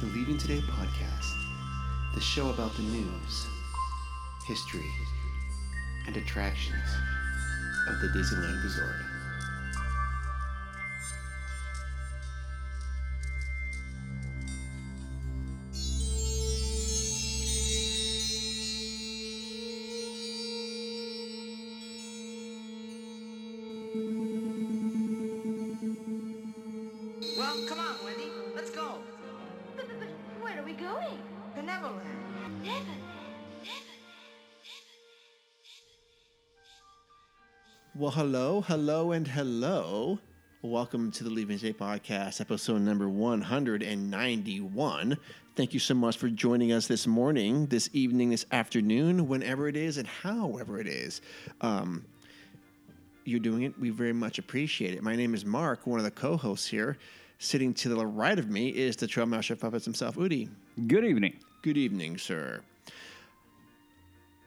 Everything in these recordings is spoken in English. the Leaving Today podcast, the show about the news, history, and attractions of the Disneyland Resort. Well, come on, Wendy. Let's go. But, but, but where are we going? To Neverland. Neverland. Neverland. Well, hello, hello, and hello. Welcome to the Leaving Today podcast, episode number 191. Thank you so much for joining us this morning, this evening, this afternoon, whenever it is, and however it is. Um, you're doing it. We very much appreciate it. My name is Mark, one of the co hosts here. Sitting to the right of me is the Trailmaster of Puppets himself, Udi. Good evening. Good evening, sir.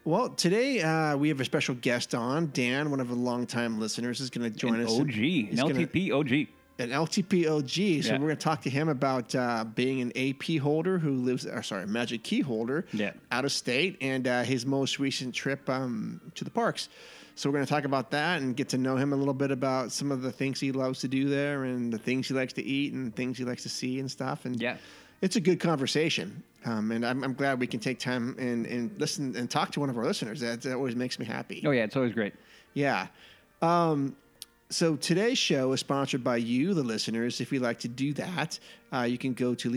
Well, today uh, we have a special guest on. Dan, one of our longtime listeners, is going to join An us. OG, an He's gonna- LTP OG. an LTP OG. Yeah. So we're going to talk to him about uh, being an AP holder who lives, or sorry, Magic Key holder Yeah. out of state and uh, his most recent trip um, to the parks. So we're going to talk about that and get to know him a little bit about some of the things he loves to do there and the things he likes to eat and things he likes to see and stuff. And Yeah. it's a good conversation. Um, and I'm, I'm glad we can take time and, and listen and talk to one of our listeners. That, that always makes me happy. Oh yeah, it's always great. Yeah. Um, so today's show is sponsored by you, the listeners. If you'd like to do that, uh, you can go to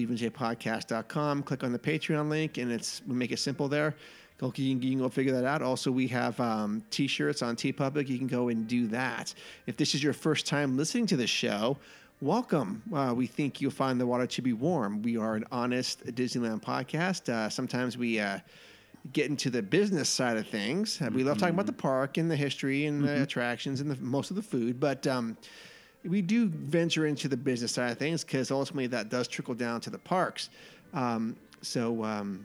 leavingjpodcast.com, click on the Patreon link, and it's we make it simple there. Go, you, can, you can go figure that out. Also, we have um, t-shirts on TeePublic. You can go and do that. If this is your first time listening to this show, welcome. Uh, we think you'll find the water to be warm. We are an honest Disneyland podcast. Uh, sometimes we uh, get into the business side of things. Uh, We love talking about the park and the history and the attractions and the, most of the food, but um, we do venture into the business side of things because ultimately that does trickle down to the parks. Um, so, um,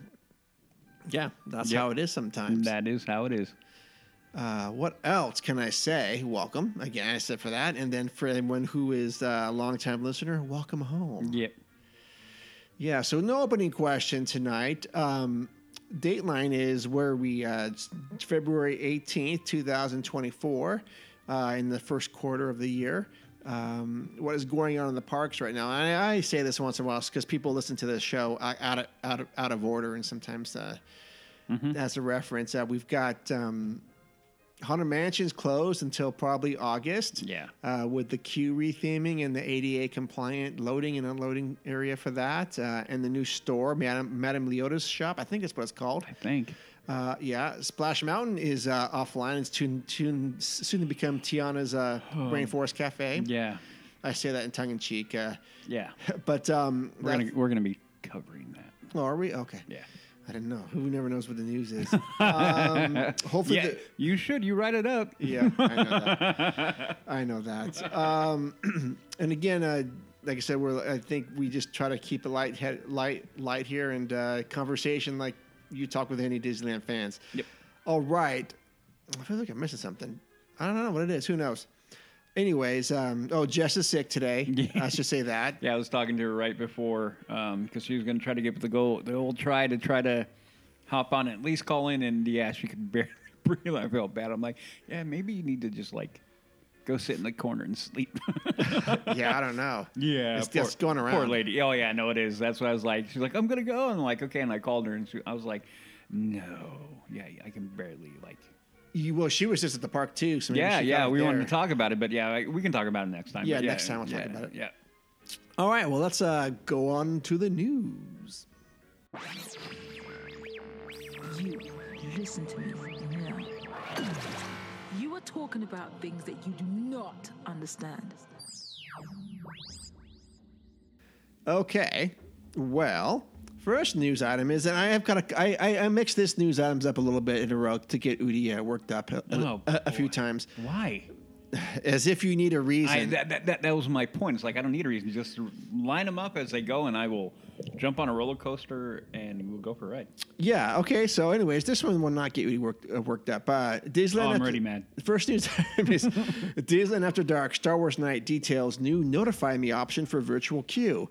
yeah, that's Yeah. how it is sometimes. That is how it is. Uh, what else can I say? Welcome again. I said for that, and then for anyone who is uh, a longtime listener, welcome home. Yep. Yeah, so no opening question tonight. Um, Dateline is where we, uh, it's February 18th, 2024, uh, in the first quarter of the year. Um, what is going on in the parks right now? And I, I say this once in a while because people listen to this show uh, out of, out of, out of order, and sometimes uh, that's a reference. Uh, we've got um, Haunted Mansion's closed until probably August Yeah. uh, with the queue retheming and the ADA compliant loading and unloading area for that, uh, and the new store, Madame, Madame Leota's shop. I think that's what it's called. I think. Uh, yeah, Splash Mountain is uh, offline. It's soon, soon, soon to become Tiana's uh, Rainforest Cafe. Oh. Yeah. I say that in tongue in cheek. Uh, Yeah. but um, We're gonna we're gonna be covering that. oh, are we okay? Yeah. I don't know. Who never knows what the news is? um, hopefully, Yeah. the- you should. You write it up. Yeah, I know that. I know that. Um, and again, uh, like I said, we're I think we just try to keep it light, head, light, light here and uh, conversation like you talk with any Disneyland fans. Yep. All right. I feel like I'm missing something. I don't know what it is. Who knows? Anyways, um, oh, Jess is sick today. I should say that. Yeah, I was talking to her right before because she was gonna try to get the goal, the old try to try to hop on and at least call in, and yeah, she could barely breathe. I felt bad. I'm like, yeah, maybe you need to just like go sit in the corner and sleep. Yeah, I don't know. Yeah, it's just going around. Poor lady. Oh yeah, no, it is. That's what I was like. She's like, I'm gonna go. And I'm like, okay. And I called her, and she, I was like, no, yeah, I can barely like. You, well, she was just at the park too. So maybe Yeah, she yeah. got it We wanted to there. talk about it, but yeah, like, we can talk about it next time. Yeah, but next time we'll talk yeah, about it. Yeah. All right. Well, let's uh, go on to the news. You listen to me now. You are talking about things that you do not understand. Okay. Well, first news item is, and I have got a, I, I, I mixed this news items up a little bit in a row to get Udi uh, worked up a, a- Oh, a- a few boy. times, Why? as if you need a I, reason. that, that, that, that was my point. It's like I don't need a reason. Just line them up as they go, and I will jump on a roller coaster and we'll go for a ride. yeah. Okay. So, anyways, this one will not get Udi worked uh, worked up. Uh, Disneyland. Oh, I'm after- already mad. First news item is Disneyland After Dark Star Wars Night details new Notify Me option for virtual queue.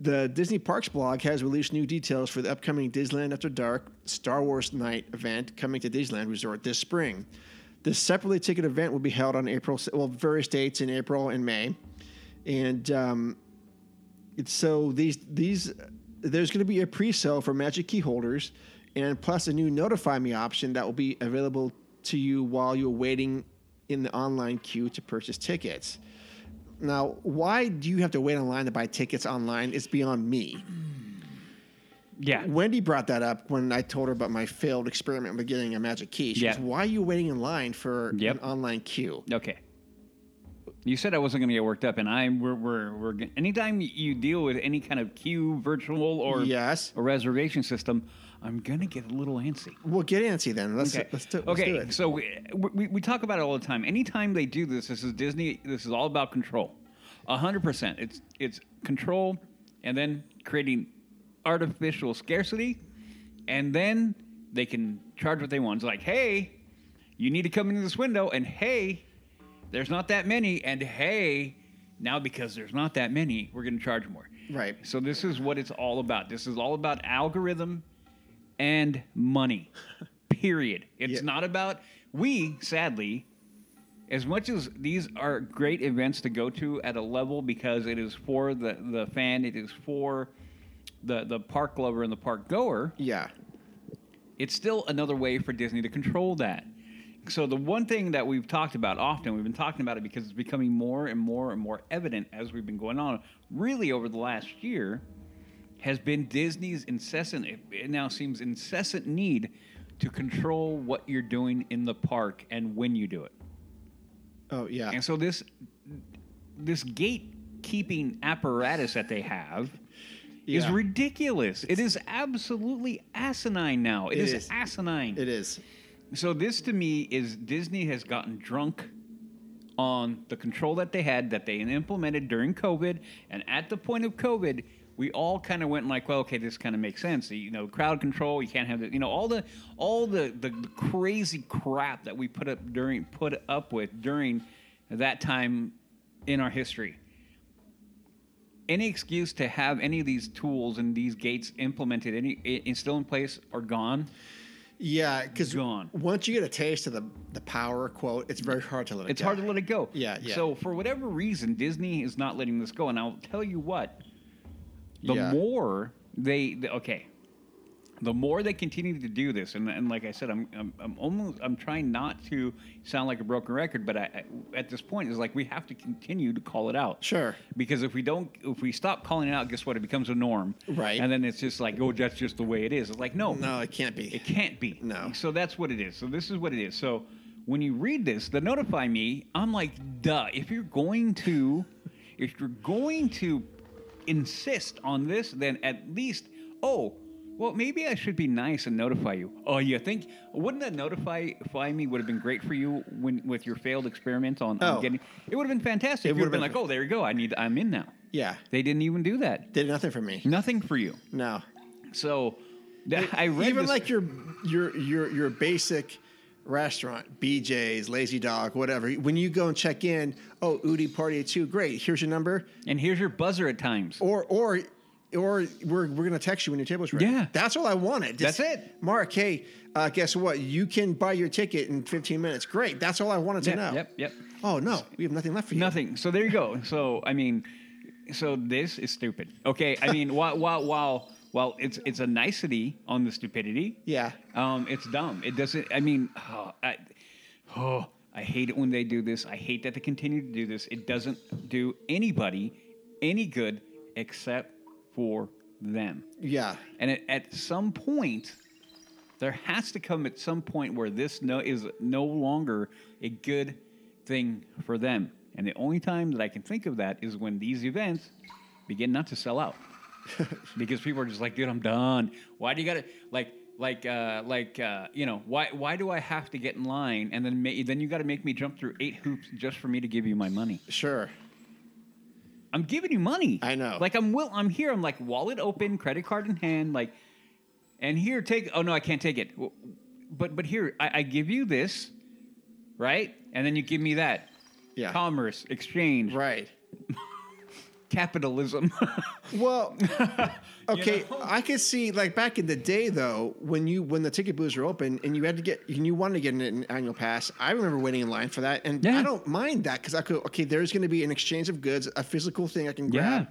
The Disney Parks blog has released new details for the upcoming Disneyland After Dark Star Wars Night event coming to Disneyland Resort this spring. This separately ticketed event will be held on April, well, various dates in April and May, and um, it's so these these there's going to be a pre-sale for Magic Key holders, and plus a new notify me option that will be available to you while you're waiting in the online queue to purchase tickets. Now, why do you have to wait online to buy tickets online? It's beyond me. Yeah. Wendy brought that up when I told her about my failed experiment with getting a magic key. She Yeah. goes, "Why are you waiting in line for Yep. an online queue?" Okay. You said I wasn't going to get worked up, and I'm we're we're, we're g- anytime you deal with any kind of queue, virtual or Yes. or reservation system, I'm going to get a little antsy. Well, get antsy then. Let's Okay. let's, do, let's okay. do it. So we, we we talk about it all the time. Anytime they do this, this is Disney. This is all about control. hundred percent. It's it's control, and then creating artificial scarcity, and then they can charge what they want. It's like, hey, you need to come into this window, and hey, there's not that many, and hey, now because there's not that many, we're going to charge more. Right. So this is what it's all about. This is all about algorithm and money. Period. It's Yeah. not about we, sadly, as much as these are great events to go to at a level because it is for the, the fan, it is for the the park lover and the park goer, yeah, it's still another way for Disney to control that. So the one thing that we've talked about often, we've been talking about it because it's becoming more and more and more evident as we've been going on, really over the last year, has been Disney's incessant, it- it now seems incessant need to control what you're doing in the park and when you do it. oh yeah, And so this this gatekeeping apparatus that they have is Yeah. ridiculous. It is absolutely asinine now. It it is, is. asinine. it is. So this to me is Disney has gotten drunk on the control that they had that they implemented during COVID, and at the point of COVID, we all kind of went like, well, okay, this kind of makes sense. You know, crowd control, you can't have the, you know, all the all the, the the crazy crap that we put up during put up with during that time in our history any excuse to have any of these tools and these gates implemented any i- i- still in place are gone Yeah, because Gone. once you get a taste of the the power quote, it's very hard to let it. It's hard to die. let it go. Yeah, yeah. So for whatever reason, Disney is not letting this go, and I'll tell you what: the Yeah. more they, the- okay, the more they continue to do this, and, and like I said, I'm, I'm I'm almost I'm trying not to sound like a broken record, but I, I at this point is like we have to continue to call it out. Sure. Because if we don't, if we stop calling it out, guess what? It becomes a norm. Right. And then it's just like, oh, that's just the way it is. It's like, no, No, it can't be. it can't be. No. So that's what it is. So this is what it is. So when you read this, the notify me, I'm like, duh. If you're going to, if you're going to insist on this, then at least, oh, well, maybe I should be nice and notify you. Oh, you think? Wouldn't that notify fi me would have been great for you when with your failed experiment on, on Oh. getting? It would have been fantastic. It It would have been, would've been like, oh, there you go. I need. I'm in now. Yeah, They didn't even do that. did nothing for me. Nothing for you. No, So. th- I read even this- like your your your your basic restaurant, BJ's, Lazy Dog, whatever. When you go and check in, oh, Udi party at two, great. Here's your number, and here's your buzzer at times. or or or we're we're gonna text you when your table's ready. Yeah. that's all I wanted. Just, That's it. Mark. Hey, uh, guess what? You can buy your ticket in 15 minutes. Great. That's all I wanted to Yep, know. yep, yep. Oh no, we have nothing left for you. Nothing. So there you go. So I mean, so this is stupid. Okay. I mean, while while while while it's it's a nicety on the stupidity. Yeah. Um, it's dumb. It doesn't. I mean, oh, I, oh, I hate it when they do this. I hate that they continue to do this. It doesn't do anybody any good except for them. Yeah. And at, at some point, there has to come at some point where this no, is no longer a good thing for them. And the only time that I can think of that is when these events begin not to sell out. because people are just like, dude, I'm done. Why do you gotta like like uh like uh you know, why why do I have to get in line and then ma- then you gotta make me jump through eight hoops just for me to give you my money? Sure. I'm giving you money. I know. Like I'm will I'm here. I'm like wallet open, credit card in hand, like and here take oh no, I can't take it. W- But but here I, I give you this, right? And then you give me that. Yeah. Commerce, exchange, Right. capitalism. Well, okay, know? I could see like back in the day though, when you when the ticket booths were open and you had to get and you wanted to get an, an annual pass. I remember waiting in line for that, and Yeah. I don't mind that because I could. Okay, there's going to be an exchange of goods, a physical thing I can grab.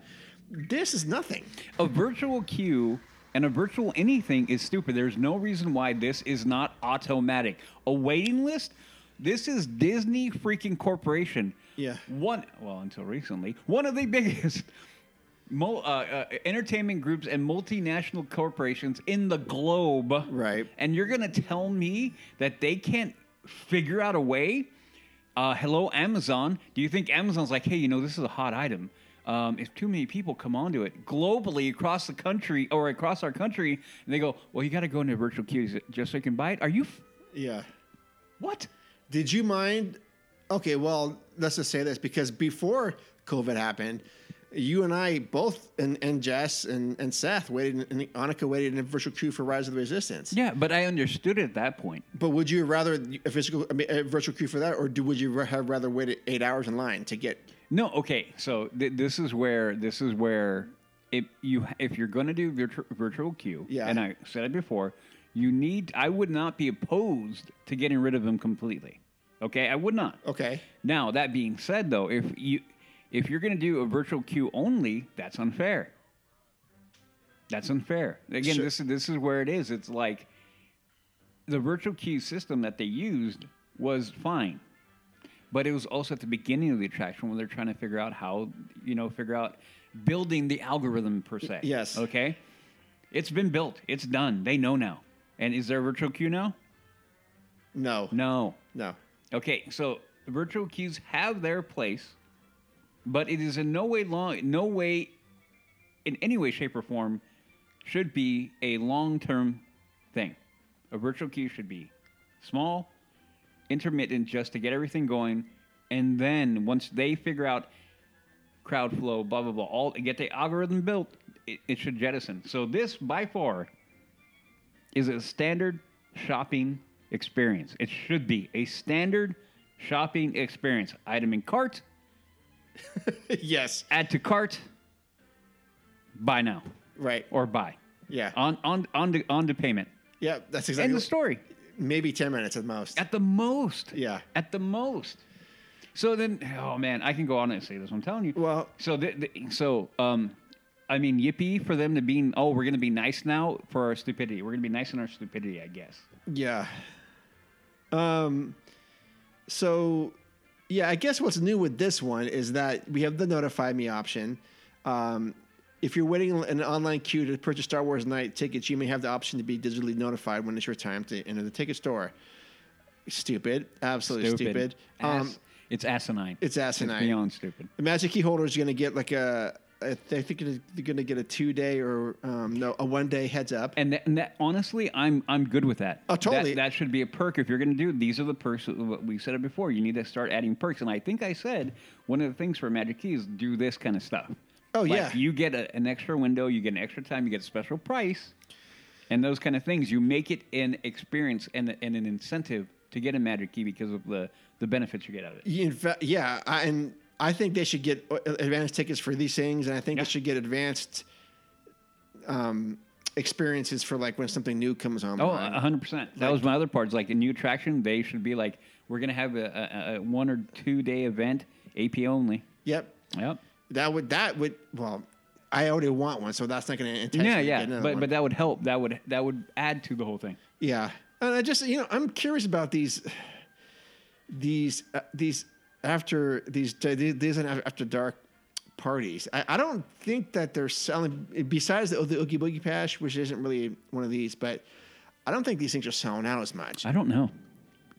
This is nothing. a virtual queue and a virtual anything is stupid. There's no reason why this is not automatic. A waiting list? This is Disney freaking corporation. Yeah. One, well, until recently, one of the biggest mul- uh, uh, entertainment groups and multinational corporations in the globe. Right. And you're going to tell me that they can't figure out a way? Uh, hello, Amazon. Do you think Amazon's like, hey, you know, this is a hot item? Um, if too many people come onto it globally across the country or across our country, and they go, well, you got to go into virtual queues just so you can buy it. Are you f- Yeah. what? Did you mind? Okay, well, let's just say this because before COVID happened, you and I both and, and Jess and, and Seth waited and Annika waited in a virtual queue for Rise of the Resistance. Yeah, but I understood at that point. But would you rather a physical, I mean, a virtual queue for that, or do, would you ra- have rather waited eight hours in line to get? No, okay. So th- this is where this is where if you if you're going to do virtu- virtual queue, Yeah. and I said it before, you need. I would not be opposed to getting rid of them completely. Okay, I would not. Okay. Now that being said, though, if you if you're going to do a virtual queue only, that's unfair. That's unfair. Again, Sure. this is this is where it is. It's like the virtual queue system that they used was fine, but it was also at the beginning of the attraction when they're trying to figure out how you know figure out building the algorithm per se. yes. Okay. It's been built. It's done. They know now. And is there a virtual queue now? No. No. No. Okay, so virtual queues have their place, but it is in no way long, no way, in any way, shape, or form, should be a long-term thing. A virtual queue should be small, intermittent, just to get everything going, and then once they figure out crowd flow, blah blah blah, all get the algorithm built, it, it should jettison. So this, by far, is a standard shopping experience. It should be a standard shopping experience. Item in cart, yes. add to cart, buy now Right. or buy Yeah. on on on to, on to payment. yeah. That's End exactly. the story. Maybe ten minutes at most. At the most. Yeah. At the most. So then, oh man, I can go on and say this. I'm telling you. Well- so th- th- so um, I mean, yippee for them to being. Oh, we're gonna be nice now for our stupidity. We're gonna be nice in our stupidity, I guess. Yeah. Um. So, yeah, I guess what's new with this one is that we have the notify me option. Um, if you're waiting in an online queue to purchase Star Wars Night tickets, you may have the option to be digitally notified when it's your time to enter the ticket store. Stupid, absolutely stupid. Um, Ass- it's asinine. it's asinine. It's beyond stupid. the Magic Key holder is going to get like a. I think they're going to get a two day or um, no a one day heads up. And that, and that honestly, I'm I'm good with that. Oh, totally. That, that should be a perk if you're going to do. These are the perks. uh, What we said it before. You need to start adding perks. And I think I said one of the things for Magic Key is do this kind of stuff. Oh, Like, yeah. You get a, an extra window. You get an extra time. You get a special price, and those kind of things. You make it an experience and, and an incentive to get a Magic Key because of the the benefits you get out of it. In fact, yeah, I, and I think they should get uh, advanced tickets for these things, and I think Yeah. they should get advanced um, experiences for like when something new comes on. Oh, 100%. That was my other part. It's like a new attraction. They should be like, we're going to have a, a, a one or two day event, AP only. Yep, Yep. that would that would well, I already want one, so that's not going to entice. yeah, me to yeah. get another But one. but that would help. That would that would add to the whole thing. yeah, and I just you know I'm curious about these these uh, these after these these and after dark parties. I, I don't think that they're selling besides the, the Oogie Boogie Pash, which isn't really one of these, but I don't think these things are selling out as much. I don't know.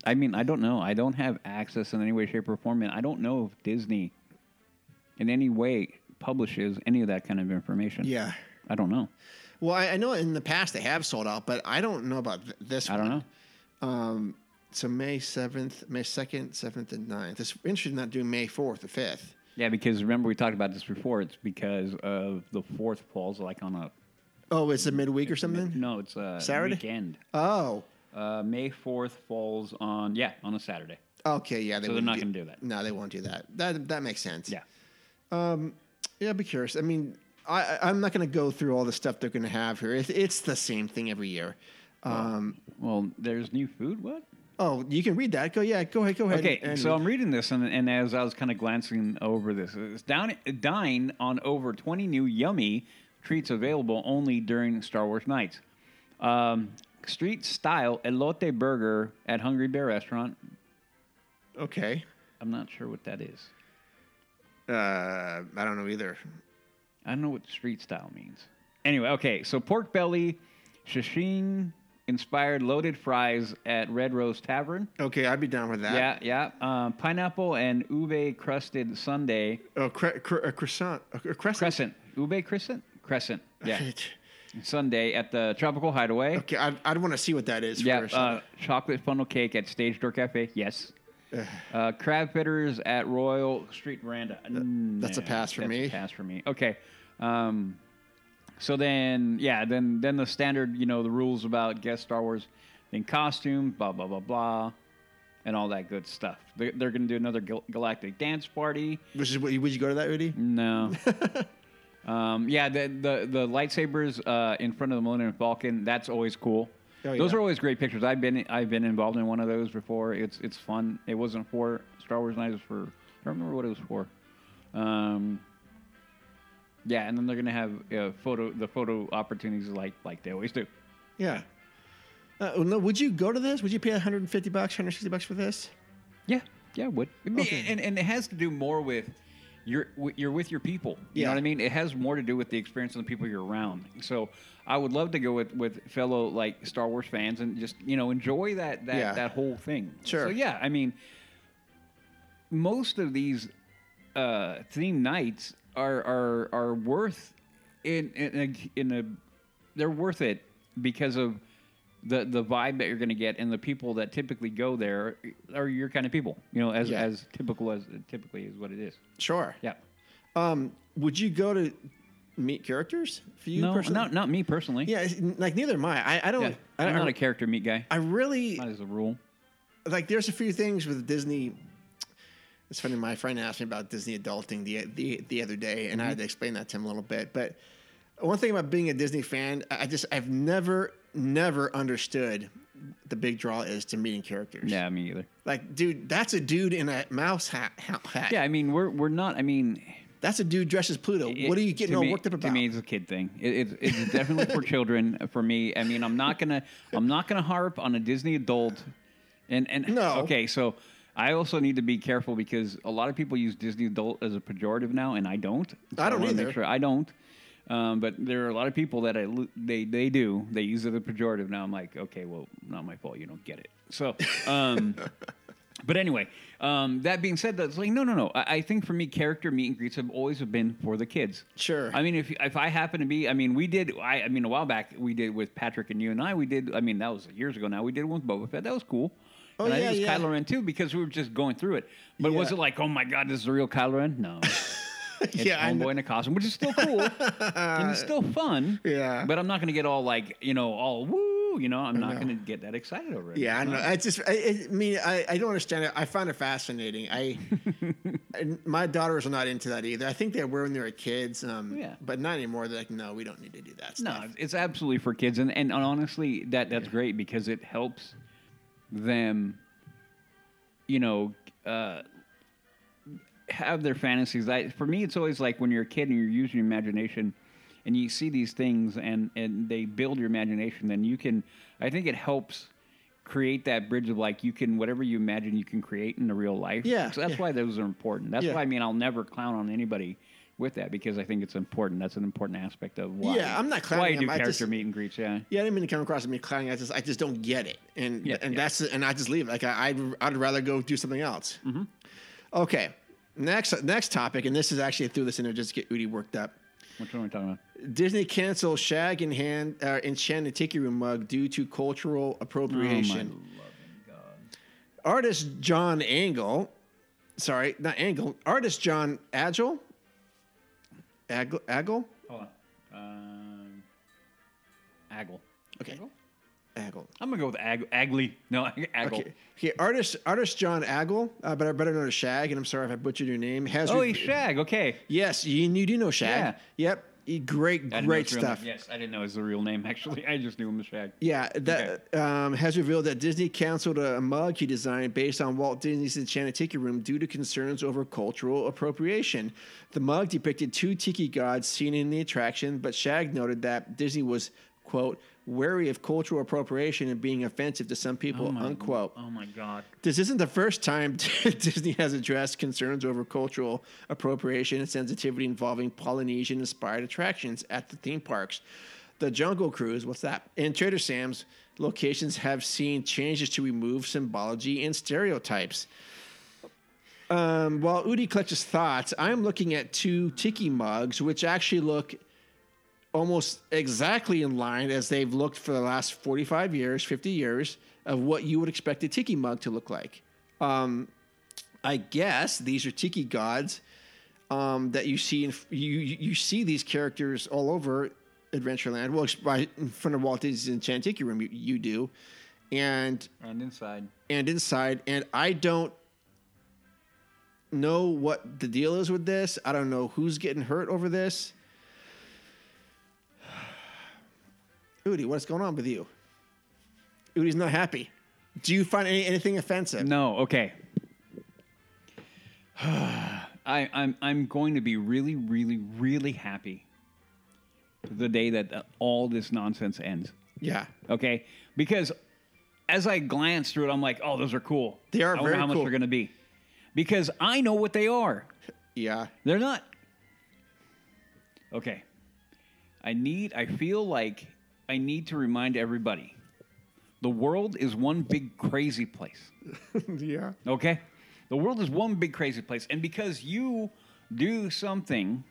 I mean, I don't know. I don't have access in any way, shape, or form, and I don't know if Disney, in any way, publishes any of that kind of information. Yeah. I don't know. Well, I, I know in the past they have sold out, but I don't know about th- this. I don't one. know. So May seventh, May second, seventh, and 9th. It's interesting not doing May fourth or fifth. Yeah, because remember we talked about this before. It's because of the fourth falls like on a Oh, it's a midweek or something. no, it's a Saturday? weekend. Oh, Uh, May fourth falls on yeah on a Saturday. okay, yeah. They So they're wouldn't not gonna do that. No, they won't do that. That that makes sense. Yeah. Yeah, I'd be curious. I mean, I, I- I'm not going to go through all the stuff they're going to have here. It, it's the same thing every year. Um, Well, there's new food. What? oh, you can read that. Go, yeah, go ahead, go ahead. Okay, and- so I'm reading this, and, and as I was kind of glancing over this, it's down dine on over 20 new yummy treats available only during Star Wars nights. Um, street style elote burger at Hungry Bear Restaurant. okay. I'm not sure what that is. Uh, I don't know either. I don't know what street style means. Anyway, okay, so pork belly, shishing inspired loaded fries at Red Rose Tavern. Okay, I'd be down with that. Yeah, yeah. Um, pineapple and ube crusted sundae. Oh, cre- cre- a croissant. A cre- crescent. Crescent. Ube crescent? Crescent. Yeah. Sunday at the Tropical Hideaway. okay, I'd, I'd want to see what that is Yeah. first. Uh, chocolate funnel cake at Stage Door Cafe. Yes. Uh, crab fritters at Royal Street Veranda. that's a Nah, pass for that's a me. pass for me. Okay. Um, so then, yeah, then then the standard, you know, the rules about guest Star Wars, then costume, blah blah blah blah, and all that good stuff. They're, they're gonna do another gal- galactic dance party. Which is what you- would you go to that, Rudy? Mm. No. um, yeah, the, the the lightsabers uh, in front of the Millennium Falcon. That's always cool. Oh, Those yeah. are always great pictures. I've been I've been involved in one of those before. It's it's fun. It wasn't for Star Wars night. It was for I don't remember what it was for. Um, yeah, and then they're gonna have uh, photo the photo opportunities like like they always do. Yeah. Uh, no, would you go to this? Would you pay 150 bucks, 160 bucks for this? Yeah, yeah, it would. I mean, Okay. and, and it has to do more with you're wi- you're with your people. You know Yeah. what I mean? It has more to do with the experience and the people you're around. So I would love to go with, with fellow like Star Wars fans and just you know enjoy that that Yeah. that whole thing. Sure. So yeah, I mean, most of these uh, theme nights are are are worth in in a, in a they're worth it because of the the vibe that you're going to get and the people that typically go there are your kind of people you know as Yeah. as typical as typically is what it is Sure. yeah Um, would you go to meet characters for you no personally? not not me personally Yeah, it's- like neither am I. I, I don't. yeah. I, i'm I, not a character meat guy I really not as a rule like. There's a few things with Disney. It's funny. My friend asked me about Disney adulting the the, the other day, and I Mm-hmm. had to explain that to him a little bit. But one thing about being a Disney fan, I I just I've never never understood the big draw is to meeting characters. yeah me either Like, dude, that's a dude in a mouse hat. hat. hat. yeah i mean we're we're not i mean That's a dude dressed as Pluto. It- what are you getting to all me- worked up about? To me, it's a kid thing. It, it's it's definitely for children. For me, I mean, I'm not gonna I'm not gonna harp on a Disney adult. And and No. okay, so I also need to be careful because a lot of people use Disney adult as a pejorative now, and I don't. So I don't wanna make either. sure I don't. Um, but there are a lot of people that I, lo- they they do they use it as a pejorative now. I'm like, okay, well, not my fault. You don't get it. So. Um, But anyway, um, that being said, that's like no, no, no. I, I think for me, character meet and greets have always been for the kids. Sure. I mean, if if I happen to be, I mean, we did. I, I mean, a while back we did with Patrick and you and I. We did. I mean, that was years ago now. We did one with Boba Fett. That was cool. Oh, and I yeah, think it was yeah. Kylo Ren too because we were just going through it. But was Yeah. it like, oh my God, this is the real Kylo Ren? No. It's Yeah, I homeboy kn- in a costume, which is still cool and it's still fun. Yeah. But I'm not going to get all like, you know, all woo, you know, I'm not know. going to get that excited over it. Yeah, I It's know. not- I just, I, I mean, I, I don't understand it. I find it fascinating. I, and my daughters are not into that either. I think they were when they were kids, um, Yeah. but not anymore. They're like, no, we don't need to do that No, stuff. it's absolutely for kids, and and honestly, that that's great because it helps them, you know, uh, have their fantasies. I, for me, it's always like when you're a kid and you're using your imagination, and you see these things, and and they build your imagination. Then you can, I think, it helps create that bridge of like you can whatever you imagine you can create in the real life. Yeah, so that's yeah. why those are important. That's Yeah. why I mean I'll never clown on anybody. With that, because I think it's important. That's an important aspect of why. Yeah, I'm not Why clowning you do him. I character just- meet and greets? Yeah. Yeah, I didn't mean to come across as me clowning. I just, I just don't get it, and Yeah, and yeah. that's, and I just leave. it. Like, I, I'd, I'd rather go do something else. Mm-hmm. Okay, next, next topic, and this is actually I threw this in there just to get Udi worked up. Which one are we talking about? Disney cancels Shag in Hand uh, Enchanted Tiki Room mug due to cultural appropriation. Oh, Artist John Angle, sorry, not Angle. Artist John Agile, Agle, Agle, Hold on. Um, Aggle. Okay. Aggle. I'm gonna go with Ag- Agley. No, Ag- Aggle. Okay. okay, artist artist John Aggle, uh, better better known as Shag, and I'm sorry if I butchered your name. Has Oh, re- he's Shag. Okay. Yes, you, you do know Shag. Yep, he- great I didn't know great his real name. stuff. Yes, I didn't know his real name actually. I just knew him as Shag. Yeah, that um, has revealed that Disney canceled a mug he designed based on Walt Disney's Enchanted Tiki Room due to concerns over cultural appropriation. The mug depicted two tiki gods seen in the attraction, but Shag noted that Disney was, quote, wary of cultural appropriation and being offensive to some people, unquote. Oh my God. This isn't the first time Disney has addressed concerns over cultural appropriation and sensitivity involving Polynesian inspired attractions at the theme parks. The Jungle Cruise, what's that? And Trader Sam's locations have seen changes to remove symbology and stereotypes. Um, while Udi clutches thoughts, I'm looking at two tiki mugs, which actually look almost exactly in line as they've looked for the last 45 years, 50 years of what you would expect a tiki mug to look like. Um, I guess these are tiki gods um, that you see in you you you see these characters all over Adventureland. Well, it's by, in front of Walt Disney's Enchanted Tiki Room, you, you do, and And inside. and inside. And I don't know what the deal is with this. I don't know who's getting hurt over this. Udi, what's going on with you? Udi's not happy. Do you find any, anything offensive? No. Okay. I, I'm I'm going to be really, really, really happy the day that uh, all this nonsense ends. Yeah. Okay, because as I glance through it, I'm like, oh, those are cool. They are I wonder very how much cool. they're going to be, because I know what they are. Yeah. They're not. Okay. I need, I feel like I need to remind everybody the world is one big crazy place. yeah. Okay? The world is one big crazy place. And because you do something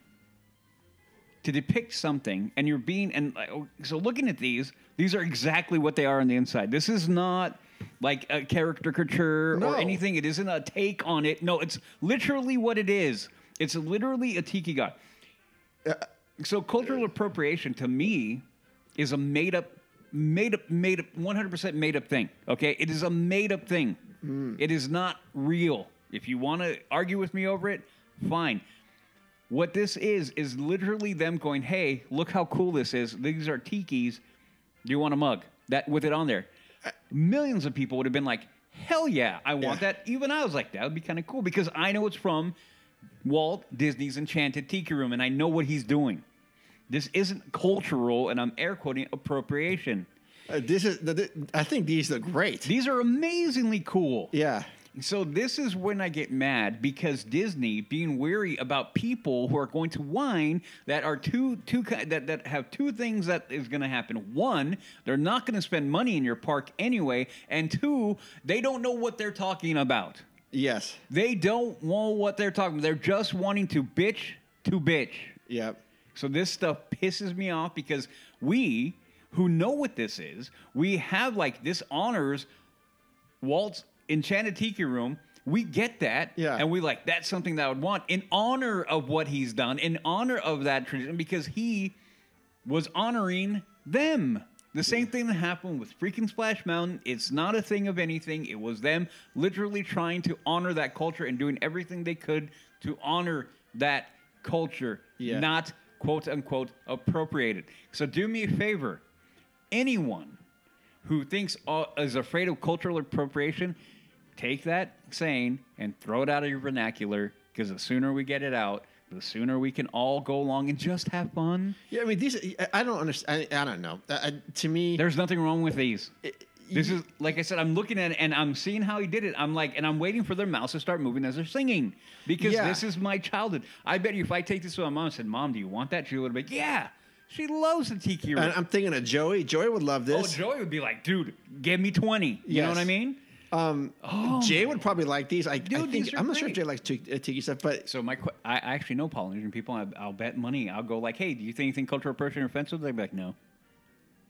to depict something and you're being, and like, oh, so looking at these, these are exactly what they are on the inside. This is not like a caricature No. or anything. It isn't a take on it. No, it's literally what it is. It's literally a tiki god. So cultural appropriation to me is a made up, made up, made up, one hundred percent made up thing. Okay, it is a made up thing. It is not real. If you want to argue with me over it, fine. What this is is literally them going, "Hey, look how cool this is. These are tiki's. Do you want a mug that with it on there?" Millions of people would have been like, "Hell yeah, I want Yeah. that." Even I was like, "That would be kind of cool because I know it's from Walt Disney's Enchanted Tiki Room, and I know what he's doing. This isn't cultural, and I'm air quoting appropriation. Uh, this is. The, the- I think these look great. These are amazingly cool. Yeah. So this is when I get mad because Disney being weary about people who are going to whine that are two two ki- that that have two things that is going to happen. One, they're not going to spend money in your park anyway, and two, they don't know what they're talking about. Yes. They don't know what they're talking. They're just wanting to bitch to bitch. Yep. So this stuff pisses me off because we who know what this is, we have like this honors Walt's Enchanted Tiki Room. We get that. Yeah. And we like, that's something that I would want in honor of what he's done, in honor of that tradition, because he was honoring them. The same thing that happened with freaking Splash Mountain. It's not a thing of anything. It was them literally trying to honor that culture and doing everything they could to honor that culture, Yeah. not quote unquote appropriated. So do me a favor. Anyone who thinks uh, is afraid of cultural appropriation, take that saying and throw it out of your vernacular because the sooner we get it out, the sooner we can all go along and just have fun. Yeah. I mean, these. I- I don't understand. I, I don't know. Uh, to me, There's nothing wrong with these. This you- is like I said. I'm looking at it and I'm seeing how he did it. I'm like, and I'm waiting for their mouths to start moving as they're singing because Yeah. this is my childhood. I bet you, if I take this to my mom and said, "Mom, do you want that?" She would be like, "Yeah." She loves the tiki room. and I'm thinking of Joey. Joey would love oh, this. Joey would be like, "Dude, give me 20." You know what I Yes. mean? Um, Jay would probably like these. I, I Oh. Dude, think these are I'm not sure if great. Jay likes tiki, uh, tiki stuff, but So my, que- I I actually know Polynesian people. I, I'll bet money. I'll go like, "Hey, do you think anything cultural appropriation or offensive?" They'd be like, "No."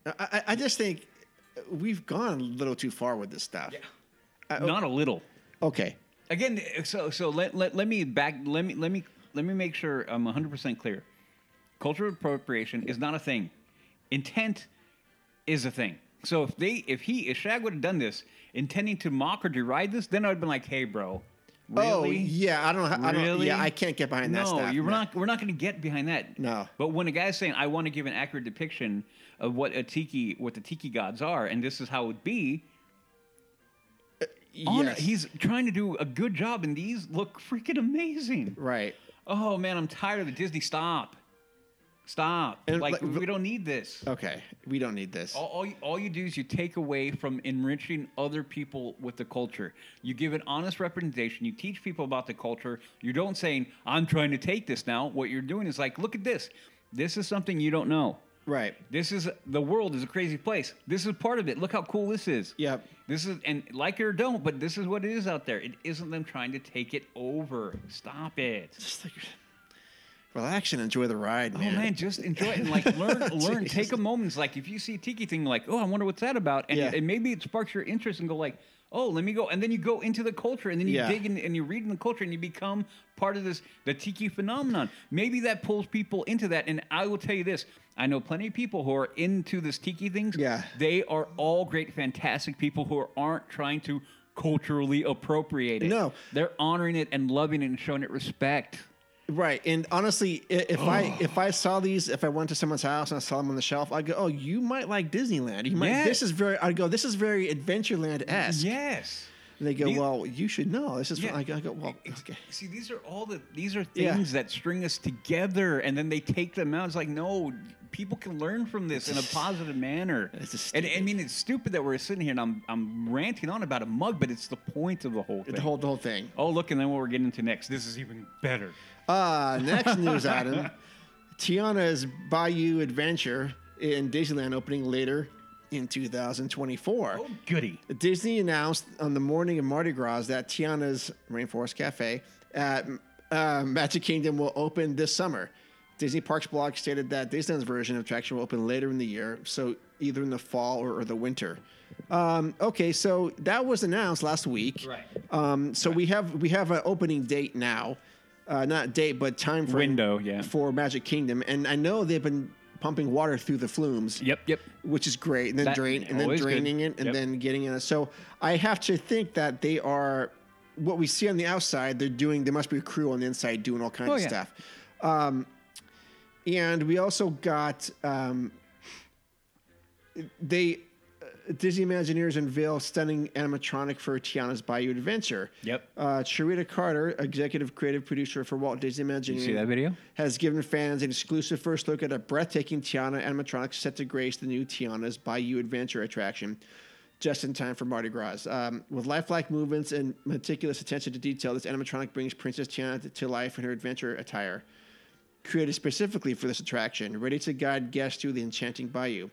I, I- I just think we've gone a little too far with this stuff. oh. Not a little. Okay. again so so let, let, let me back let me let me let me make sure i'm 100% clear cultural appropriation is not a thing intent is a thing So if they, if he, if Shag would have done this, intending to mock or deride this, then I would have been like, "Hey, bro, really? Oh yeah, I don't. know. I don't really? Yeah, I can't get behind no, that stuff. you're not. We're not going to get behind that. No. But when a guy's saying, "I want to give an accurate depiction of what a tiki, what the tiki gods are, and this is how it would be," honor- Yes. he's trying to do a good job, and these look freaking amazing. right. Oh man, I'm tired of the Disney. Stop, stop. And, like like, Uh, we don't need this. Okay, we don't need this. All, all, you, all you do is you take away from enriching other people with the culture. You give an honest representation. You teach people about the culture. You don't saying, I'm trying to take this now. What you're doing is like, look at this. This is something you don't know. Right. This is the world is a crazy place. This is part of it. Look how cool this is. Yep. This is and like it or don't, but this is what it is out there. It isn't them trying to take it over. Stop it. Just like, relax and enjoy the ride, man. Oh man, just enjoy it and like learn, learn. Jeez. Take a moment. It's Like if you see a tiki thing, like oh, I wonder what's that about, and, Yeah. and maybe it sparks your interest and go like, oh, let me go. And then you go into the culture, and then you Yeah. dig in, and you read in the culture, and you become part of this the tiki phenomenon. Maybe that pulls people into that. And I will tell you this: I know plenty of people who are into this tiki things. Yeah. they are all great, fantastic people who are, aren't trying to culturally appropriate it. No. they're honoring it and loving it and showing it respect. Right, and honestly, i- if I Oh. if I saw these, if I went to someone's house and I saw them on the shelf, I'd go, "Oh, you might like Disneyland. You might. Yeah. This is very. I'd go, "This is very Adventureland esque." Yes. And they go, These- "Well, you should know. This is." Yeah. E-, I go, I go, "Well, Ex- okay." See, these are all the these are Yeah. things that string us together, and then they take them out. It's like no, people can learn from this in a positive manner. It's just and I stupid. mean, it's stupid that we're sitting here and I'm I'm ranting on about a mug, but it's the point of the whole thing. The whole the whole thing. oh, look, and then what we're getting into next. This is even better. Uh, next news item: Tiana's Bayou Adventure in Disneyland opening later in 2024. Oh, goody. Disney announced on the morning of Mardi Gras that Tiana's Rainforest Cafe at uh, Magic Kingdom will open this summer. Disney Parks blog stated that Disneyland's version of attraction will open later in the year, so either in the fall or, or the winter. Um, okay, so that was announced last week. Right. Um, so we have we have an opening date now, uh, not date but time frame Window, yeah. for Magic Kingdom, and I know they've been pumping water through the flumes Yep, yep. which is great. And then That- drain and then always good. draining it and Yep. then getting it. So I have to think that they are what we see on the outside. They're doing. There must be a crew on the inside doing all kinds Oh, of yeah. stuff. Um, and we also got um, they. uh, Disney Imagineers unveil stunning animatronic for Tiana's Bayou Adventure. Yep. Uh, Sharita Carter, executive creative producer for Walt Disney Imagineering, that video? has given fans an exclusive first look at a breathtaking Tiana animatronic set to grace the new Tiana's Bayou Adventure attraction, just in time for Mardi Gras. Um, with lifelike movements and meticulous attention to detail, this animatronic brings Princess Tiana to, to life in her adventure attire, created specifically for this attraction, ready to guide guests through the enchanting bayou.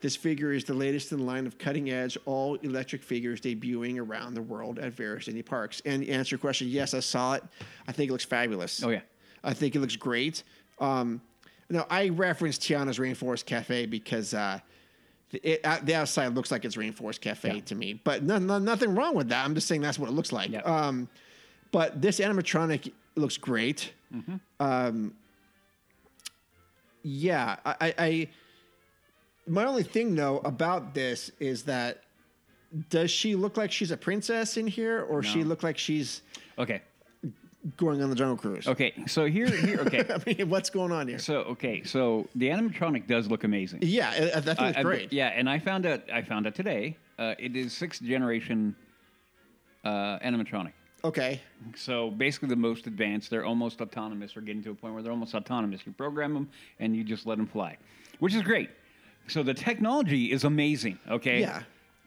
This figure is the latest in the line of cutting edge all electric figures debuting around the world at various Disney parks. And to answer your question, yes, I saw it. I think it looks fabulous. Oh, yeah. I think it looks great. Um, now, I referenced Tiana's Rainforest Cafe because uh, the- it, uh, the outside looks like it's Rainforest Cafe Yeah. to me, but no, no- nothing wrong with that. I'm just saying that's what it looks like. Yeah. Um, but this animatronic looks great. Mm-hmm. Um, yeah, I, I, I. My only thing though about this is that does she look like she's a princess in here, or she look like she's Okay. going on the jungle cruise? Okay. So here, here. Okay. I mean, what's going on here? so okay. So the animatronic does look amazing. Yeah, I, I think I- it's I- great. uh, yeah, and I found out I found out today. Uh, it is sixth generation uh, animatronic. Okay. So basically, the most advanced. They're almost autonomous, or getting to a point where they're almost autonomous. You program them, and you just let them fly, which is great. So the technology is amazing. Okay. Yeah.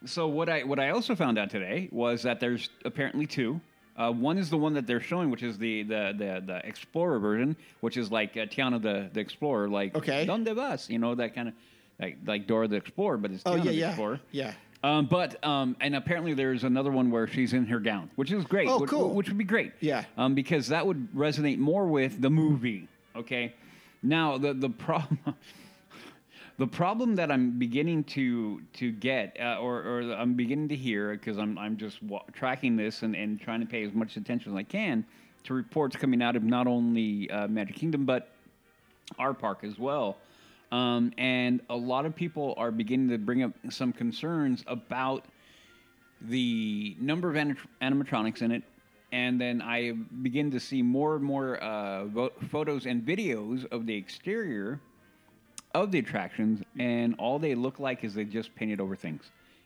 So what I what I also found out today was that there's apparently two. Uh, one is the one that they're showing, which is the the the, the explorer version, which is like uh, Tiana the the explorer, like Okay. donde vas, you know that kind of like like Dora the explorer, but it's Oh Tiana yeah, the yeah, explorer. yeah. Um, but um, and apparently there's another one where she's in her gown, which is great. Oh, which, cool. Which would be great. Yeah. Um, because that would resonate more with the movie. Okay. Now the the problem. The problem that I'm beginning to to get, uh, or, or I'm beginning to hear, because I'm, I'm just wa- tracking this and, and trying to pay as much attention as I can to reports coming out of not only uh, Magic Kingdom but our park as well, Um, and a lot of people are beginning to bring up some concerns about the number of anim- animatronics in it. And then I begin to see more and more uh, vo- photos and videos of the exterior of the attractions, and all they look like is they just painted over things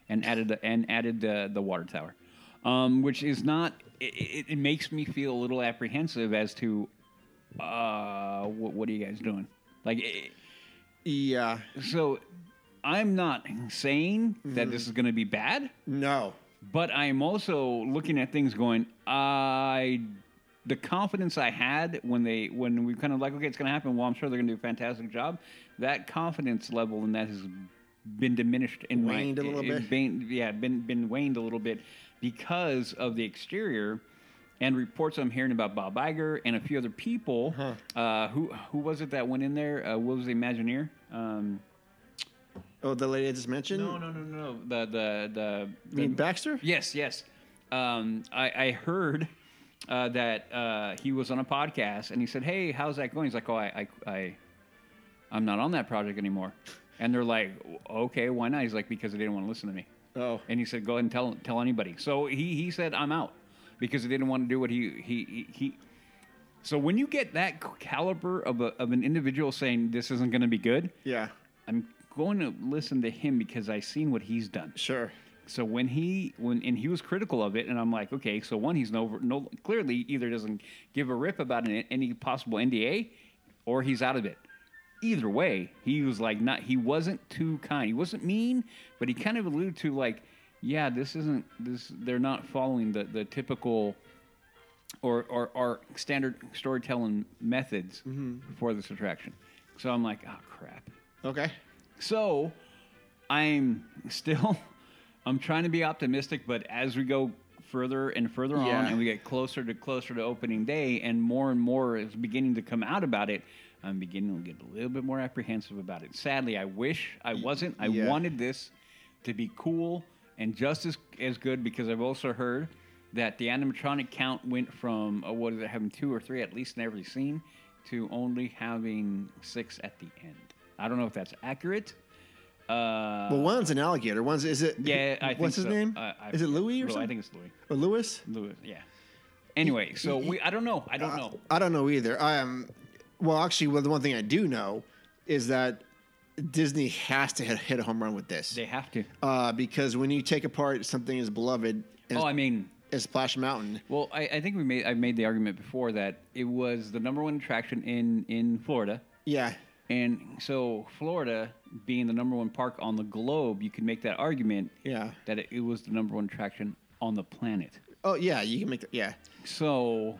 and added and added the, the water tower, um, which is not. It, it, it makes me feel a little apprehensive as to uh, what, what are you guys doing? Like, it, Yeah. so I'm not saying that this is going to be bad. No. But I'm also looking at things going, I the confidence I had when they when we kind of like, okay, it's gonna happen. Well, I'm sure they're gonna do a fantastic job. That confidence level and that has been diminished and Waned a little bit. Been, yeah, been been waned a little bit because of the exterior. And reports I'm hearing about Bob Iger and a few other people. Uh-huh. Uh, who who was it that went in there? Uh, what was the Imagineer? Um, Oh, the lady I just mentioned. no, no, no, no. no. The the the. You mean the- Baxter? Yes, yes. Um, I, I heard uh, that uh, he was on a podcast and he said, "Hey, how's that going?" He's like, "Oh, I, I, I I'm not on that project anymore." And they're like, "Okay, why not?" He's like, "Because they didn't want to listen to me." Oh. And he said, "Go ahead and tell tell anybody." So he he said, "I'm out," because he didn't want to do what he he he. he so when you get that caliber of, a, of an individual saying this isn't going to be good, Yeah. I'm going to listen to him because I've seen what he's done. Sure. So when he when and he was critical of it, and I'm like, okay, so one, he's no no clearly either doesn't give a rip about an, any possible NDA, or he's out of it. Either way, he was like not he wasn't too kind. He wasn't mean, but he kind of alluded to like, yeah, this isn't this. They're not following the the typical. Or, or, or standard storytelling methods for this attraction. So I'm like, oh crap. Okay. So I'm still I'm trying to be optimistic, but as we go further and further on Yeah. and we get closer to closer to opening day and more and more is beginning to come out about it, I'm beginning to get a little bit more apprehensive about it. Sadly, I wish I wasn't. I yeah. wanted this to be cool and just as, as good because I've also heard that the animatronic count went from uh, what is it having two or three at least in every scene to only having six at the end. I don't know if that's accurate. Uh, Well, one's an alligator. One's is it? yeah, I think What's his so. name? Uh, I is it forget. Louis or Lou- something? I think it's Louis. Or Louis? Louis, yeah. Anyway, so we I don't know. I don't know. I don't know either. I am. Well, actually, well, the one thing I do know is that Disney has to hit, hit a home run with this. They have to. uh, because when you take apart something as beloved as, Oh, I mean, as Splash Mountain, well, I, I think we made I made the argument before that it was the number one attraction in in Florida. yeah, And so, Florida being the number one park on the globe, you can make that argument Yeah. that it, it was the number one attraction on the planet. oh yeah, you can make that, yeah, So,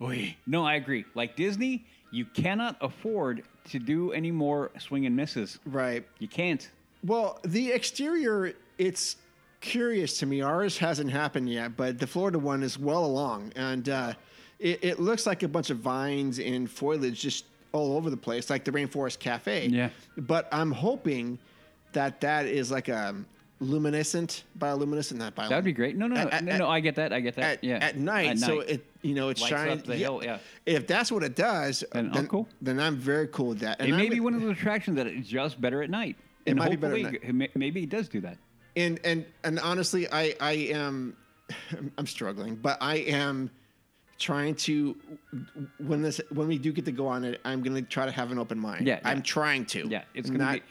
oy. no, I agree. Like Disney, you cannot afford to do any more swing and misses. right. You can't. Well, the exterior, it's curious to me. Ours hasn't happened yet, but the Florida one is well along, and uh, it, it looks like a bunch of vines and foliage just all over the place, like the Rainforest Cafe. Yeah. But I'm hoping that that is like a luminescent, bioluminescent, not bioluminescent. That would be great. No, no, no, At- at- no, no. I get that. I get that. at, yeah. at night, So it you know it Lights shines up the hill, yeah. If that's what it does, Then I'm then, cool. then I'm very cool with that. it I'm- may be one of those attractions that is just better at night. It and might be better at hopefully- it may- Maybe it does do that. and and and honestly, I I am I'm struggling, but I am trying to when this when we do get to go on it, I'm gonna try to have an open mind. Yeah, I'm yeah. trying to. Yeah, it's gonna not be-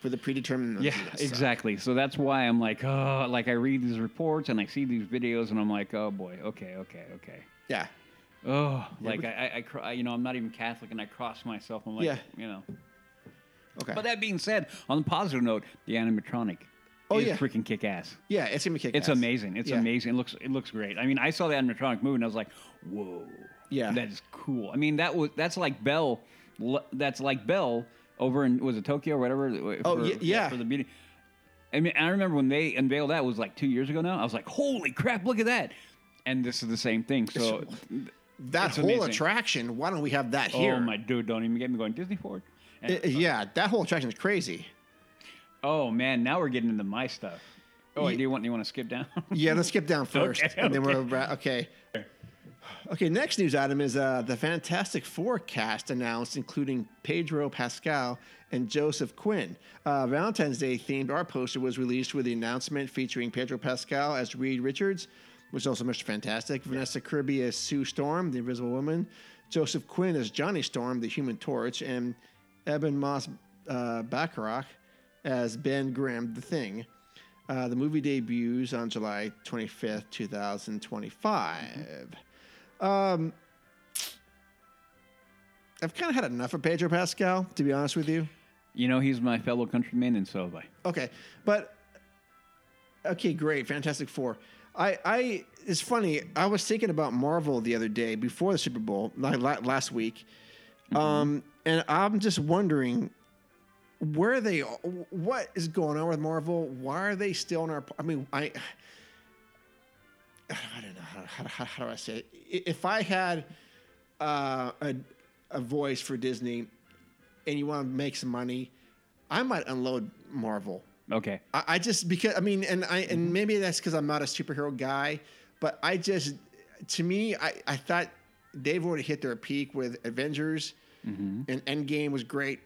for the predetermined. Yeah, exactly. So that's why I'm like, oh, like I read these reports and I see these videos and I'm like, oh boy, okay, okay, okay. Yeah. Oh, like I, I, I, cr- I, you know, I'm not even Catholic and I cross myself. I'm like, Yeah. you know. Okay. But that being said, on the positive note, the animatronic Oh, is yeah. freaking kick ass. yeah, it's gonna be kick. It's amazing. It's Yeah. amazing. It looks it looks great. I mean, I saw the animatronic movie and I was like, whoa, Yeah. that is cool. I mean, that was that's like Bell, l- that's like Bell over in was it Tokyo or whatever. Oh, for- ye- yeah. for the beauty. I mean, I remember when they unveiled that it was like two years ago now. I was like, holy crap, look at that. And this is the same thing. So, That it's whole amazing. attraction. Why don't we have that here? oh my dude, don't even get me going Disney forward. And- I- yeah, that whole attraction is crazy. oh man, now we're getting into my stuff. Oh, Ye- do you want do you want to skip down? Yeah, let's skip down first, Okay, and then okay. we're ra- okay. Okay, next news item is uh, the Fantastic Four cast announced, including Pedro Pascal and Joseph Quinn. Uh, Valentine's Day themed art poster was released with the announcement featuring Pedro Pascal as Reed Richards, which is also Mr. Fantastic, Vanessa Kirby as Sue Storm, the Invisible Woman, Joseph Quinn as Johnny Storm, the Human Torch, and Eben Moss uh, Bacharach as Ben Grimm, the Thing. Uh, the movie debuts on July 25th, 2025. I've kind of had enough of Pedro Pascal, to be honest with you. You know, he's my fellow countryman, and so have I. Okay, but okay, great, Fantastic Four. I, I, it's funny. I was thinking about Marvel the other day before the Super Bowl, like la- last week, um, and I'm just wondering where they, are- what is going on with Marvel? Why are they still in our? I mean, I, I don't know how, how, how, how do I say it. I- If I had uh, a a voice for Disney, and you want to make some money, I might unload Marvel. Okay. I, I just because I mean, and I Mm-hmm. and maybe that's because I'm not a superhero guy, but I just to me, I I thought they've already hit their peak with Avengers, Mm-hmm. and Endgame was great.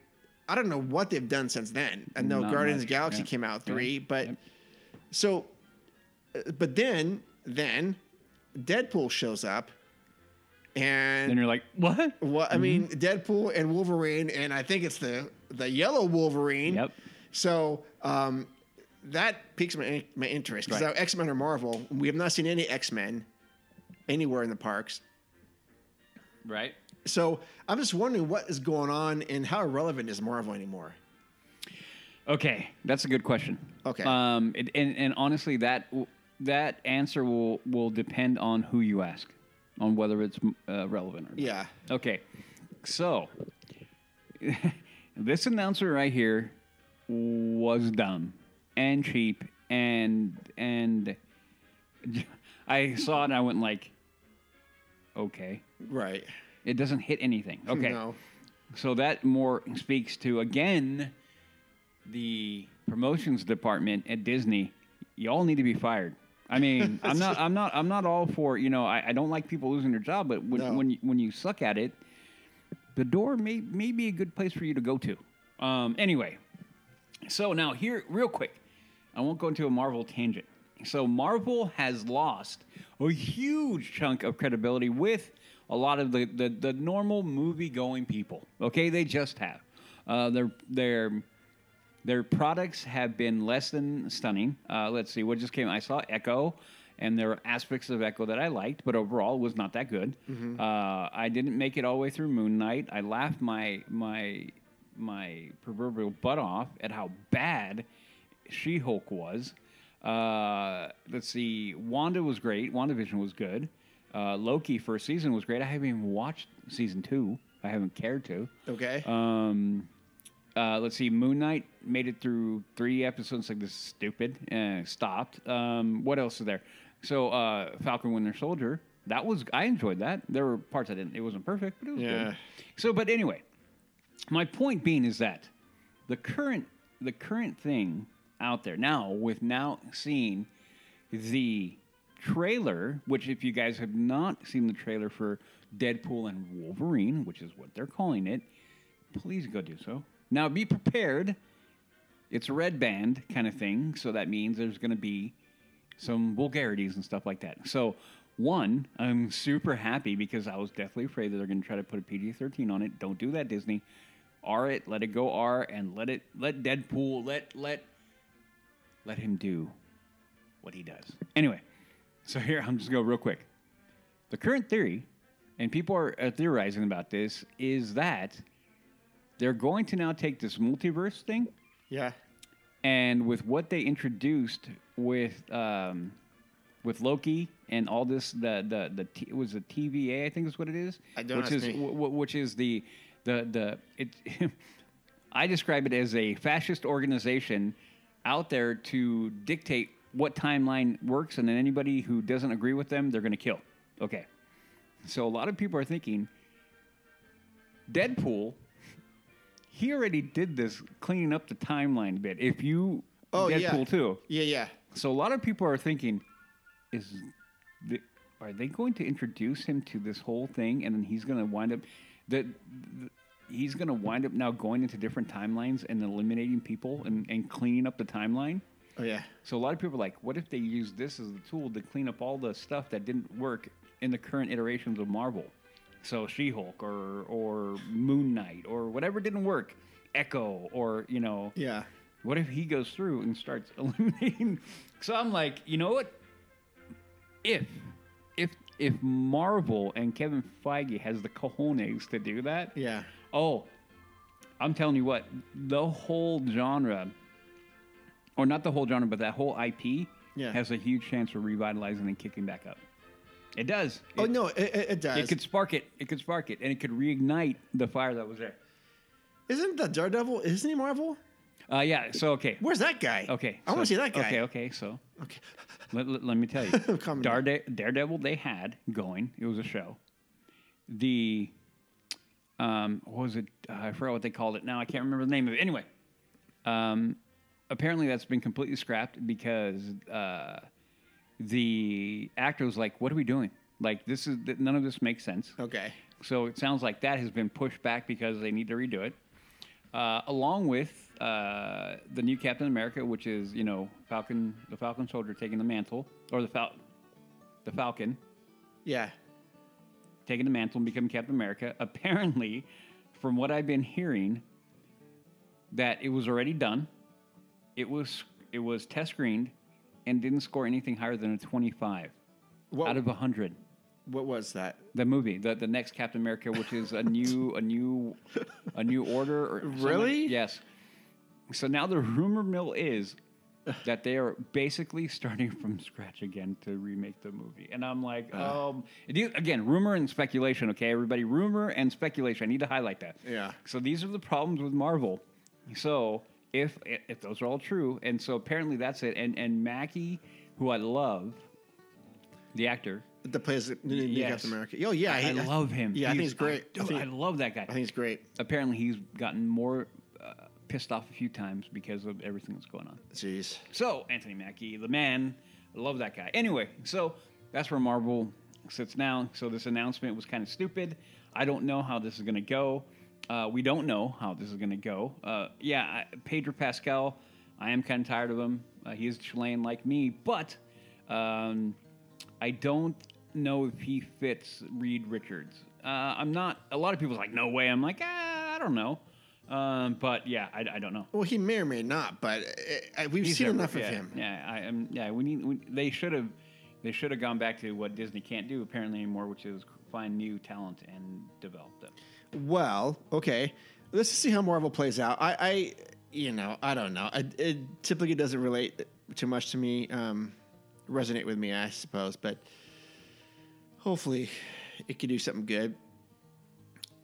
I don't know what they've done since then. I know Not Guardians of much, the Galaxy yeah. came out Yeah, three, but yep. so, uh, but then then Deadpool shows up, and Then you're like, what? well, I mean, Mm-hmm. Deadpool and Wolverine, and I think it's the the yellow Wolverine. Yep. So um, that piques my in- my interest because Right. X Men or Marvel, we have not seen any X Men anywhere in the parks. Right. So I'm just wondering what is going on and how relevant is Marvel anymore? Okay, that's a good question. Okay. Um, it, and and honestly, that w- that answer will will depend on who you ask, on whether it's uh, relevant or not. Yeah. Okay, so this announcer right here was dumb and cheap and and I saw it and I went like, okay, Right. it doesn't hit anything. Okay. No. So that more speaks to again the promotions department at Disney. Y'all need to be fired. I mean, I'm not, I'm not, I'm not all for you know. I, I don't like people losing their job, but when No. when you, when you suck at it, the door may may be a good place for you to go to. Um, anyway, so now here, real quick, I won't go into a Marvel tangent. So Marvel has lost a huge chunk of credibility with a lot of the the, the normal movie going people. Okay, they just have uh, their their their products have been less than stunning. Uh, let's see what just came. I saw Echo, and there were aspects of Echo that I liked, but overall was not that good. Uh, I didn't make it all the way through Moon Knight. I laughed my my my proverbial butt off at how bad She Hulk was. Uh, let's see, Wanda was great. WandaVision was good. Uh, Loki first season was great. I haven't even watched season two. I haven't cared to. Okay. Um, uh, let's see. Moon Knight made it through three episodes. Like this is stupid. Uh, stopped. Um, what else is there? So uh, Falcon Winter Soldier. That was I enjoyed that. There were parts I didn't. It wasn't perfect, but it was Yeah. good. So, but anyway, my point being is that the current the current thing out there now with now seeing the trailer which if you guys have not seen the trailer for Deadpool and Wolverine which is what they're calling it please go do so now be prepared it's a red band kind of thing so that means there's going to be some vulgarities and stuff like that. So, one, I'm super happy because I was deathly afraid that they're going to try to put a PG-13 on it. Don't do that, Disney. R it, let it go R, and let it let Deadpool let let let him do what he does. Anyway, so here I'm just going to go real quick. The current theory, and people are uh, theorizing about this, is that they're going to now take this multiverse thing yeah. and with what they introduced with um, with Loki and all this the the the t- it was the TVA I think is what it is, I don't which ask is me. w- w- which is the the the it. I describe it as a fascist organization out there to dictate what timeline works, and then anybody who doesn't agree with them, they're going to kill. Okay, so a lot of people are thinking Deadpool. He already did this cleaning up the timeline bit. If you Oh yeah. Deadpool too, Yeah, yeah. so a lot of people are thinking, is the, are they going to introduce him to this whole thing, and then he's going to wind up that he's going to wind up now going into different timelines and eliminating people and, and cleaning up the timeline? Oh yeah. So a lot of people are like, what if they use this as the tool to clean up all the stuff that didn't work in the current iterations of Marvel? So She-Hulk or or Moon Knight or whatever didn't work, Echo or you know, Yeah. what if he goes through and starts eliminating? So I'm like, you know what? If if if Marvel and Kevin Feige has the cojones to do that, Yeah. Oh, I'm telling you what, the whole genre, or not the whole genre, but that whole IP Yeah. has a huge chance for revitalizing and kicking back up. It does. Oh It- no, it, it, it does. It could spark it. It could spark it, and it could reignite the fire that was there. Isn't the Daredevil? Isn't he Marvel? Uh, yeah. So okay. Where's that guy? Okay. I want so- to see that guy. Okay. Okay. So okay. let, let, let me tell you, Coming up. Darede- Daredevil they had going. It was a show. The um, what was it? Uh, I forgot what they called it. Now I can't remember the name of it. Anyway, um, apparently that's been completely scrapped because uh, the actor was like, "What are we doing? Like this is th- none of this makes sense." Okay. So it sounds like that has been pushed back because they need to redo it, uh, along with uh, the new Captain America, which is you know Falcon, the Falcon Soldier taking the mantle, or the Fal- the Falcon Yeah. taking the mantle and becoming Captain America. Apparently, from what I've been hearing, that it was already done. It was it was test screened, and didn't score anything higher than a twenty five What, out of hundred. what was that? The movie, the, the next Captain America, which is a new a new a new order. Or something. Really? Yes. So now the rumor mill is that they are basically starting from scratch again to remake the movie, and I'm like, Uh. um, do you- again, rumor and speculation. Okay, everybody, rumor and speculation. I need to highlight that. Yeah. So these are the problems with Marvel. So if if those are all true, and so apparently that's it, and and Mackie, who I love, the actor, The plays the new Yes. Captain America. Oh yeah, I, he- love him. Yeah, I think he's great. I, I, think, I love that guy. I think he's great. Apparently, he's gotten more uh, pissed off a few times because of everything that's going on. Jeez. So Anthony Mackie, the man, I love that guy. Anyway, so that's where Marvel sits now. So this announcement was kind of stupid. I don't know how this is going to go. Uh, we don't know how this is going to go. Uh, yeah, I, Pedro Pascal, I am kind of tired of him. Uh, he is Chilean like me, but um, I don't know if he fits Reed Richards. Uh, I'm not. A lot of people's like, no way. I'm like, ah, I don't know. Um, but yeah, I, I don't know. Well, he may or may not, but uh, uh, we've He's seen never- enough yeah, of him. Yeah, I am. Yeah, we need. We, they should have. They should have gone back to what Disney can't do apparently anymore, which is find new talent and develop them. Well, okay. Let's see how Marvel plays out. I, I you know, I don't know. I, it typically doesn't relate too much to me, um, resonate with me, I suppose, but hopefully it could do something good.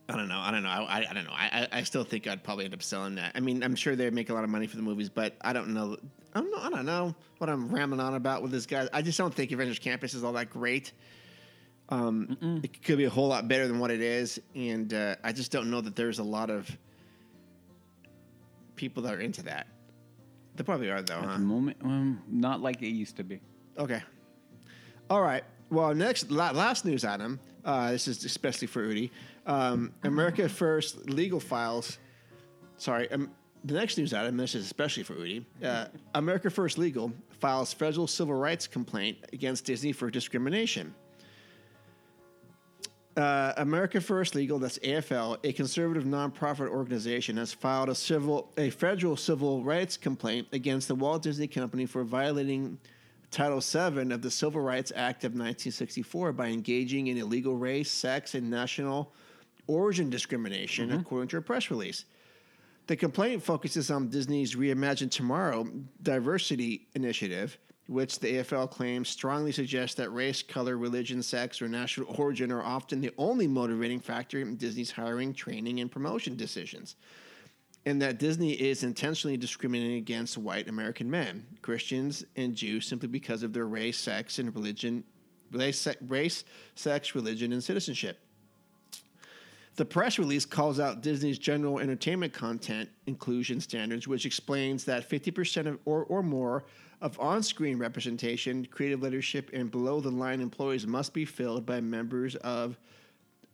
I don't know. I don't know. I, I, I don't know. I, I, I still think I'd probably end up selling that. I mean, I'm sure they make a lot of money for the movies, but I don't know. I don't know. I don't know what I'm rambling on about with this guy. I just don't think Avengers Campus is all that great. Um, it could be a whole lot better than what it is, and uh, I just don't know that there's a lot of people that are into that. There probably are though, At huh? the moment, um, not like it used to be. Okay. All right. Well, next la- last news item. Uh, this is especially for Udi. Um, America First legal files. Sorry. Um, the next news item. This is especially for Udi. Uh, America First Legal files federal civil rights complaint against Disney for discrimination. Uh, America First Legal, that's AFL, a conservative nonprofit organization, has filed a civil, a federal civil rights complaint against the Walt Disney Company for violating Title VII of the Civil Rights Act of 1964 by engaging in illegal race, sex, and national origin discrimination, according to a press release. The complaint focuses on Disney's Reimagine Tomorrow diversity initiative, which the AFL claims strongly suggests that race, color, religion, sex, or national origin are often the only motivating factor in Disney's hiring, training, and promotion decisions. And that Disney is intentionally discriminating against white American men, Christians, and Jews simply because of their race, sex, and religion, race, se- race sex, religion, and citizenship. The press release calls out Disney's general entertainment content inclusion standards, which explains that 50% of, or, or more of on screen representation, creative leadership, and below the line employees must be filled by members of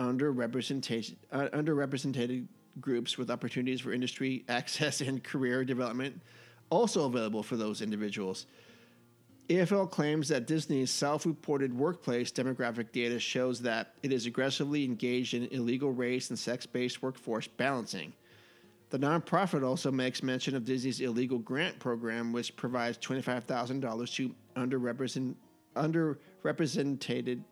underrepresentation, uh, underrepresented groups with opportunities for industry access and career development also available for those individuals. AFL claims that Disney's self reported workplace demographic data shows that it is aggressively engaged in illegal race and sex based workforce balancing. The nonprofit also makes mention of Disney's illegal grant program, which provides $25,000 to underrepresent, underrepresented,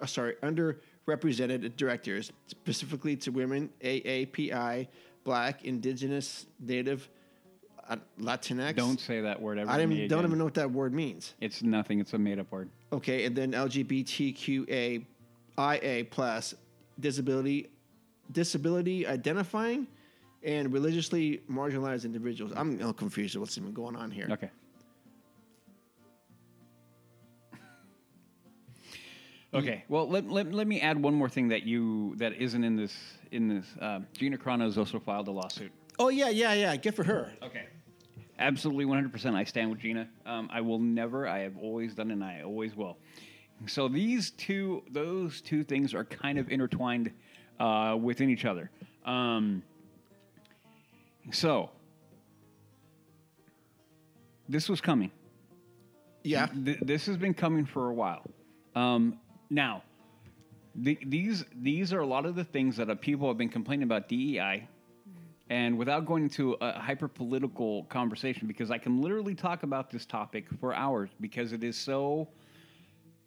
uh, sorry, underrepresented directors, specifically to women, AAPI, Black, Indigenous, Native, uh, Latinx. Don't say that word ever. I to didn't, me don't again. even know what that word means. It's nothing. It's a made up word. Okay, and then LGBTQA, IA plus disability, disability identifying, and religiously marginalized individuals. I'm a little confused with what's even going on here. Okay. Okay. Well, let, let, let me add one more thing that you that isn't in this in this. Uh, Gina Cronos also filed a lawsuit. Oh yeah, yeah, yeah. Good for her. Okay. Absolutely, 100%. I stand with Gina. Um, I will never, I have always done, and I always will. So these two, those two things are kind of intertwined uh, within each other. Um, so this was coming. Yeah. Th- this has been coming for a while. Um, now, the, these these are a lot of the things that uh, people have been complaining about DEI, and without going into a hyper political conversation, because I can literally talk about this topic for hours because it is so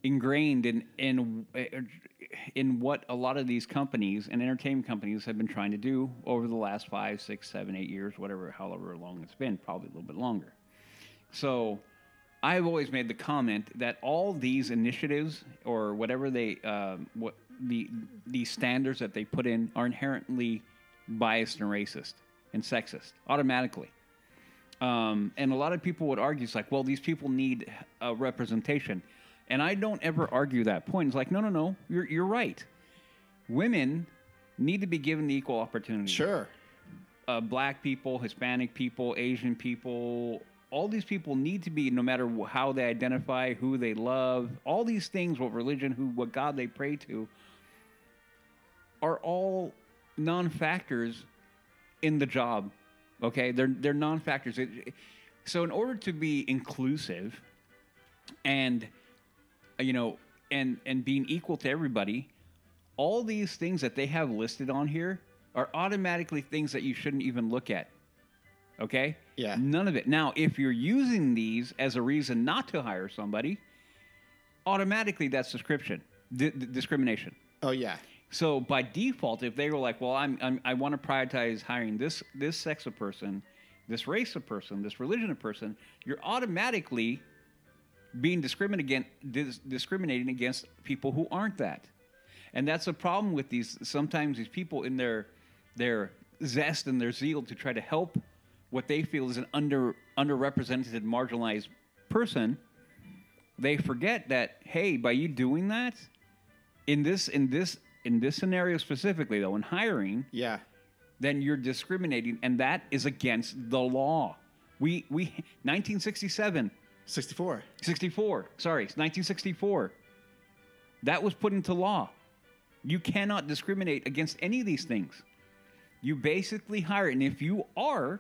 ingrained in in uh, in what a lot of these companies and entertainment companies have been trying to do over the last five, six, seven, eight years, whatever, however long it's been, probably a little bit longer. So I've always made the comment that all these initiatives or whatever they um, what the the standards that they put in are inherently biased and racist and sexist automatically. Um, and a lot of people would argue, it's like, well, these people need uh, representation. And I don't ever argue that point. It's like, no, no, no, you're, you're right. Women need to be given the equal opportunity Sure. uh, black people, Hispanic people, Asian people, all these people need to be, no matter wh- how they identify, who they love, all these things, what religion, who, what God they pray to, are all non-factors in the job. Okay, they're they're non-factors. It- it- so in order to be inclusive and uh, you know and and being equal to everybody, all these things that they have listed on here are automatically things that you shouldn't even look at. Okay? Yeah. None of it. Now, if you're using these as a reason not to hire somebody, automatically that's description, di- di- discrimination. Oh yeah. So by default, if they were like, "Well, I'm, I'm I want to prioritize hiring this this sex of person, this race of person, this religion of person," you're automatically being discriminate against, dis- discriminating against people who aren't that, and that's a problem with these. Sometimes these people, in their their zest and their zeal to try to help what they feel is an under underrepresented, marginalized person, they forget that hey, by you doing that, in this in this in this scenario specifically though in hiring Yeah. then you're discriminating and that is against the law we we 1967 Sixty-four. 64 sorry 1964 that was put into law you cannot discriminate against any of these things you basically hire and if you are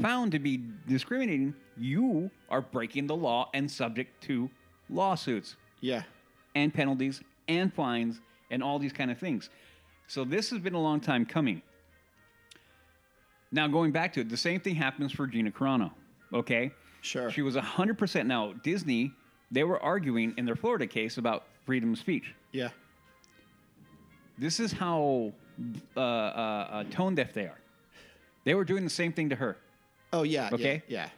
found to be discriminating you are breaking the law and subject to lawsuits Yeah. and penalties and fines and all these kind of things. So this has been a long time coming. Now going back to it, the same thing happens for Gina Carano. Okay, Sure. she was hundred percent. Now Disney, they were arguing in their Florida case about freedom of speech. Yeah. This is how uh, uh, uh, tone deaf they are. They were doing the same thing to her. Oh yeah. yeah, Okay. Yeah.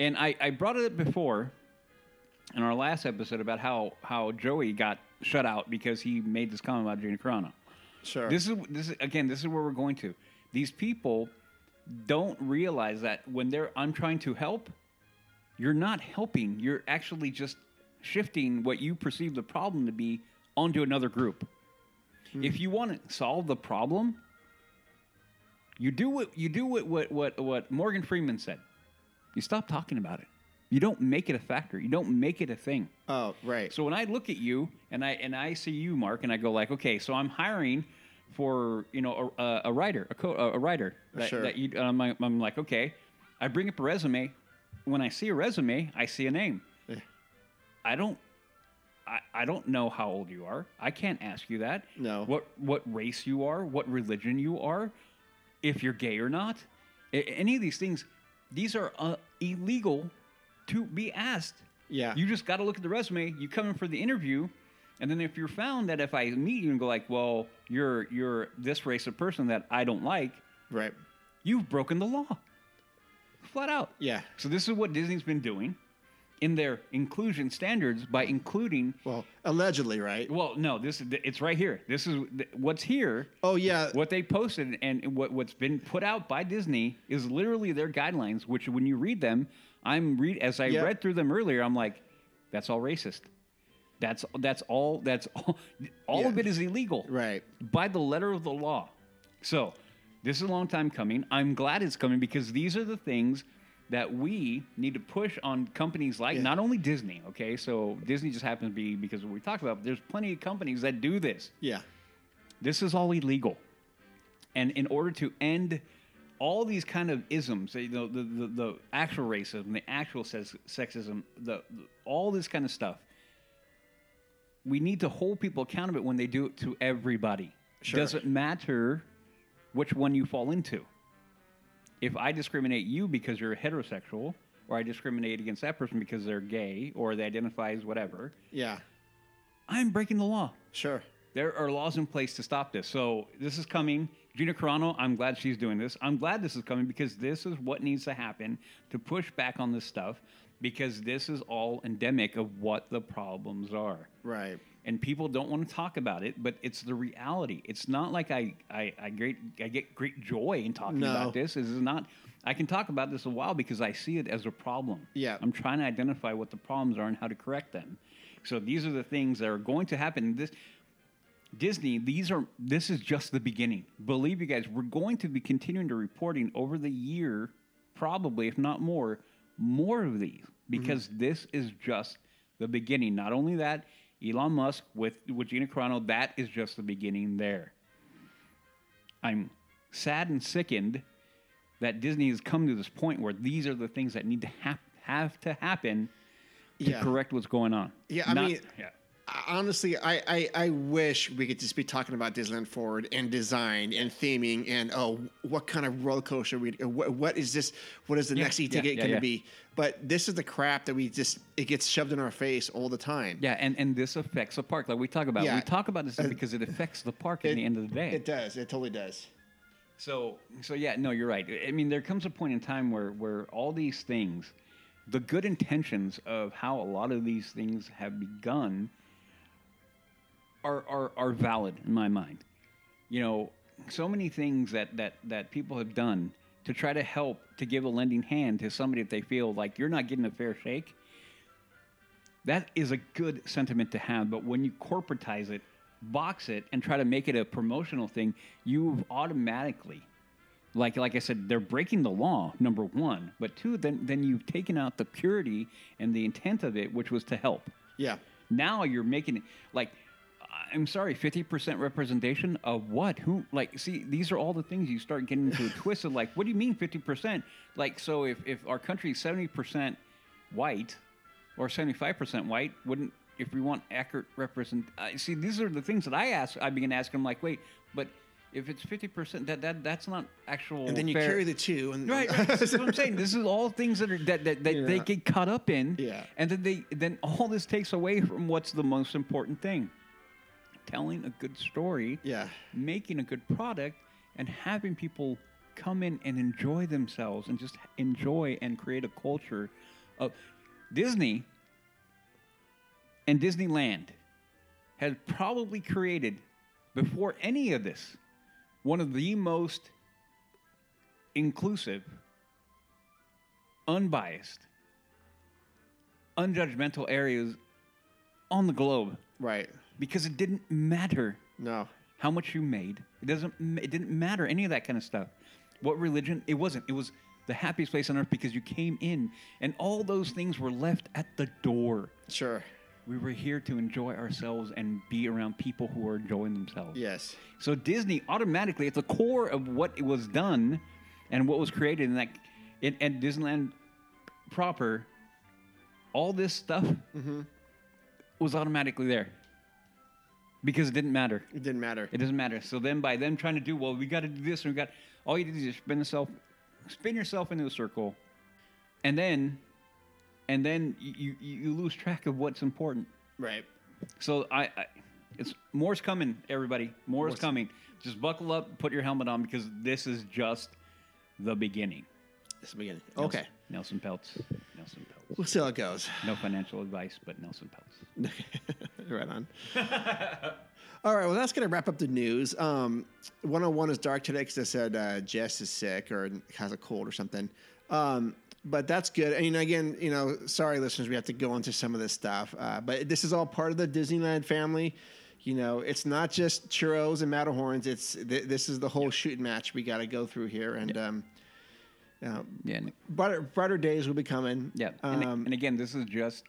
And I, I brought it up before in our last episode about how, how Joey got shut out because he made this comment about Gina Carano. Sure. This is this is again. This is where we're going to. These people don't realize that when they're I'm trying to help, you're not helping. You're actually just shifting what you perceive the problem to be onto another group. If you want to solve the problem, you do what you do what, what what what Morgan Freeman said. You stop talking about it. You don't make it a factor. You don't make it a thing. Oh, right. So when I look at you and I and I see you, Mark, and I go like, okay, so I'm hiring for you know a, a, a writer, a, co- a, a writer that, Sure. that you. I'm, like- I'm like, okay, I bring up a resume. When I see a resume, I see a name. Yeah. I don't. I, I don't know how old you are. I can't ask you that. No. What what race you are? What religion you are? If you're gay or not? A- any of these things? These are uh, illegal to be asked. Yeah. You just got to look at the resume. You come in for the interview, and then if you're found that if I meet you and go like, well, you're you're this race of person that I don't like, right. you've broken the law, flat out. Yeah. So this is what Disney's been doing in their inclusion standards by including. Well, allegedly, right? Well, no, this is it's right here. This is what's here. Oh yeah. What they posted and what what's been put out by Disney is literally their guidelines. Which, when you read them, I'm read as I Yeah. read through them earlier. I'm like, that's all racist. That's that's all. That's all. All of Yeah. it is illegal, Right. By the letter of the law. So, this is a long time coming. I'm glad it's coming because these are the things that we need to push on companies like Yeah. not only Disney. Okay, so Disney just happens to be because we talked about. But there's plenty of companies that do this. Yeah. This is all illegal. And in order to end all these kind of isms, you know, the, the, the actual racism, the actual sex, sexism, the, the- all this kind of stuff, we need to hold people accountable when they do it to everybody. Sure. Doesn't matter which one you fall into. If I discriminate you because you're heterosexual, or I discriminate against that person because they're gay or they identify as whatever, Yeah. I'm breaking the law. Sure. There are laws in place to stop this. So this is coming. Gina Carano, I'm glad she's doing this. I'm glad this is coming because this is what needs to happen to push back on this stuff because this is all endemic of what the problems are. Right. And people don't want to talk about it, but it's the reality. It's not like I I, I great I get great joy in talking No. about this. This is not I can talk about this a while because I see it as a problem. Yeah. I'm trying to identify what the problems are and how to correct them. So these are the things that are going to happen. This Disney, these are this is just the beginning. Believe you guys, we're going to be continuing to reporting over the year, probably if not more, more of these because this is just the beginning. Not only that, Elon Musk with with Gina Carano, that is just the beginning there. I'm sad and sickened that Disney has come to this point where these are the things that need to hap- have to happen to Yeah. correct what's going on. Yeah, I mean- yeah. I- Honestly, I, I, I wish we could just be talking about Disneyland Forward and design and theming and oh, what kind of roller coaster we or what, what is this? What is the Yeah, next e yeah, ticket yeah, going to yeah. be? But this is the crap that we just it gets shoved in our face all the time. Yeah, and, and this affects the park, like we talk about. Yeah. Uh, We talk about this because it affects the park at the end of the day. it does. It totally does. So, so yeah, no, you're right. I mean, there comes a point in time where where all these things, the good intentions of how a lot of these things have begun, are are, are valid in my mind. You know, so many things that that that people have done to try to help to give a lending hand to somebody if they feel like you're not getting a fair shake. That is a good sentiment to have, but when you corporatize it, box it, and try to make it a promotional thing, you've automatically, like like I said, they're breaking the law. Number one, but two, then then you've taken out the purity and the intent of it, which was to help. Yeah. Now you're making it like. I'm sorry, 50% representation of what? Who? Like, see, these are all the things you start getting into a twist of like, what do you mean 50%? Like, so if, if our country is 70% white or 75% white, wouldn't, if we want accurate represent, uh, see, these are the things that I ask, I begin asking, I'm like, wait, but if it's 50%, that, that that's not actual. And then you fair- carry the two and Right, right. That's what I'm saying. This is all things that are that, that, that they Yeah. get caught up in. Yeah. And then they then all this takes away from what's the most important thing. Telling a good story. Yeah. Making a good product and having people come in and enjoy themselves and just enjoy and create a culture of Disney and Disneyland has probably created before any of this one of the most inclusive, unbiased, unjudgmental areas on the globe Right. because it didn't matter No. how much you made. It doesn't. It didn't matter any of that kind of stuff. What religion? It wasn't. It was the happiest place on earth because you came in, and all those things were left at the door. Sure. We were here to enjoy ourselves and be around people who are enjoying themselves. Yes. So Disney automatically, at the core of what it was done and what was created in that, in, at Disneyland proper, all this stuff was automatically there because it didn't matter. It didn't matter. It doesn't matter. So then, by them trying to do well, we got to do this, and we got all you did is just spin yourself, spin yourself into a circle, and then, and then you you, you lose track of what's important. right. So I, I it's more's coming, everybody. More is More's- coming. Just buckle up, put your helmet on, because this is just the beginning. This is the beginning. Nelson- Okay. Nelson Peltz. Nelson Peltz. We'll see how it goes. No financial advice, but Nelson Peltz. right on. All right, well, that's going to wrap up the news. Um, 101 is dark today because I said uh, Jess is sick or has a cold or something. Um, but that's good. And you know, again, you know, sorry, listeners, we have to go into some of this stuff. Uh, but this is all part of the Disneyland family. You know, it's not just churros and Matterhorns. It's th- this is the whole shooting match we got to go through here. And um, uh, Yeah. Nick. brighter, brighter days will be coming. Yeah, and, Um, and again, this is just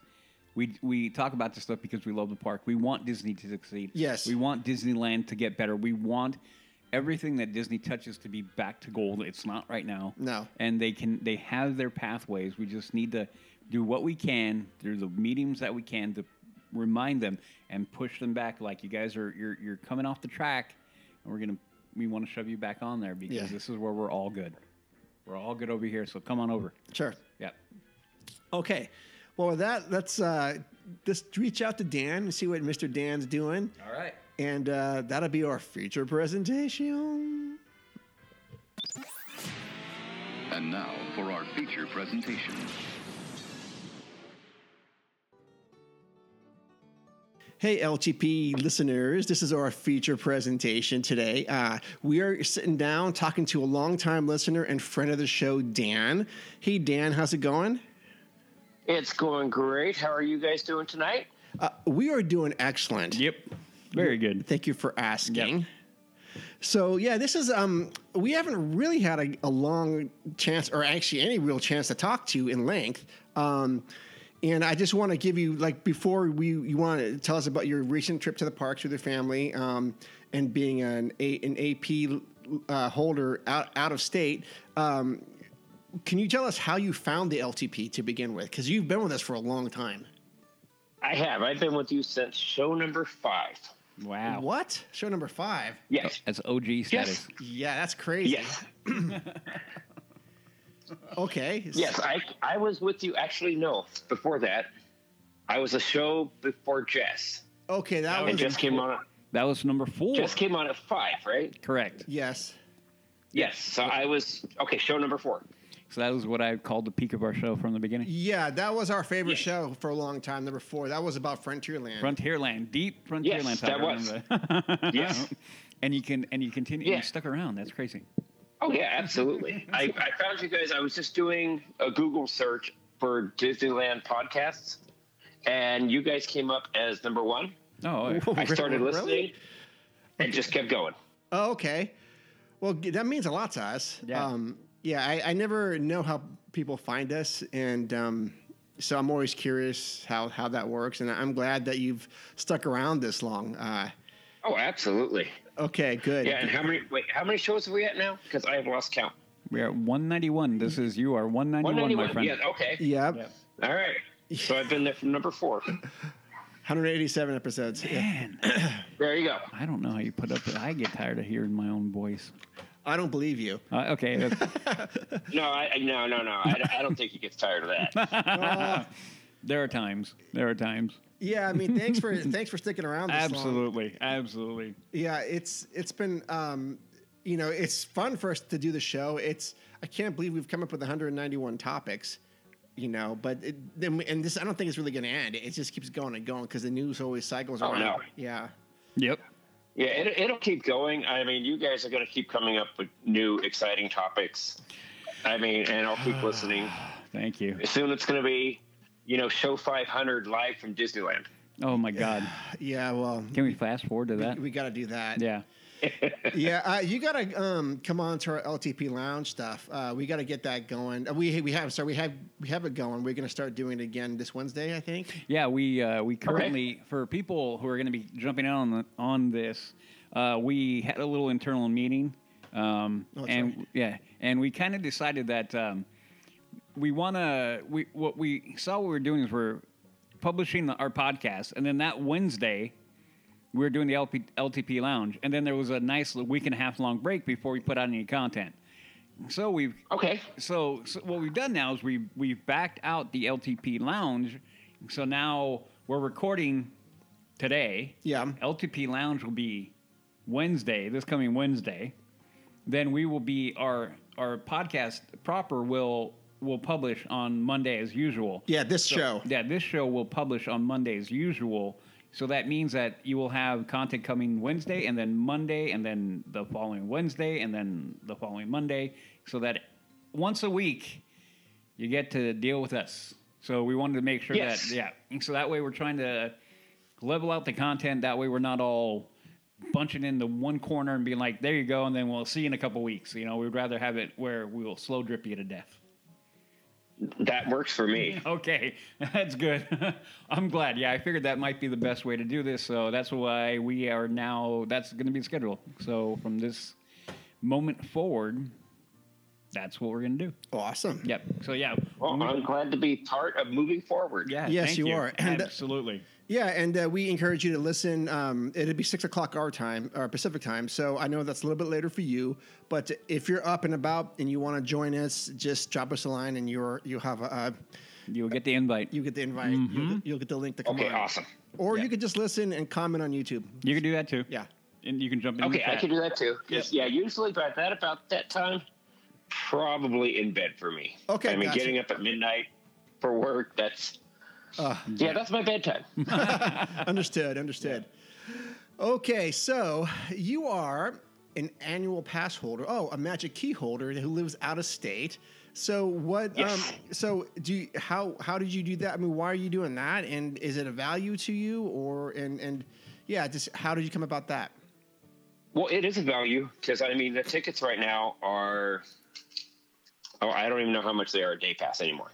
we we talk about this stuff because we love the park. We want Disney to succeed. Yes. we want Disneyland to get better. We want everything that Disney touches to be back to gold. It's not right now. No. and they can they have their pathways. We just need to do what we can through the mediums that we can to remind them and push them back. Like you guys are you're you're coming off the track, and we're gonna we want to shove you back on there because Yeah. this is where we're all good. We're all good over here, so come on over. sure. Yeah. Okay. Well, with that, let's uh, just reach out to Dan and see what Mr. Dan's doing. All right. And uh, that'll be our feature presentation. And now for our feature presentation. Hey, LTP listeners, this is our feature presentation today. Uh, we are sitting down talking to a longtime listener and friend of the show, Dan. Hey, Dan, how's it going? It's going great. How are you guys doing tonight? Uh, we are doing excellent. Yep. Very good. Thank you for asking. So yeah, this is um we haven't really had a, a long chance or actually any real chance to talk to in length. Um and I just want to give you like before we you want to tell us about your recent trip to the parks with your family um and being an a, an AP uh, holder out out of state. Um can you tell us how you found the LTP to begin with? Because you've been with us for a long time. I have. I've been with you since show number five. Wow. What? Show number five? Yes. Oh, That's OG status. Yeah, that's crazy. Yes. Okay. Yes. I I was with you actually no, before that. I was a show before Jess. Oh, Okay, that It was just came on That was number four. just came on at five, right? Correct. yes. Yes. So I was okay, show number four. So that was what I called the peak of our show from the beginning. Yeah, that was our favorite Yeah. show for a long time. Number four. That was about Frontierland. Frontierland, deep Frontierland. Yes, Tyler, that was. remember? Yes. and you can and you continue. Yeah. You stuck around. That's crazy. Oh yeah, absolutely. I, I found you guys. I was just doing a Google search for Disneyland podcasts, and you guys came up as number one. Oh, yeah. I started Really? listening and just kept going. Oh, okay. Well, g- that means a lot to us. Yeah. Um, yeah, I, I never know how people find us, and um, so I'm always curious how, how that works. And I'm glad that you've stuck around this long. Uh, Oh, absolutely. okay, good. Yeah, and how many? Wait, how many shows have we at now? Because I have lost count. we are at 191. This is you are 191, One ninety my one. friend. Yeah. Okay. Yep. Yep. All right. So I've been there from number four. 187 episodes. Yeah. Man, There you go. I don't know how you put up with. I get tired of hearing my own voice. I don't believe you. Uh, okay, that's- No, I I- no no no. I, I don't think he gets tired of that. there are times. There are times. Yeah, I mean, thanks for thanks for sticking around. This Long. Absolutely, absolutely. Yeah, it's it's been um, you know it's fun for us to do the show. It's I can't believe we've come up with 191 topics, you know. But it, then we- and this I don't think it's really going to end. It just keeps going and going because the news always cycles Oh, around. no. Yeah, Yep. Yeah, it, it'll keep going. I mean, you guys are going to keep coming up with new exciting topics. I mean, and I'll keep listening. Thank you. Soon it's going to be, you know, show five hundred live from Disneyland. Oh my God! Yeah, well, Can we fast forward to that? we, got to do that. yeah. yeah, uh, you got to um, come on to our LTP lounge stuff. Uh, we got to get that going. Uh, We we have so we have we have it going. We're going to start doing it again this Wednesday, I think. Yeah, we uh, we currently for people who are going to be jumping in on the, on this, uh, we had a little internal meeting, um, Oh, that's and right. yeah, and we kind of decided that um, we want to. We what we saw what we were doing is we're publishing the, our podcast, and then that Wednesday. We were doing the LP, LTP lounge, and then there was a nice week and a half long break before we put out any content. So we've Okay. so, so what we've done now is we have we've backed out the LTP lounge. So now we're recording today. Yeah. LTP lounge will be Wednesday, this coming Wednesday. Then we will be our our podcast proper will will publish on Monday as usual. Yeah, this So- show. Yeah, this show will publish on Monday as usual. So that means that you will have content coming Wednesday and then Monday and then the following Wednesday and then the following Monday. So that once a week you get to deal with us. So we wanted to make sure Yes. that yeah. And so that way we're trying to level out the content. That way we're not all bunching into one corner and being like, there you go, and then we'll see you in a couple weeks. You know, we'd rather have it where we will slow drip you to death. That works for me. Okay, that's good. I'm glad. Yeah, I figured that might be the best way to do this, so that's why we are now. That's going to be the schedule. So from this moment forward, that's what we're going to do. Awesome. Yep. So yeah. Well, we- I'm glad to be part of moving forward. yeah. Yes, thank you are. And- Absolutely. Yeah, and uh, we encourage you to listen. Um, it'll be six o'clock our time, or Pacific time. So I know that's a little bit later for you, but if you're up and about and you want to join us, just drop us a line, and you're you have a, uh, You'll get the invite. you get the invite. You'll, get, you'll get the link to come Mm-hmm. Okay, on. awesome. Or Yeah. you could just listen and comment on YouTube. You can do that too. Yeah. And you can jump in. the Okay, I chat. can do that too. 'Cause, Yeah, usually by that about that time, probably in bed for me. Okay, I mean, gotcha. getting up at midnight for work. That's Uh, yeah, that's my bedtime. understood. Understood. Okay, so you are an annual pass holder. Oh, a magic key holder who lives out of state. So what? Yes. Um, so do you, how? How did you do that? I mean, why are you doing that? And is it a value to you, or and and yeah, just how did you come about that? Well, it is a value because I mean the tickets right now are. Oh, I don't even know how much they are a day pass anymore.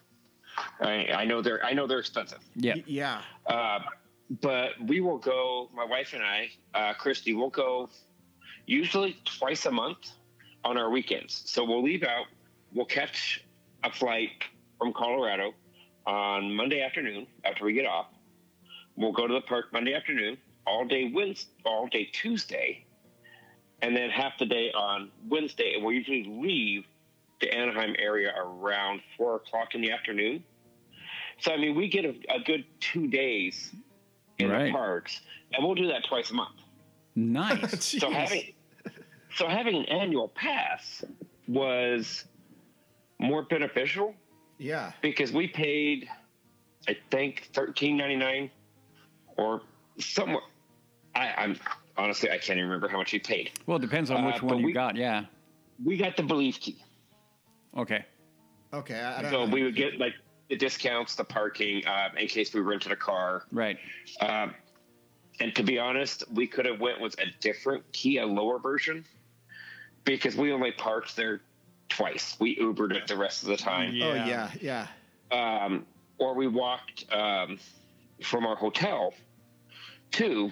I, I know they're I know they're expensive, Yeah. Y- yeah. uh, but we will go. My wife and I, uh, Christy, will go usually twice a month on our weekends. So we'll leave out. We'll catch a flight from Colorado on Monday afternoon after we get off. We'll go to the park Monday afternoon, all day Wednesday, all day Tuesday, and then half the day on Wednesday. And we'll usually leave the Anaheim area around four o'clock in the afternoon. So I mean, we get a, a good two days in Right. the parks, and we'll do that twice a month. Nice. So Jeez. having so having an annual pass was more beneficial Yeah. because we paid I think thirteen ninety nine or somewhere I, I'm honestly I can't even remember how much we paid. well, it depends on Uh, which but one you we- got. Yeah. We got the belief key. Okay. Okay. I, I don't So know. we would get like the discounts, the parking, uh, in case we rented a car. Right. Um, and to be honest, we could have went with a different Kia lower version because we only parked there twice. We Ubered it the rest of the time, oh yeah. Yeah. um, or we walked um, from our hotel to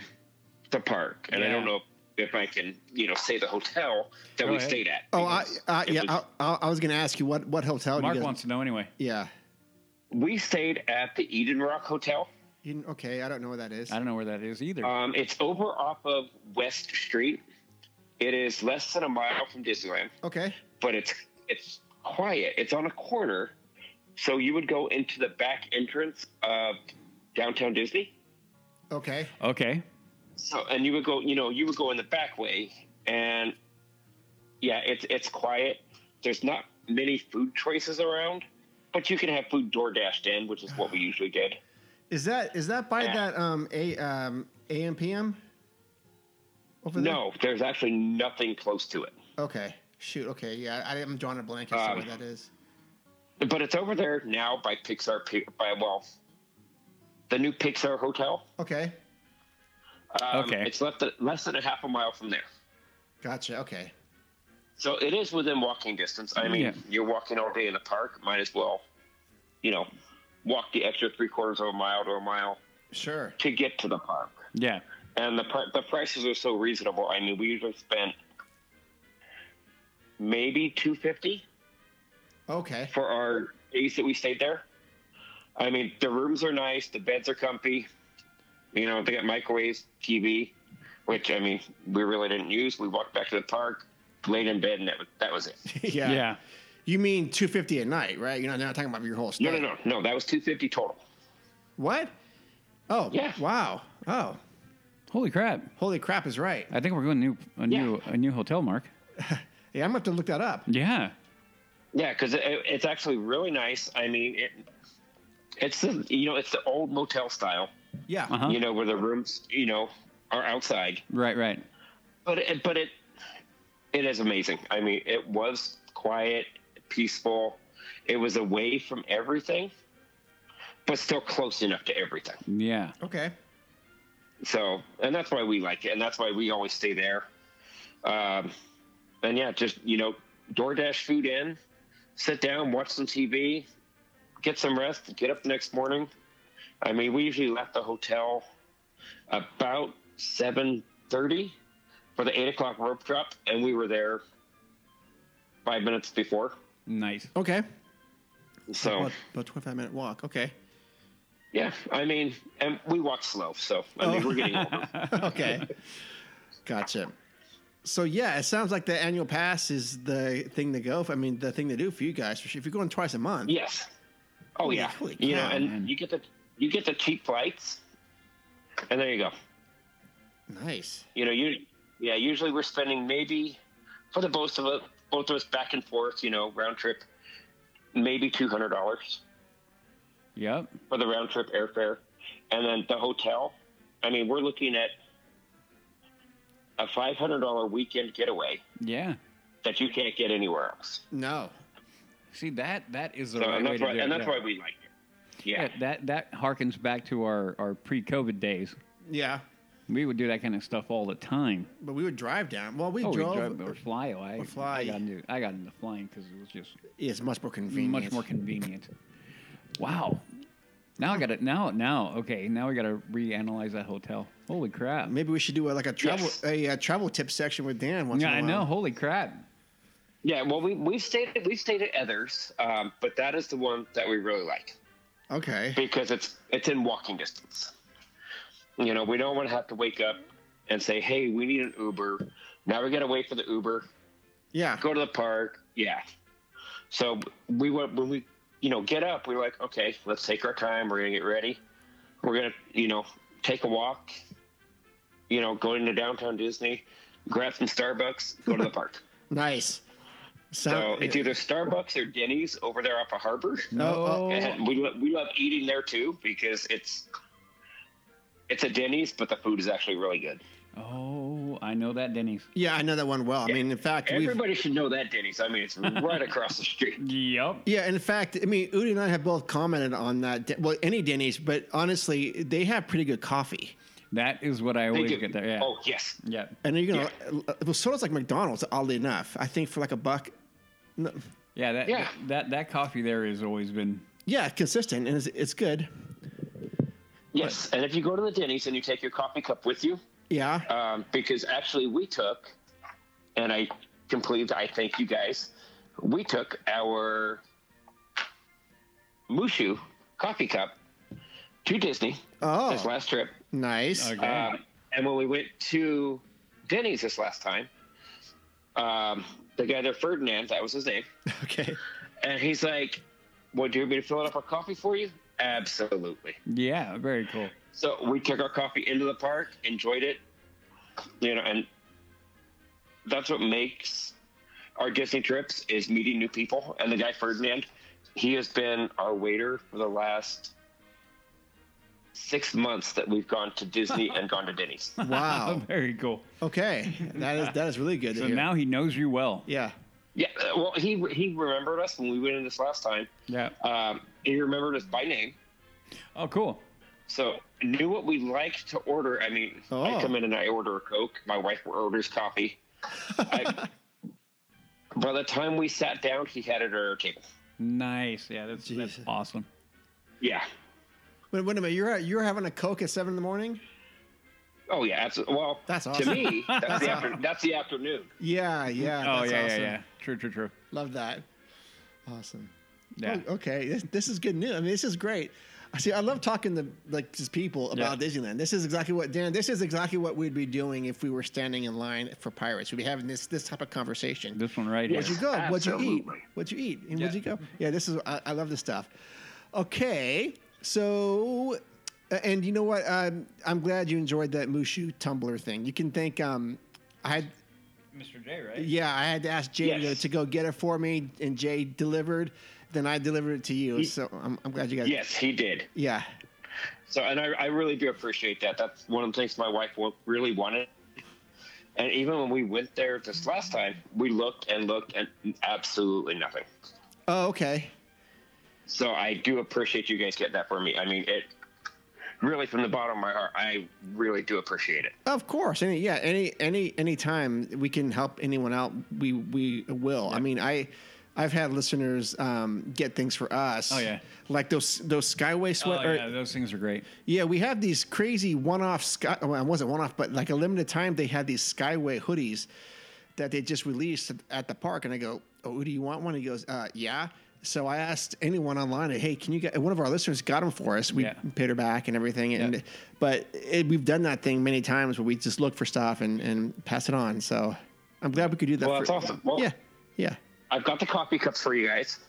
the park. And I Yeah. don't know if I can, you know, say the hotel that Go we ahead. stayed at. Oh, I, because I it yeah. was- I, I, I was going to ask you what what hotel do Mark you guys, wants to know anyway. Yeah. we stayed at the Eden Rock Hotel. You, kn- okay, I don't know what that is. I don't know where that is either. Um, it's over off of West Street. It is less than a mile from Disneyland. Okay. but it's it's quiet. It's on a corner, so you would go into the back entrance of downtown Disney. Okay. okay. So and you would go, you know, you would go in the back way, and yeah, it's it's quiet. There's not many food choices around, but you can have food door dashed in, which is what we usually did. Is that is that by Yeah. that um a um AM PM? Over No, there's actually nothing close to it. Okay. Shoot. Okay. Yeah, I, I'm drawing a blank as to Um, what that is. But it's over there now by Pixar, Pi- by well, the new Pixar hotel. Okay. Um, Okay. It's left less than a half a mile from there. Gotcha. Okay. So it is within walking distance. I mean, Yeah. you're walking all day in the park. Might as well, you know, walk the extra three quarters of a mile to a mile Sure. to get to the park. Yeah. And the pri- the prices are so reasonable. I mean, we usually spend maybe two fifty Okay. for our days that we stayed there. I mean, the rooms are nice. The beds are comfy. You know, they got microwaves, TV, which I mean, we really didn't use. We walked back to the park, laid in bed, and that was that was it. yeah. Yeah. You mean two fifty a night, right? You're not, you're not talking about your whole stay. No, no, no, no. That was two fifty total. What? Oh. Yeah. Wow. Oh. Holy crap. Holy crap! Is right. I think we're going new a new a new hotel, Mark. Yeah, I'm gonna have to look that up. Yeah. Yeah, because it, it's actually really nice. I mean, it, it's the you know it's the old motel style. Yeah. Uh-huh. You know where the rooms you know are outside, Right, right. but it, but it it is amazing. I mean, it was quiet, peaceful. It was away from everything, but still close enough to everything. Yeah. Okay. So, and that's why we like it, and that's why we always stay there. Um, and yeah, just you know, DoorDash food in, sit down, watch some TV, get some rest, get up the next morning. I mean, we usually left the hotel about seven thirty for the eight o'clock rope drop, and we were there five minutes before. Nice. Okay. So About, about twenty five minute walk. Okay. yeah, I mean, and we walk slow, so I mean, Oh. we're getting older. okay. Gotcha. So yeah, it sounds like the annual pass is the thing to go. For, I mean, the thing to do for you guys. If you're going twice a month. Yes. Oh Holy- yeah. holy you know, cow, and man. you get the you get the cheap flights, and there you go. Nice. You know, you yeah. Usually we're spending maybe for the both of us, both of us back and forth. You know, round trip, maybe two hundred dollars Yep. for the round trip airfare, and then the hotel. I mean, we're looking at a five hundred dollar weekend getaway Yeah. that you can't get anywhere else. No. See that that is the So, right and way that's to why do it. and that's yeah. why we like it. Yeah. Yeah, that that harkens back to our our pre-COVID days. Yeah. We would do that kind of stuff all the time. But we would drive down. Well, we oh, drove. we drove or fly. Oh, I, or fly. I got into I got into flying because it was just it's much more convenient. much more convenient. Wow. Now I got to Now now okay. Now we got to reanalyze that hotel. Holy crap. Maybe we should do a, like a travel Yes. a, uh travel tip section with Dan once yeah, I in a while. know. Holy crap. Yeah, well, we we stayed we stayed at others, um, but that is the one that we really like Okay. because it's it's in walking distance. You know, we don't want to have to wake up and say, "Hey, we need an Uber." Now we got to wait for the Uber. Yeah. Go to the park. Yeah. So we went when we you know get up. We're like, okay, let's take our time. We're gonna get ready. We're gonna you know take a walk. You know, go into downtown Disney, grab some Starbucks, go to the park. Nice. So Sound- it's either Starbucks or Denny's over there off of Harbor, Oh, No. and we lo- we love eating there too because it's it's a Denny's, but the food is actually really good. Oh, I know that Denny's. yeah, I know that one well. I mean, in fact, we've Everybody should know that Denny's. I mean, it's right across the street. Yep. Yeah, in fact, I mean, Udi and I have both commented on that. De- Well, any Denny's, but honestly, they have pretty good coffee. That is what I They always do. get there. Yeah. Oh yes, Yeah. And you're gonna, it was sort of like McDonald's, oddly enough. I think for like a buck, no, Yeah. That, Yeah. That that coffee there has always been. yeah, consistent and it's, it's good. yes. And if you go to the Denny's and you take your coffee cup with you, Yeah, um, because actually we took, and I completely I thank you guys. We took our Mushu coffee cup to Disney Oh. this last trip, nice. Okay. um, and when we went to Denny's this last time, um, the guy there, Ferdinand, that was his name, Okay, and he's like, "Would you want me to fill it up our coffee for you?" Absolutely. Yeah. Very cool. So we took our coffee into the park, enjoyed it, you know, and that's what makes our Disney trips is meeting new people. And the guy Ferdinand, he has been our waiter for the last six months that we've gone to Disney and gone to Denny's. wow. Very cool. Okay, that is that is really Oh. good. to Um, So hear. now he knows you well. yeah, Yeah, uh, well, he he remembered us when we went in this last time. Yeah. Um, he remembered us by name, Oh, cool. So knew what we like to order. I mean, Oh. I come in and I order a Coke. My wife orders coffee. I, by the time we sat down, he had it at our table. Nice. Yeah, that's, that's Jeez. awesome. Yeah. Wait, wait a minute. You're you're having a Coke at seven in the morning? Oh yeah. Absolutely. Well, That's To awesome. me, that's the after, that's the afternoon. Yeah, yeah. oh, that's yeah, awesome. Oh. yeah, yeah. True, true, true. Love that. Awesome. Yeah. Oh, okay. This, this is good news. I mean, this is great. I See, I love talking to like just people about Yeah. Disneyland. This is exactly what Dan. This is exactly what we'd be doing if we were standing in line for pirates. We'd be having this this type of conversation. This one right Where'd here. you go? What'd you eat? Absolutely. What'd you eat? And Yeah. where'd you go? Yeah, this is. I, I love this stuff. Okay, so. uh, And you know what? Um, I'm glad you enjoyed that Mushu tumbler thing. You can thank. Um, I had Mr. J, right? yeah, I had to ask Jay to, Yes. to go get it for me, and Jay delivered. Then I delivered it to you. so I'm, I'm glad you guys. Yes, he did. Yeah. So, and I, I really do appreciate that. That's one of the things my wife wa- really wanted. And even when we went there this last time, we looked and looked and absolutely nothing. Oh, okay. So I do appreciate you guys getting that for me. I mean, it really from the bottom of my heart, I really do appreciate it. Of course. Any yeah. Any any any time we can help anyone out, we we will. I mean, I. I've had listeners um, get things for us. Oh, yeah. like those those Skyway Oh, sweat. or- yeah, those things are great. Yeah, we have these crazy one-off. Sky, well, it wasn't one-off, but like a limited time, they had these Skyway hoodies that they just released at the park. And I go, "Oh, do you want one?" He goes, uh, "Yeah." So I asked anyone online, "Hey, can you get?" One of our listeners got them for us. We Yeah. paid her back and everything. And but it, we've done that thing many times where we just look for stuff and, and pass it on. So I'm glad we could do that. Well, for, that's awesome. Well- yeah, yeah. I've got the coffee cups for you guys.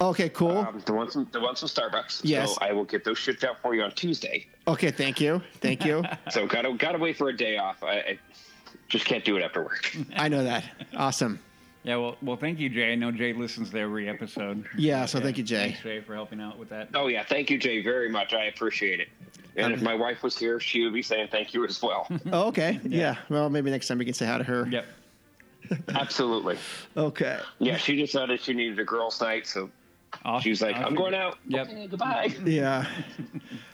Okay, cool. Um, the ones from, the ones from Starbucks. Yes. So I will get those shipped out for you on Tuesday. okay, thank you, thank you. So gotta gotta wait for a day off. I, I just can't do it after work. I know that. Awesome. Yeah, well, well, thank you, Jay. I know Jay listens to every episode. Yeah, so thank you, Jay. Thanks, Jay, for helping out with that. Oh yeah, thank you, Jay, very much. I appreciate it. And if my wife was here, she would be saying thank you as well. Oh, okay. Yeah. Well, maybe next time we can say hi to her. Yep. Absolutely. Okay. Yeah, she decided she needed a girls' night, so Off, she was like, off "I'm you going go. out. Yep. Okay, goodbye." Yeah.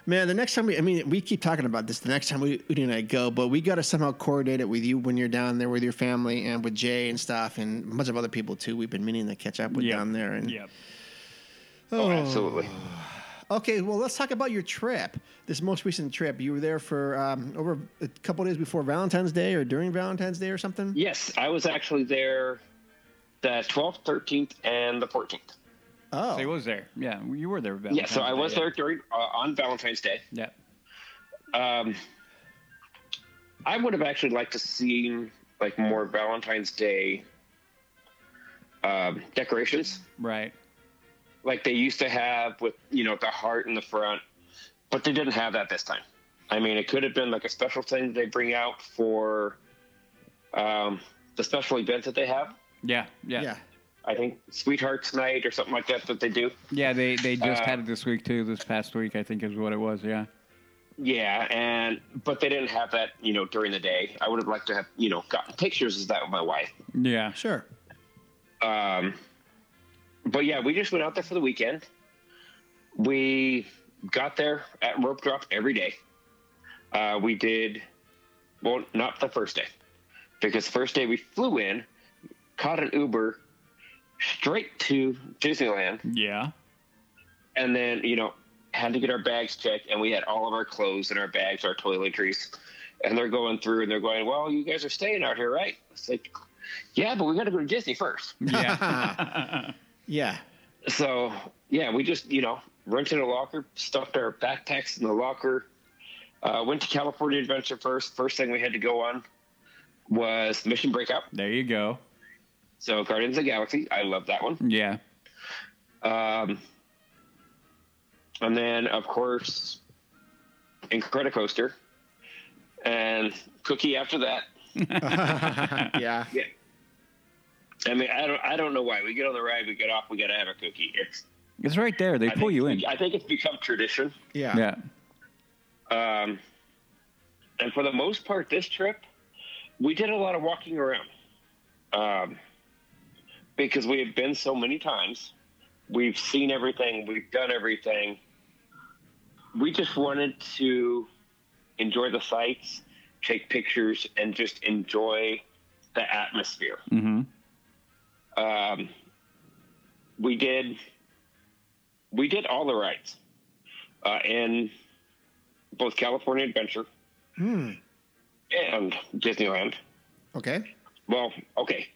Man, the next time we, I mean, we keep talking about this. The next time we, Udi and I go, but we got to somehow coordinate it with you when you're down there with your family and with Jay and stuff and a bunch of other people too. We've been meaning to catch up with Yep. down there. And Yep. Oh, absolutely. okay, well, let's talk about your trip. This most recent trip, you were there for um, over a couple days before Valentine's Day or during Valentine's Day or something. Yes, I was actually there the 12th, 13th, and the 14th. Oh, So he was there. Yeah, you were there. Yeah, so I Valentine's was Day, there during uh, on Valentine's Day. Yeah. Um, I would have actually liked to see like more Valentine's Day um, decorations. Yeah, Right. like they used to have with you know the heart in the front, but they didn't have that this time. I mean, it could have been like a special thing they bring out for um, the special event that they have. Yeah. Yeah. yeah. Yeah. I think Sweethearts Night or something like that that they do. they they just Uh, had it this week too. This past week, I think, is what it was. Yeah. Yeah, and but they didn't have that you know during the day. I would have liked to have you know gotten pictures of that with my wife. Yeah. Sure. Um, but yeah, we just went out there for the weekend. We got there at rope drop every day. Uh, we did, well, not the first day, because the first day we flew in, caught an Uber straight to Disneyland, Yeah. and then, you know, had to get our bags checked, and we had all of our clothes and our bags, our toiletries. And they're going through and they're going, Well, you guys are staying out here, right? It's like, Yeah, but we got to go to Disney first. Yeah. Yeah. so yeah, we just you know rented a locker, stuffed our backpacks in the locker. Uh, went to California Adventure first. First thing we had to go on was Mission Breakout. there you go. So Guardians of the Galaxy, I love that one. Yeah. Um, and then of course, Incredicoaster, and Cookie after that. Yeah. Yeah. I mean, I don't, I don't know why. We get on the ride, we get off, we gotta have a cookie. It's, It's right there. They I pull think you in. it's- I think it's become tradition. Yeah. Yeah. Um, and for the most part, this trip, we did a lot of walking around um, because we have been so many times. We've seen everything, we've done everything. we just wanted to enjoy the sights, take pictures, and just enjoy the atmosphere. Mm-hmm. Um, we did we did all the rides uh, in both California Adventure and Disneyland. Okay. Well, okay.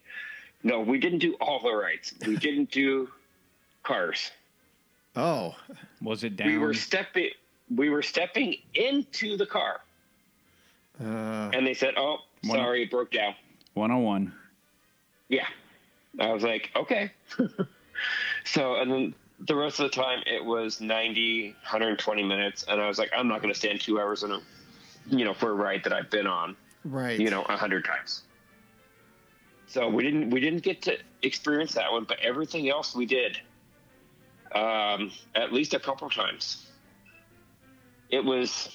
No, we didn't do all the rides. We didn't do cars. Oh, Was it down? We were stepping we were stepping into the car uh, and they said, "Oh, One- sorry, it broke down." one on one. Yeah. I was like, "Okay." so, and then the rest of the time it was 90, 120 minutes and I was like, "I'm not going to stand 2 hours in a you know, for a ride that I've been on, right. you know, a 100 times." So, we didn't we didn't get to experience that one, but everything else we did um at least a couple times. It was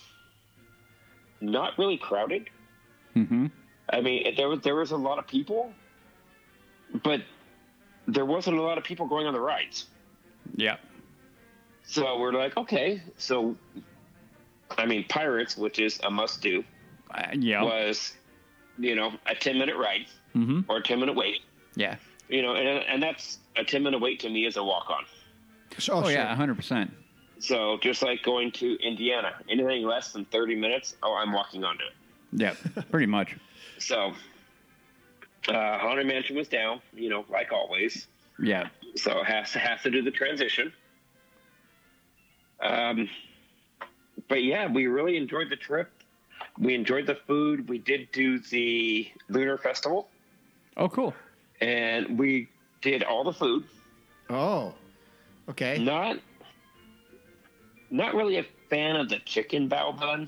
not really crowded. Mm-hmm. I mean, it- there was there was a lot of people, but there wasn't a lot of people going on the rides. Yeah. So we're like, okay, so I mean, Pirates, which is a must do, Uh, yeah. was you know a ten minute ride Mm-hmm. or a ten minute wait. Yeah. You know, and and that's a ten minute wait to me is a walk on. So- oh, Oh, sure. yeah, hundred percent. So just like going to Indiana, anything less than thirty minutes, oh, I'm walking onto it. Yeah, pretty much. So uh, Haunted Mansion was down, you know, like always. Yeah. so it has to has to do the transition. Um, but yeah, we really enjoyed the trip. We enjoyed the food. We did do the Lunar Festival, Oh, cool. and we did all the food. Oh, okay. Not not really a fan of the chicken bao bun.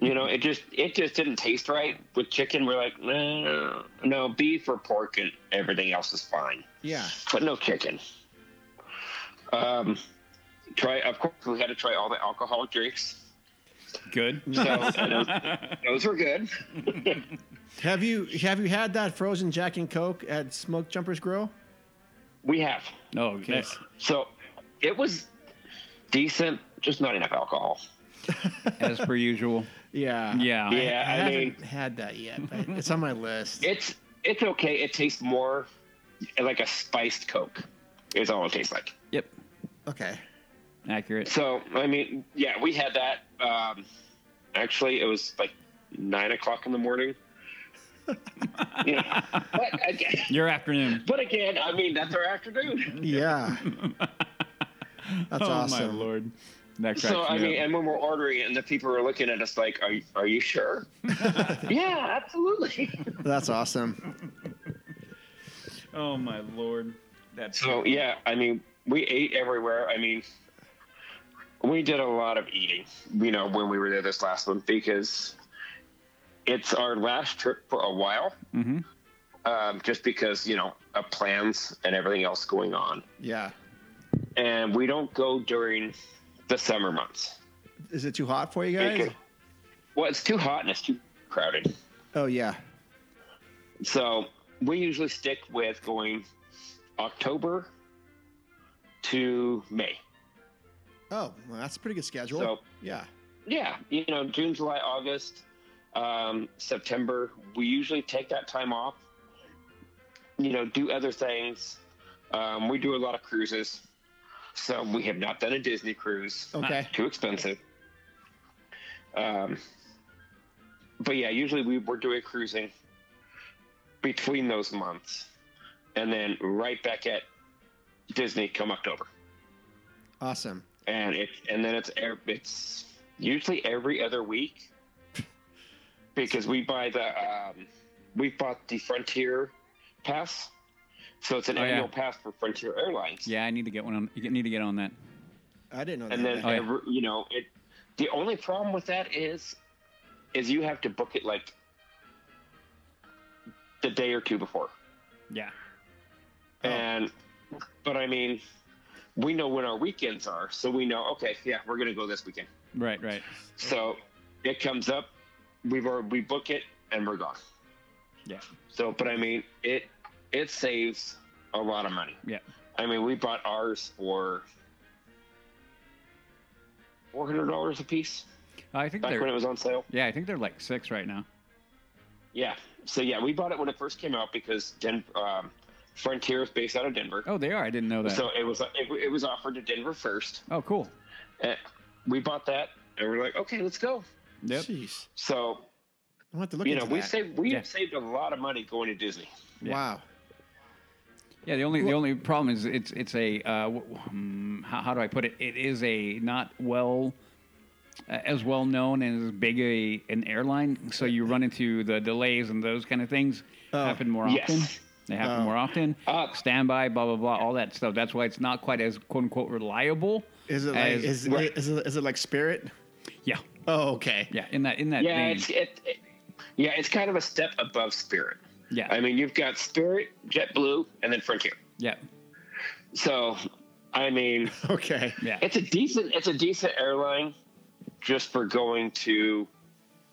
You know, it just it just didn't taste right with chicken. We're like, no, no beef or pork and everything else is fine. Yeah. but no chicken. Um, try of course we had to try all the alcoholic drinks. Good. So and those, those were good. Have you have you had that frozen Jack and Coke at Smoke Jumpers Grill? We have Oh, okay. so it was decent, just not enough alcohol. As per usual. Yeah. Yeah. I Yeah, I, mean haven't had that yet, but it's on my list. it's it's okay. It tastes more like a spiced Coke. Is all it tastes like. Yep. okay. Accurate. So I mean, yeah, we had that. Um, actually, it was like nine o'clock in the morning. you know, but again, Your afternoon. But again, I mean, that's our afternoon. Yeah. That's oh awesome. my lord. That cracks So I me mean, up. and when we're ordering, it and the people are looking at us like, "Are you- are you sure?" yeah, absolutely. That's awesome. oh my lord. That's So yeah, I mean, we ate everywhere. I mean, we did a lot of eating. You know, when we were there this last one because it's our last trip for a while. Mhm. Um, just because you know of plans and everything else going on, Yeah. and we don't go during the summer months. Is it too hot for you guys? Because- Well, it's too hot and it's too crowded. Oh yeah. So we usually stick with going October to May. Oh, well, that's a pretty good schedule. So- yeah. Yeah, you know, June, July, August, um, September. We usually take that time off. You know, do other things. Um, we do a lot of cruises. So we have not done a Disney cruise. Okay. Too expensive. Um, but yeah, usually we, we're doing cruising between those months and then right back at Disney come October. Awesome. And it and then it's ev- it's usually every other week because we buy the um, we bought the Frontier pass. So it's an Oh, yeah. annual pass for Frontier Airlines. yeah, I need to get one on you need to get on that. I didn't know that. and then Oh, yeah. every- you know it the only problem with that is is you have to book it like the day or two before Yeah. Oh. and but i mean we know when our weekends are so we know okay yeah we're gonna go this weekend Right, right. so it comes up we've already we book it and we're gone Yeah. so but i mean it it saves a lot of money Yeah. i mean we bought ours for four hundred dollars a piece Uh, I think back they're when it was on sale. yeah, I think they're like six right now. Yeah. So yeah, we bought it when it first came out because Den- um, Frontier is based out of Denver. Oh, they are. I didn't know that. So it was it, it was offered to Denver first. oh, cool. Uh, we bought that and we're like, okay, let's go. Yep. Jeez. So I'm going to have to look you know, into we that. saved we Yeah. saved a lot of money going to Disney. Yeah. Wow. Yeah. The only the only problem is it's it's a uh, w- hmm, how, how do I put it? It is a not well uh, as well known and as big a an airline, so you run into the delays and those kind of things Oh. happen more Yes. often. They happen Oh. more often. Uh, Standby, blah blah blah, all that stuff. That's why it's not quite as quote unquote reliable. Is it like as- is, right. is, it, is it like Spirit? yeah, Oh, okay. yeah. In that in that Yeah, vein. it's it, it, yeah, it's kind of a step above Spirit. Yeah. I mean, you've got Spirit, JetBlue, and then Frontier. yeah, So, I mean, Okay. yeah. it's a decent it's a decent airline just for going to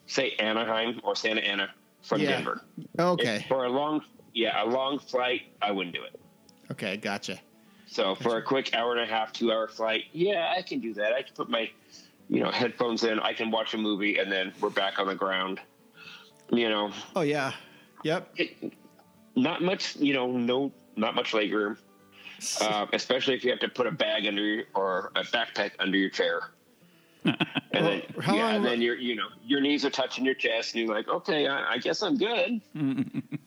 say Anaheim or Santa Ana from Yeah. Denver. If Okay. for a long yeah, a long flight, I wouldn't do it. Okay. Gotcha. So for a quick hour and a half, two hour flight, yeah, I can do that. I can put my, you know, headphones in. I can watch a movie, and then we're back on the ground. You know, Oh yeah. Yep. not much. You know, no, not much leg room, uh, especially if you have to put a bag under your, or a backpack under your chair. And Well, then, how yeah, long- and then your you know your knees are touching your chest, and you're like, okay, I, I guess I'm good.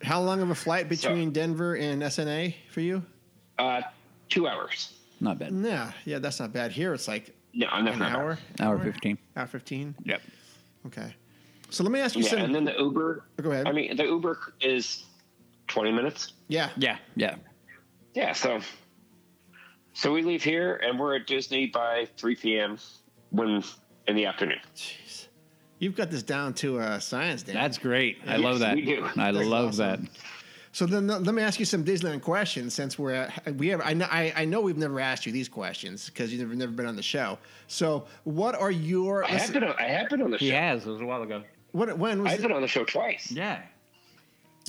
How long of a flight between Denver and SNA for you? Uh, two hours. Not bad. Nah. Yeah, that's not bad. Here it's like No, I'm not an hour. Hour fifteen. Hour fifteen. Yep. Okay. So let me ask you Yeah, something. and then the Uber. Go ahead. I mean, the Uber is twenty minutes. yeah. Yeah. Yeah. Yeah, so so we leave here and we're at Disney by three p.m. when in the afternoon. Jeez. You've got this down to a science, Dan. That's great. I Yes, love that. we do. I That's love awesome. that. So then let let me ask you some Disneyland questions since we're at, we have I know I, I know we've never asked you these questions because you've never, never been on the show. So what are your I have been on, I have been on the show. He has. It was a while ago. what when was I've been on the show twice. Yeah.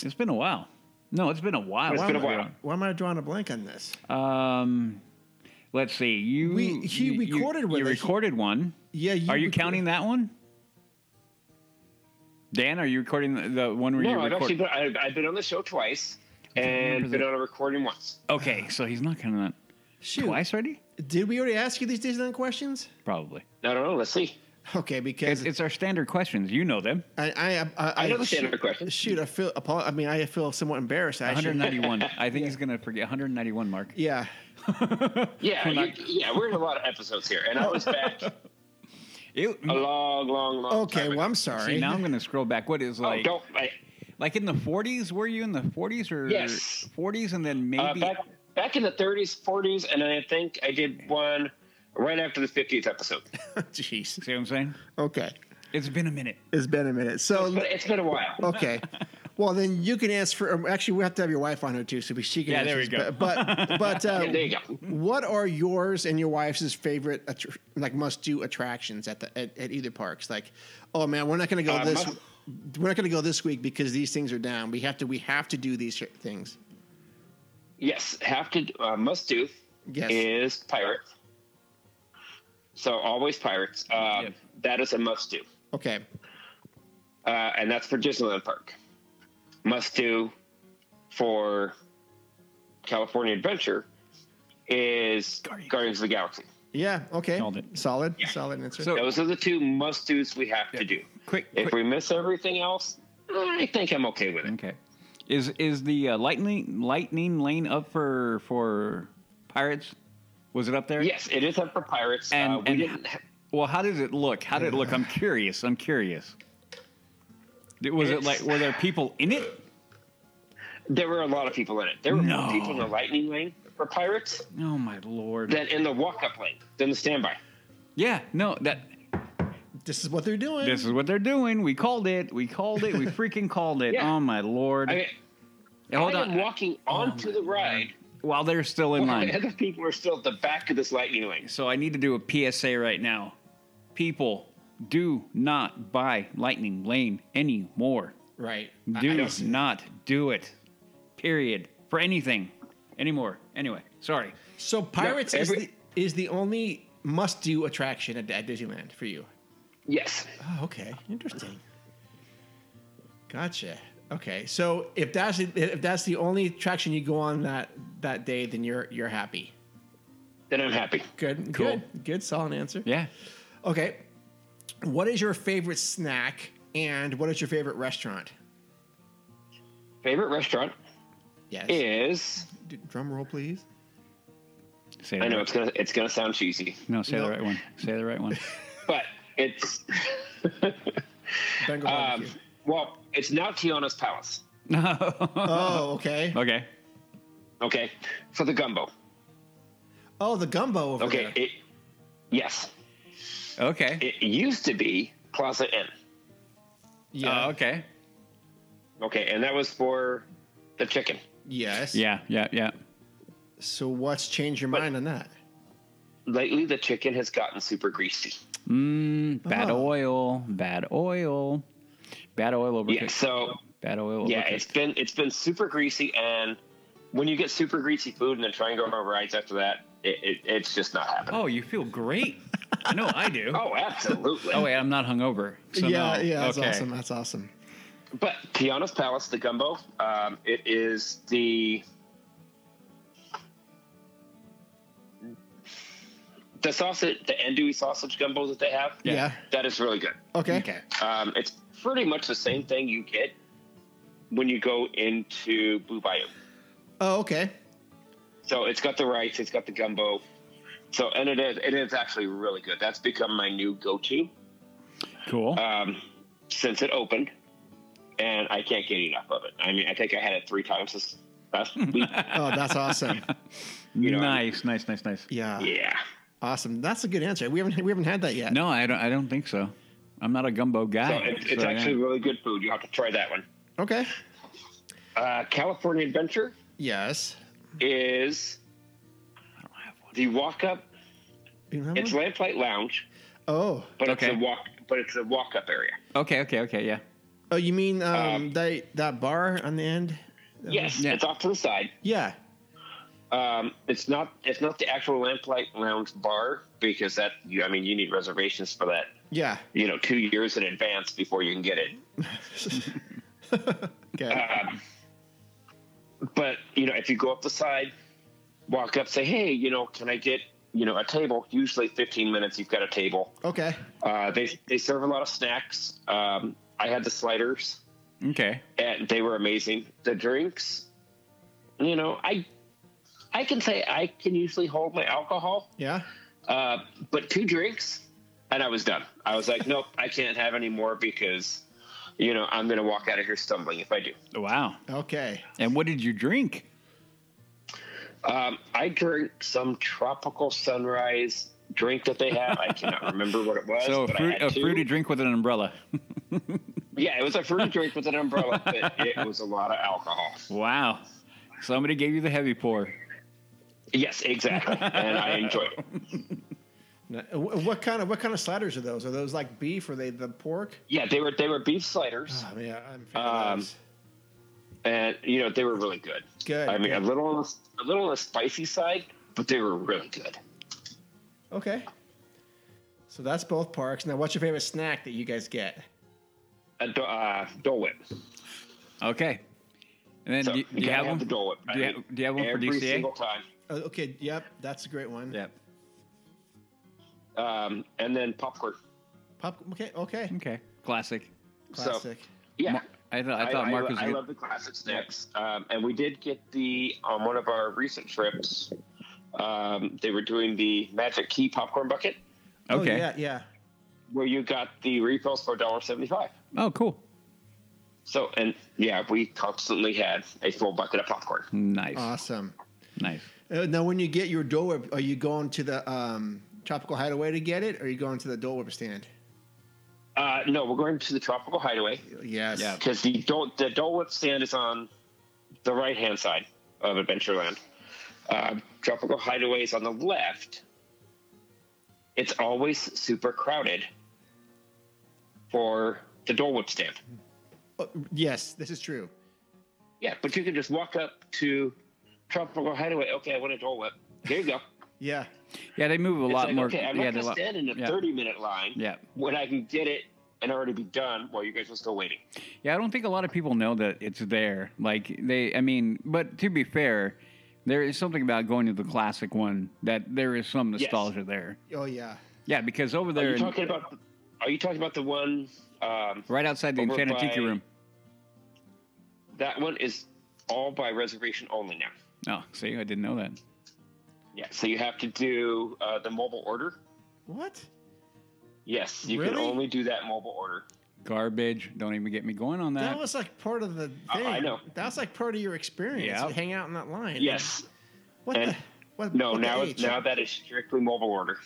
It's been a while. No, it's been a while. It's been a while. why am I drawing a blank on this? Um, let's see. You We- he you- you- recorded with You us. recorded one. Yeah, you are you rec- counting that one? Dan, are you recording the, the one where No, you I've actually recorded? been, I've, I've been on the show twice remember and been that. on a recording once. Okay, so he's not counting that Shoot. twice already. Did we already ask you these Disneyland questions? Probably. I don't know. Let's see. Okay, because It's, it's our standard questions. You know them. I I I, I know the standard shoot- question. Shoot, I feel apo- I mean I feel somewhat embarrassed. I should, 191. I think he's gonna forget 191 mark. yeah. Yeah, you- yeah, we're in a lot of episodes here, and I was back Ew. a long, long, long. Okay, time well I'm ago. sorry. See, now I'm gonna scroll back. What is Oh, like? don't. I, Like in the 40s, were you in the 40s or Yes. 40s and then uh, maybe back back in the 30s, 40s, and I think I did one right after the 50th episode. Jeez. See what I'm saying? Okay. It's been a minute. It's been a minute. So But it's been a while. Okay. Well, then you can answer. um, Actually, we have to have your wife on here too, so we she can. Yeah, answer there we this, go. But but, but uh, Yeah, there you go. What are yours and your wife's favorite attr like must do attractions at the at, at either parks? Like, oh man, we're not going to go Uh, this. must- we're not going to go this week because these things are down. We have to. We have to do these sh- things. Yes, have to uh, must do Yes. is pirate. So always pirates. Um, Yep. That is a must do, Okay. uh, and that's for Disneyland Park. Must do for California Adventure is Guardians, of the Galaxy. Yeah. Okay. Nailed it. Solid. Solid answer. So- Those are the two must dos we have to do. Quick, If quick. we miss everything else, I think I'm okay with it. Okay. Is is the uh, lightning lightning lane up for for pirates? Was it up there? Yes, it is up for pirates. And, uh, we and didn't. ha- well, how does it look? How did it look? I'm curious. I'm curious. Did- Was it It's- like were there people in it? There were a lot of people in it. There were No. more people in the lightning lane for pirates Oh my lord. than in the walk-up lane than the standby. yeah. No. That. this is what they're doing. This is what they're doing. We called it. We called it. We freaking called it. Yeah. Oh my lord. I, Hold I on. Oh am walking onto the ride While they're still in while line. the other people are still at the back of this lightning lane. So I need to do a PSA right now. People, do not buy Lightning Lane anymore. right. Do not do it. Period. For anything anymore. Anyway, sorry. So pirates every- is the is the only must do attraction at, at Disneyland for you. Yes. Oh, okay, interesting. Gotcha. Okay, so if that's if that's the only attraction you go on that that day, then you're you're happy. Then I'm happy. Good, Cool. good, good, solid answer. Yeah. Okay, what is your favorite snack and what is your favorite restaurant? Favorite restaurant Yes. Eh. is D- Drum roll, please. Say the I know Right. it's gonna it's gonna sound cheesy, No, say No. the right one. Say the right one. but it's Bengal um, barbecue. well, it's now Tiana's Palace. No. oh, okay. okay. Okay, for the gumbo. Oh, the gumbo over Okay, eh, there. it, yes, Okay. Uh, it used to be Plaza Inn. Yeah. Oh, okay. Okay, and that was for the chicken. Yes. Yeah. Yeah. Yeah. So what's changed your mind on that? Lately, the chicken has gotten super greasy. Mm, bad Uh-huh. Oh. oil. Bad oil. Bad oil overcooked. Yeah, so Bad oil. yeah, overcooked. it's been it's been super greasy, and when you get super greasy food and then try and go on rides after that, it, it, it's just not happening. Oh, you feel great. I know I do. Oh, absolutely. Oh wait, I'm not hungover. So yeah, no. yeah, that's okay. awesome. That's awesome. But Tiana's Palace, the gumbo, um, it is the the sausage, the andouille sausage gumbo that they have. Yeah. Yeah. That is really good. Okay. Okay. Um, it's pretty much the same thing you get when you go into Blue Bayou. Oh, okay. So it's got the rice, it's got the gumbo. So and it is it is actually really good. That's become my new go-to Cool. um, since it opened, and I can't get enough of it. I mean, I think I had it three times this last week. Oh, that's awesome. you know, nice, nice, nice, nice. Yeah. yeah, Awesome. That's a good answer. We haven't we haven't had that yet. No, I don't. I don't think so. I'm not a gumbo guy. so it, it's so, yeah. actually really good food. You have to try that one. Okay. Uh, California Adventure Yes. is I don't have one. the walk-up. Do you have It's one? Lamplight Lounge, oh. but Mm-hmm. Okay. it's a walk, but it's a walk-up area. Okay, okay, okay. Yeah. Oh, you mean um, Um, that that bar on the end? Yes, Mm-hmm. Yeah. it's off to the side. Yeah. Um, it's not it's not the actual Lamplight Lounge bar because that you I mean you need reservations for that Yeah. you know two years in advance before you can get it. Okay. But you know if you go up the side, walk up, say hey you know can I get you know a table? Usually fifteen minutes you've got a table. okay. Uh, they they serve a lot of snacks. Um, I had the sliders Okay. and they were amazing. The drinks, you know I I can say I can usually hold my alcohol. Yeah. Uh, but two drinks, and I was done. I was like, nope, I can't have any more because, you know, I'm going to walk out of here stumbling if I do. Wow. Okay. And what did you drink? Um, I drank some tropical sunrise drink that they have. I cannot remember what it was. So a, but I fruit, had a two. fruity drink with an umbrella. Yeah, it was a fruity drink with an umbrella, but it was a lot of alcohol. wow. Somebody gave you the heavy pour. Yes, exactly. And I enjoyed it. Now, uh, wh- What kind of what kind of sliders are those? Are those like beef? Are they the pork? Yeah, they were they were beef sliders, Oh, yeah, I'm a fan of Um, those. and you know they were really good. Good, I mean, good. a little on the, a little on the spicy side, but they were really good. Okay. So that's both parks. Now, what's your favorite snack that you guys get? A do- uh, Dole Whip. Okay. And then So do you, do you gotta have one? The Dole Whip. Do you ha- do you have one for every DCA? single time? Uh, okay. Yep, that's a great one. Yep. Um, and then popcorn. Pop. Okay. Okay. Okay. Classic. Classic. Yeah. Mar- I, th- I thought Mark was. I, gonna- love the classic snacks. Um, and we did get the on one of our recent trips. Um, they were doing the Magic Key popcorn bucket, okay. Oh, yeah. Yeah. where you got the refills for $1.75. oh, cool. So and yeah, we constantly had a full bucket of popcorn. Nice. Awesome. nice. Uh, now, when you get your Dole Whip, are you going to the um, Tropical Hideaway to get it, or are you going to the Dole Whip stand? Uh, no, we're going to the Tropical Hideaway Yes. Yeah. because the Dole, the Dole Whip stand is on the right hand side of Adventureland. Uh, Tropical Hideaway is on the left. It's always super crowded for the Dole Whip stand. Oh, yes, this is true. Yeah, but you can just walk up to Tropical Hideaway. Okay, I want a Dole Whip. Here you go. Yeah. Yeah, they move a It's lot like, more. Okay, I'm yeah, not they gonna lo- stand in a yeah. 30 minute line Yeah. when I can get it and already be done while you guys are still waiting. Yeah, I don't think a lot of people know that it's there. Like they, I mean, but to be fair, there is something about going to the classic one that there is some nostalgia there. Oh yeah. Yeah, because over Are there, you in- talking about? Are you talking about the one? Um, right outside the over Infantique by- room. that one is all by reservation only now. Oh, see, I didn't know that. Yeah, so you have to do uh, the mobile order. What? Yes, you can Really? only do that mobile order. Garbage. Don't even get me going on that. That was like part of the thing. I- I know. That's like part of your experience. Yeah. to Hang out in that line. Yes. What And- the? What, No, what now the it's H? now that is strictly mobile order.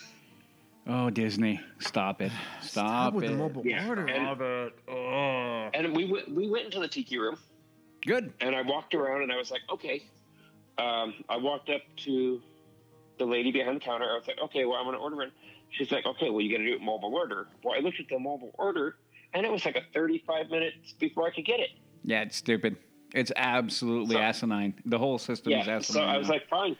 oh, Disney, stop it! Stop, Stop with it! the mobile Yeah. order. And, and we went we went into the tiki room Good. and I walked around and I was like, okay. Um, I walked up to the lady behind the counter. I was like, okay, well, I'm gonna order it. She's like, okay, well, you got to do it mobile order. Well, I looked at the mobile order and it was like a 35 minutes before I could get it. Yeah, it's stupid. It's absolutely So- asinine. The whole system is Yeah. asinine. So I was now. like, fine.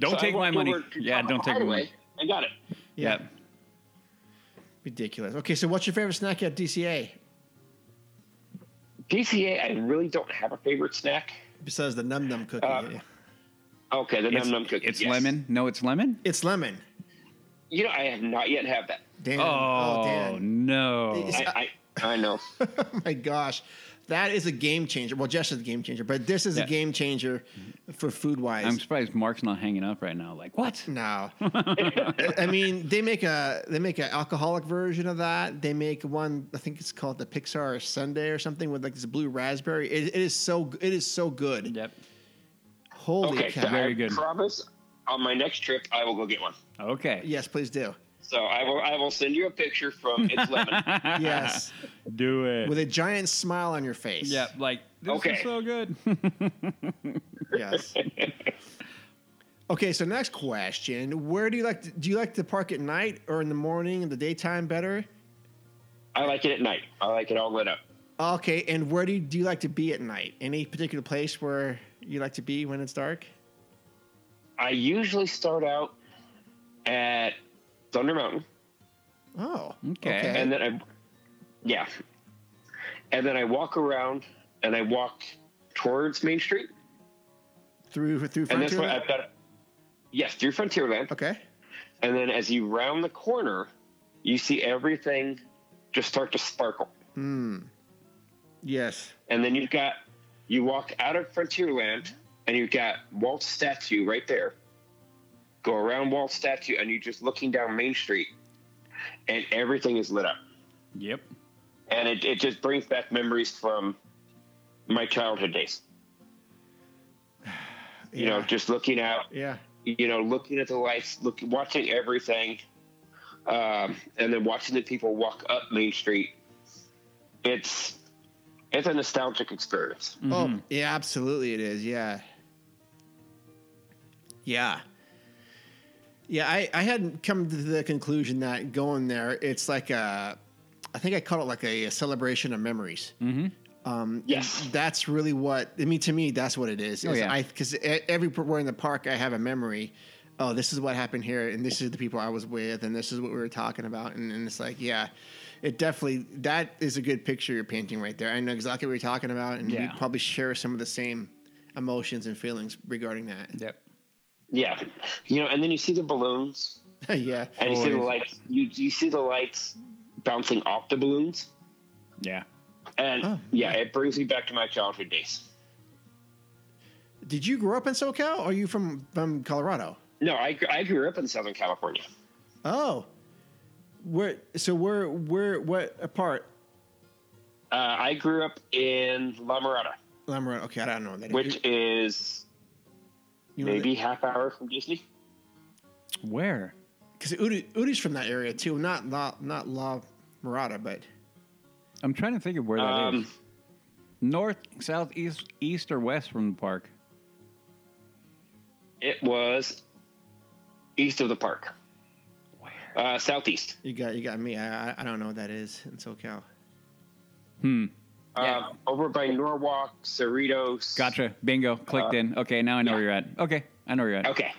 don't So I take my walked money. over to Yeah, Taco don't take my Hideaway money. and got it. Yeah. Ridiculous. Okay, so what's your favorite snack at DCA DCA, I really don't have a favorite snack. besides the num num cookie? Uh, Yeah. Okay, the It's, num num cookie. it's yes. lemon. No, it's lemon. it's lemon. You know, I have not yet had that. Dan. Oh, Dan. no! It's- I, I, I know. Oh my gosh, that is a game changer. Well, Jess is a game changer, but this is Yeah. a game changer for food wise. I'm surprised Mark's not hanging up right now. Like what? No, I mean they make a they make an alcoholic version of that. They make one I think it's called the Pixar Sunday or something with like this blue raspberry. It, it is so g- it is so good. Yep. Holy okay, so cow! Very I good. promise on my next trip, I will go get one. Okay. Yes, please do. So I will I will send you a picture from It's Lemon. Yes, Do it. with a giant smile on your face. yep. Like this Okay. is so good. Yes. Okay, so next question: Where do you like? To, do you like to park at night or in the morning, in the daytime, better? I like it at night. I like it all lit up. Okay, and where do you, do you like to be at night? Any particular place where you like to be when it's dark? I usually start out at Thunder Mountain, Oh, Okay. and then I, yeah, and then I walk around and I walk towards Main Street, through through and that's Frontier what Lab? I've got. Yes, through Frontierland, Okay. and then as you round the corner, you see everything just start to sparkle. Yes. And then you've got you walk out of Frontierland and you've got Walt's statue right there. Go around Walt's statue and you're just looking down Main Street and everything is lit up. yep. And it, it just brings back memories from my childhood days. You know, Yeah. just looking out, Yeah. you know, looking at the lights, look, watching everything, um, and then watching the people walk up Main Street. It's it's a nostalgic experience. Oh, yeah. Absolutely, it is. Yeah. Yeah. Yeah, I, I had come to the conclusion that going there, it's like a, I think I call it like a, celebration of memories. Yes. that's really what I mean to me. That's what it is. Oh, is yeah. I e, because everywhere in the park, I have a memory. Oh, this is what happened here, and this is the people I was with, and this is what we were talking about, and, and it's like, yeah, it definitely that is a good picture you're painting right there. I know exactly what you're talking about, and Yeah. we probably share some of the same emotions and feelings regarding that. Yep. Yeah, you know, and then you see the balloons, yeah, and you see the Always. lights. You you see the lights bouncing off the balloons, Yeah. and Oh, yeah, it brings me back to my childhood days. did you grow up in SoCal? Or are you from from Colorado? No, I gr- I grew up in Southern California. Oh, where? So where? Where? What part? Uh, I grew up in La Mirada, La Mirada. Okay, I don't know. That which is you know that- maybe half hour from Disney. Where? because Udi, Udi's from that area too. Not La, not La Mirada, but I'm trying to think of where that is. Um, North, south, east, east, or west from the park. it was east of the park, uh, southeast. you got you got me. I I- I don't know what that is in SoCal. Hmm. Uh, over by Norwalk, Cerritos. Gotcha. Bingo. Clicked in. Uh, Okay. Now I know where you're at. Okay. I know where you're at. Okay.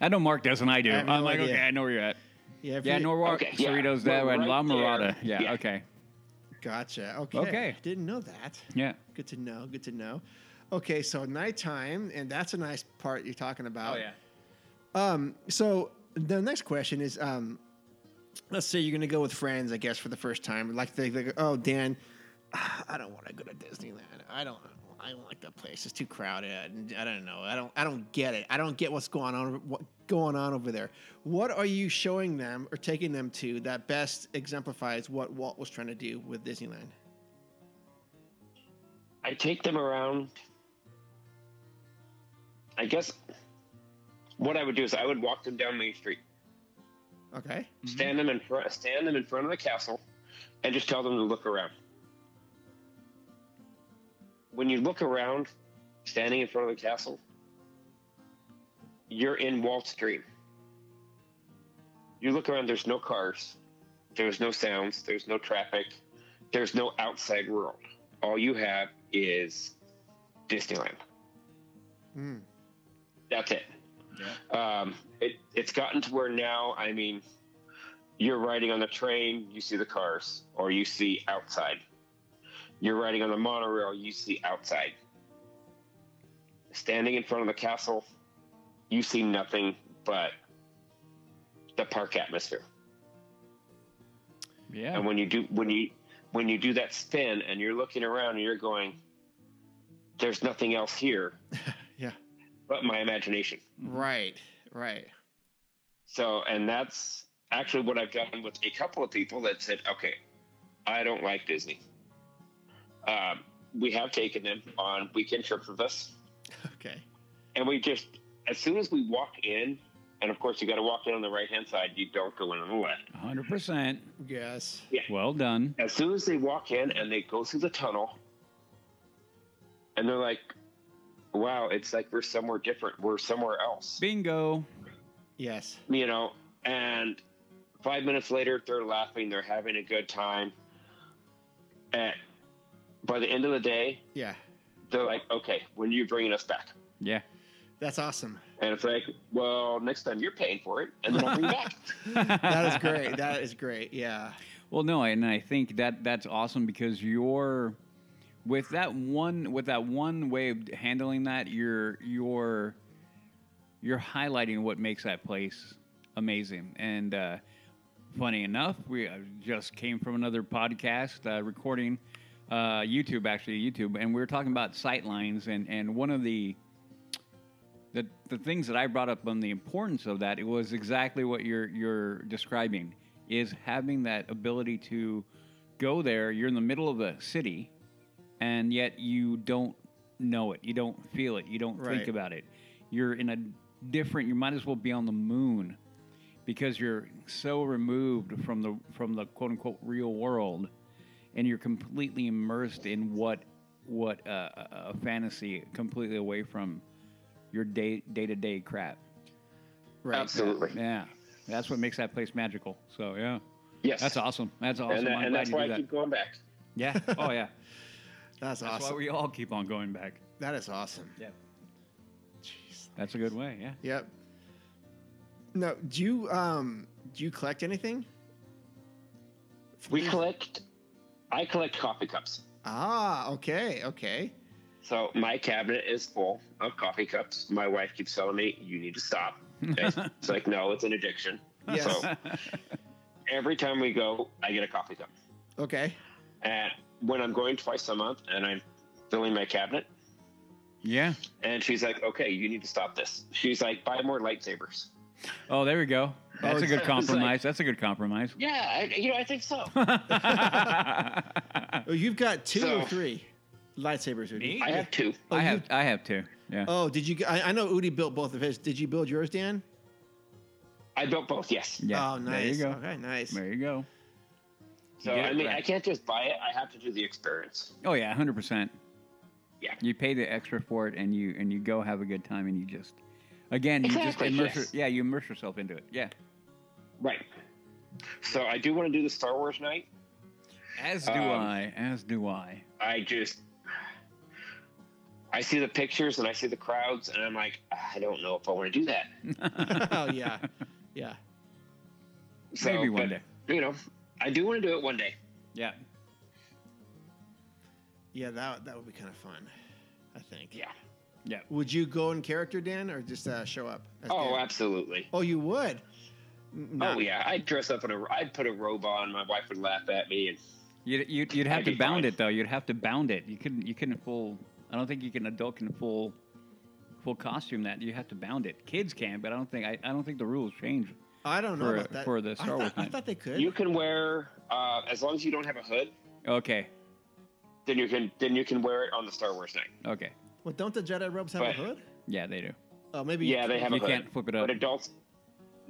I know Mark doesn't. I do. I I have am no like, idea. okay, I know where you're at. Yeah, if Yeah, you- Norwalk, Okay, yeah. Cerritos, We're that one, right La there. Mirada. Yeah, Yeah. okay. Gotcha. Okay. Okay. Didn't know that. Yeah. Good to know. Good to know. Okay, so nighttime, and that's a nice part you're talking Oh, about. Um, so the next question is, um, let's say you're gonna go with friends, I guess, for the first time. Like they, they go, oh, Dan, I don't want to go to Disneyland. I don't. I don't like that place. It's too crowded. and I don't know. I don't. I don't get it. I don't get what's going on. What going on over there? What are you showing them or taking them to that best exemplifies what Walt was trying to do with Disneyland? I take them around. I guess what I would do is I would walk them down Main Street, Okay. stand them in front, stand them in front of the castle, and just tell them to look around. When you look around, standing in front of the castle, you're in Walt's dream. You look around. There's no cars. There's no sounds. There's no traffic. There's no outside world. All you have is Disneyland. Mm. That's it. Um, it. It's gotten to where now, I mean, you're riding on the train, you see the cars, or you see outside. You're riding on the monorail, you see outside. Standing in front of the castle, you see nothing but the park atmosphere. Yeah. And when you do when you when you do that spin and you're looking around and you're going, there's nothing else here Yeah. but my imagination. Right. Right. So, and that's actually what I've done with a couple of people that said, okay, I don't like Disney. Um, we have taken them on weekend trips with us. Okay. And we just, as soon as we walk in, and of course, you got to walk in on the right hand side, you don't go in on the left. 100%. Yes. Well done. As soon as they walk in and they go through the tunnel, and they're like, wow, it's like we're somewhere different. We're somewhere else. Bingo. Yes. you know, and five minutes later, they're laughing, they're having a good time. And by the end of the day, Yeah. they're like, okay, when are you bringing us back? Yeah. That's awesome. And it's like, well, next time you're paying for it, and then I'll bring you back. That is great. that is great. Yeah. Well, no, and I think that that's awesome because you're with that one with that one way of handling that you're you're you're highlighting what makes that place amazing. And uh, funny enough, we uh, just came from another podcast uh, recording uh, YouTube actually YouTube, and we were talking about sightlines and and one of the the, the things that I brought up on the importance of that it was exactly what you're you're describing is having that ability to go there. You're in the middle of the city, and yet you don't know it. You don't feel it. You don't Right. think about it. You're in a different. You might as well be on the moon because you're so removed from the from the quote unquote real world, and you're completely immersed in what what uh, a a fantasy completely away from your day day to day crap. Right. Absolutely. Yeah, that's what makes that place magical. So yeah, Yes. that's awesome. That's awesome. And, that- I'm and glad that's you why do that. I keep going back. Yeah. Oh yeah. That's That's awesome. why we all keep on going back. that is awesome. Yeah. That's a good way. Yeah. Yep. No, do you um do you collect anything? We collect, I collect coffee cups. Ah, okay, okay. So my cabinet is full of coffee cups. My wife keeps telling me, "You need to stop." it's like, no, it's an addiction. Yes. So every time we go, I get a coffee cup. Okay. And when I'm going twice a month, and I'm filling my cabinet, Yeah. and she's like, "Okay, you need to stop this." She's like, "Buy more lightsabers." Oh, there we go. That's a good it's like- compromise. That's a good compromise. Yeah, I, you know, I think so. I Oh, you've got two or So- three lightsabers. Udi. Me? I have two. Oh, you- have I have two. Yeah. Oh, did you? I, I know Udi built both of his. Did you build yours, Dan? I built both. Yes. yeah. Oh, There nice. you go. Okay, nice. There you go. So You get I it mean, right. I can't just buy it. I have to do the experience. Oh yeah, hundred percent. Yeah. You pay the extra for it, and you and you go have a good time, and you just, again, you Exactly, just immerse. your- yes. yeah, you immerse yourself into it. Yeah. Right. So I do want to do the Star Wars night. As do Um, I. As do I. I just I see the pictures and I see the crowds, and I'm like, "Ah, I don't know if I want to do that. oh yeah, yeah. So, Maybe one but, You know, I do want to do it one day. Yeah. Yeah, that that would be kind of fun, I think. Yeah. Yeah. Would you go in character, Dan, or just uh, show up? as Oh, Dan? absolutely. oh, you would. N- no. Oh yeah, I'd dress up in a. I'd put a robe on. My wife would laugh at me, and You'd, you'd, you'd have I'd to be bound fine. it though. You'd have to bound it. You couldn't you couldn't full. I don't think you can adult can full full costume that. You have to bound it. Kids can, but I don't think I, I don't think the rules change. I don't know for- about that. for the I Star thought- Wars I night. thought they could. you can wear uh, as long as you don't have a hood. Okay. Then you can then you can wear it on the Star Wars night. Okay. well, don't the Jedi robes have a But- hood? Yeah, they do. Oh, maybe. you Yeah, they can- have You a hood. can't flip it up. But adults,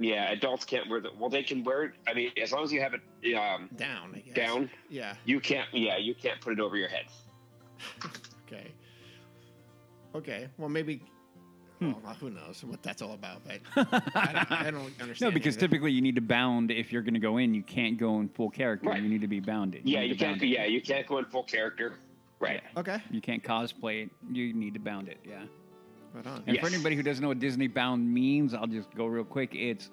yeah, adults can't wear the. Well, they can wear it. I mean, as long as you have it um, down. I guess. down, Yeah. you can't. Yeah, you can't put it over your head. Okay. Okay. Well, maybe. Hmm. Well, who knows what that's all about? But I don't, I don't understand. No, any because of it. typically you need to bound if you're going to go in. You can't go in full character. Right. You need to be bounded. Yeah, need you to can't. bound it. Yeah, you can't go in full character. Right. Yeah. Okay. You can't cosplay it. You need to bound it. Yeah. Right on. And for Yes. anybody who doesn't know what Disney bound means, I'll just go real quick. It's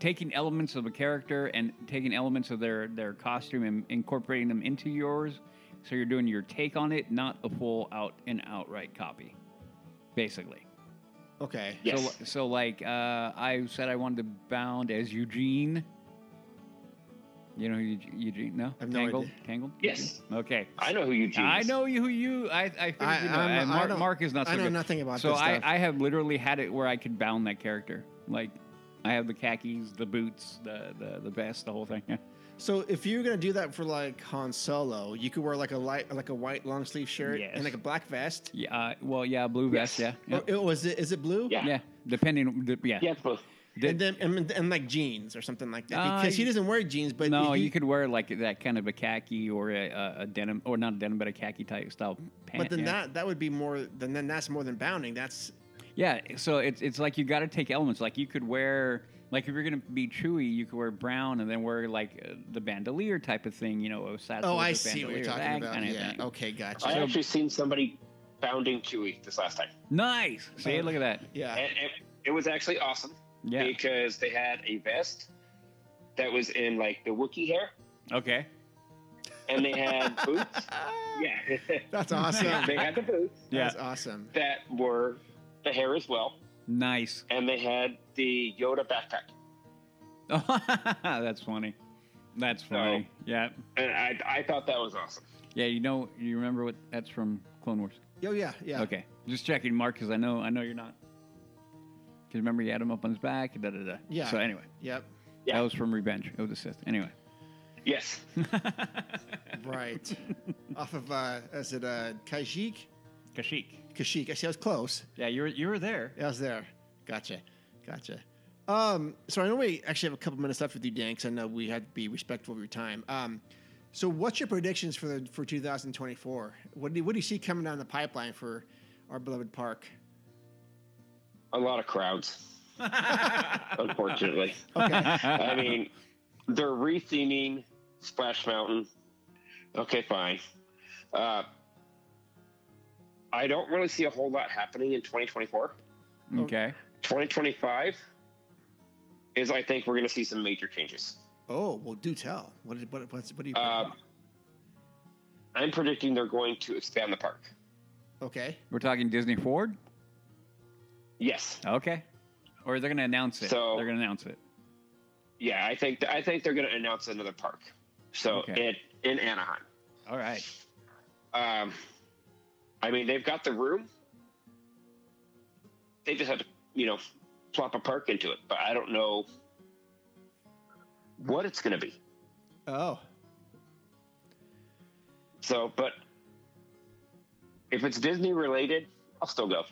taking elements of a character and taking elements of their their costume and incorporating them into yours. So you're doing your take on it, not a full out and outright copy, basically. Okay. Yes. So, so like uh, I said, I wanted to bound as Eugene. You know who Eug- Eugene? No, have no Tangled. idea. Tangled. Yes. Eugene? Okay. I know who you. choose. I know you who you. I I figured I- you know. I'm- and I Mark, don't- Mark is not. So I know good. nothing about So this I stuff. I have literally had it where I could bound that character. Like I have the khakis, the boots, the the, the vest, the whole thing. Yeah. So if you're gonna do that for like Han Solo, you could wear like a light, like a white long sleeve shirt Yes. and like a black vest. yeah uh, well, yeah, blue vest. Yes. Oh, Yeah. Or, it was it is it blue? Yeah. Yeah. yeah. Depending. d- Yeah. Yeah, it's both. And then and, and like jeans or something like that Uh, because he doesn't wear jeans. But No, if you could wear like that kind of a khaki or a, a, a denim, or not a denim, but a khaki type style pant. But then yeah. that that would be more. Then then that's more than bounding. That's Yeah, so it's it's like you got to take elements. Like you could wear, like if you're gonna be Chewy, you could wear brown and then wear like uh, the bandolier type of thing. You know, a satchel. oh, with I a see what you're bandolier, talking that about. kinda Yeah. oh. thing. Okay. Gotcha. I actually seen somebody bounding Chewie this last time. Nice. Oh. See, look at that. yeah. And it, it was actually awesome Uh. Yeah. because they had a vest that was in like the Wookiee hair, Okay. and they had boots. Yeah, That's awesome. they had the boots That's awesome. that were the hair as well, Nice. and they had the Yoda backpack. That's funny. That's funny. Yeah. And I, I thought that was awesome. Yeah. You know, you remember what? That's from Clone Wars. Oh yeah. Yeah. Okay. Just checking, Mark, because I know I know you're not. Because remember, you had him up on his back. Da da da. Yeah. So anyway, Yep. Yeah. that was from Revenge of the Sith. Anyway. Yes. Right. Off of uh, is it uh, Kajik? Kashik. Kashik. I see. I was close. Yeah, you were you were there. I was there. Gotcha. Gotcha. Um, so I know we actually have a couple minutes left with you, Dan, because I know we had to be respectful of your time. Um, so what's your predictions for the, for 2024? What do you, what do you see coming down the pipeline for our beloved park? a lot of crowds. Unfortunately, Okay. I mean, they're retheming Splash Mountain. Okay, fine. Uh, I don't really see a whole lot happening in 2024. Oh. Okay. 2025 is, I think, we're going to see some major changes. oh well, do tell. What did- what what's, what do you? Uh, I'm predicting they're going to expand the park. okay. We're talking Disney Ford? Yes. Okay. Or they're gonna announce it. So- they're gonna announce it. Yeah, I think I think they're going to announce another park. So Okay. in, in Anaheim. All right. Um, I mean, they've got the room. They just have to, you know, plop a park into it. But I don't know what it's going to be. Oh. So, but if it's Disney related, I'll still go.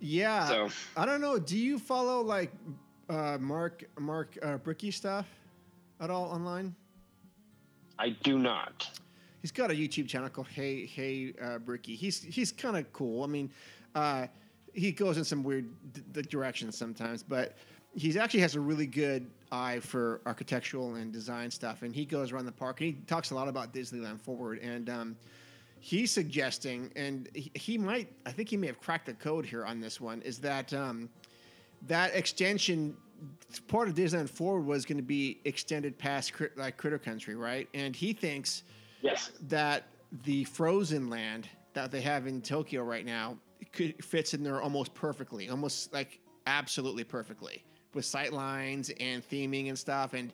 Yeah. So- I don't know. Do you follow like uh, Mark Mark uh, Bricky stuff at all online? I do not. He's got a YouTube channel called Hey Hey uh, Bricky. He's he's kind of cool. I mean, uh, he goes in some weird d- d- directions sometimes, but he actually has a really good eye for architectural and design stuff. And he goes around the park and he talks a lot about Disneyland Forward. And um, he's suggesting, and he, he might, I think he may have cracked the code here on this one, is that um, that extension part of Disneyland Forward was going to be extended past Crit- like Critter Country, right? And he thinks Yes. that the frozen land that they have in Tokyo right now could, fits in there almost perfectly, almost like absolutely perfectly with sight lines and theming and stuff. And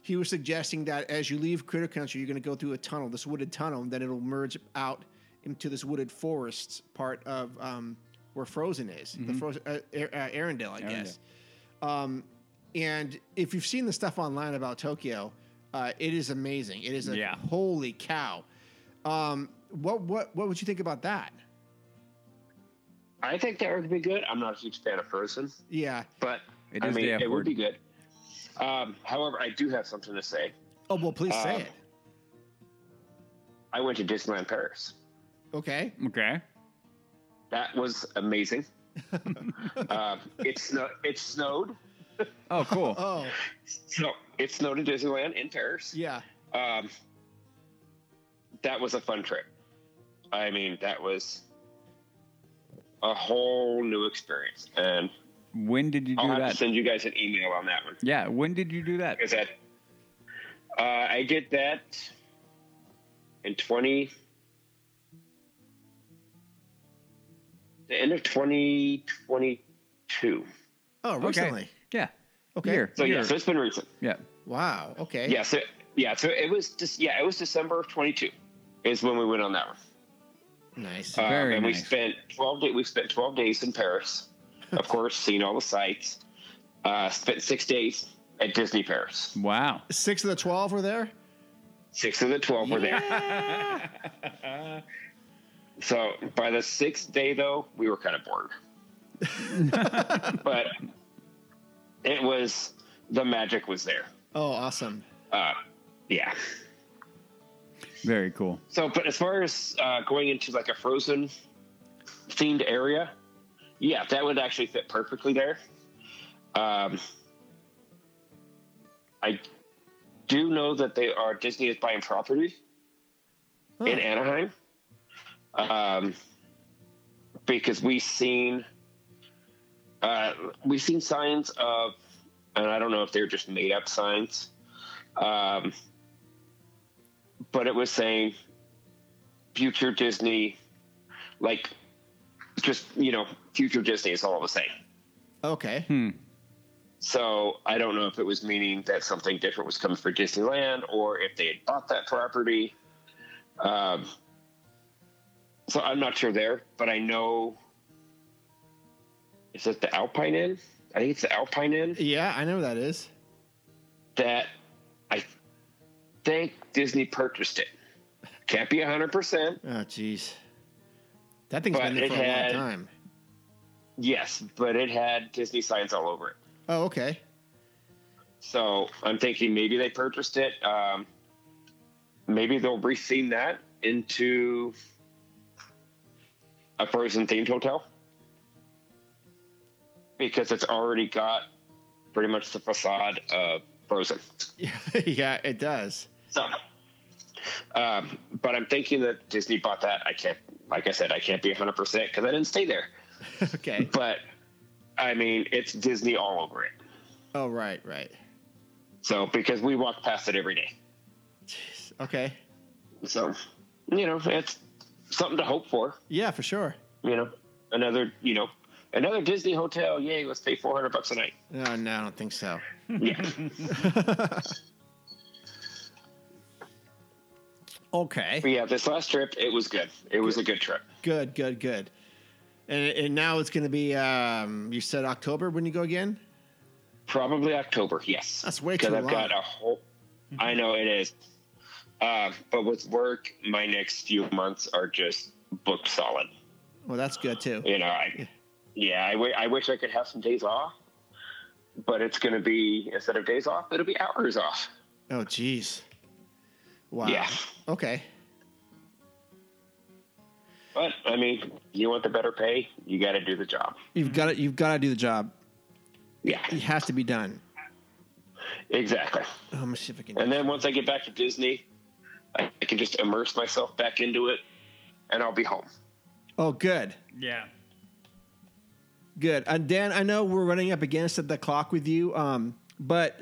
he was suggesting that as you leave Critter Country, you're going to go through a tunnel, this wooded tunnel, and then it'll merge out into this wooded forest part of um, where Frozen is, the frozen, uh, Ar- uh, Arendelle, I guess. And if you've seen the stuff online about Tokyo, uh, it is amazing. It is a Yeah. holy cow. Um, what what what would you think about that? I think that would be good. I'm not a huge fan of Frozen, Yeah. but It I is mean, the F it word. would be good. Um, however, I do have something to say. Oh well, please say Um, it. I went to Disneyland Paris. Okay. Okay. That was amazing. um, it, snow- it snowed. Oh, cool. Oh So it snowed at Disneyland in Paris. yeah. Um, that was a fun trip. I mean, that was a whole new experience. And when did you do I'll have that? to send you guys an email on that one. yeah. When did you do that? Is that uh, I did that in twenty the end of twenty twenty two. Oh recently. Okay. Yeah. Okay. Year. So yeah, Year. so it's been recent. yeah. Wow. Eh? Okay. Yeah, so yeah, so it was just yeah, it was December of twenty two is when we went on that one. Nice. Um, Very and we nice. spent twelve day, we spent twelve days in Paris, of course, seeing all the sights. Uh, spent six days at Disney Paris. Wow. Six of the twelve were there. Six of the twelve were there. So by the sixth day, though, we were kind of bored. but it was the magic was there. Oh awesome. Uh, yeah. Very cool. So, but as far as uh, going into like a frozen themed area, yeah, that would actually fit perfectly there. Um, I do know that they are Disney is buying property in Anaheim. Um, because we seen uh, we seen signs of, and I don't know if they're just made up signs, um, but it was saying future Disney, like just you know future Disney is all the same. Okay. So I don't know if it was meaning that something different was coming for Disneyland or if they had bought that property. Um, so I'm not sure there, but I know. Is it the Alpine Inn? I think it's the Alpine Inn Yeah, I know what that is. that I think Disney purchased it. Can't be 100%. Oh jeez. That thing's But been there it for a had- long time. Yes, but it had Disney signs all over it. Oh okay. So I'm thinking maybe they purchased it. Um, maybe they'll retheme that into a frozen themed hotel because it's already got pretty much the facade of Frozen. yeah, it does. So, um, but I'm thinking that Disney bought that. I can't, like I said, I can't be 100 percent because I didn't stay there. okay. But I mean, it's Disney all over it. Oh right, right. So because we walk past it every day. Okay. So, you know, it's something to hope for. Yeah, for sure. You know, another, you know, another Disney hotel. Yay, let's pay four hundred bucks a night. Oh, no, I don't think so. Yeah, Okay. but yeah. This last trip, it was good. It was a good trip. Good, good, good. And, and now it's going to be, um, you said October when you go again? Probably October. Yes, That's way because too I've long. got a whole. I know it is, uh, but with work, my next few months are just booked solid. Well, that's good too. You know, I yeah, I wi- I wish I could have some days off, but it's going to be instead of days off, it'll be hours off. Oh, jeez. Wow. Yeah. Okay. But I mean, you want the better pay, you got to do the job. You've got to, you've got to do the job. Yeah, It has to be done. exactly. Oh, let me see if I can. And then once I get back to Disney, I, I can just immerse myself back into it and I'll be home. Oh, good. Yeah. Good. And Dan, I know we're running up against the clock with you, um, but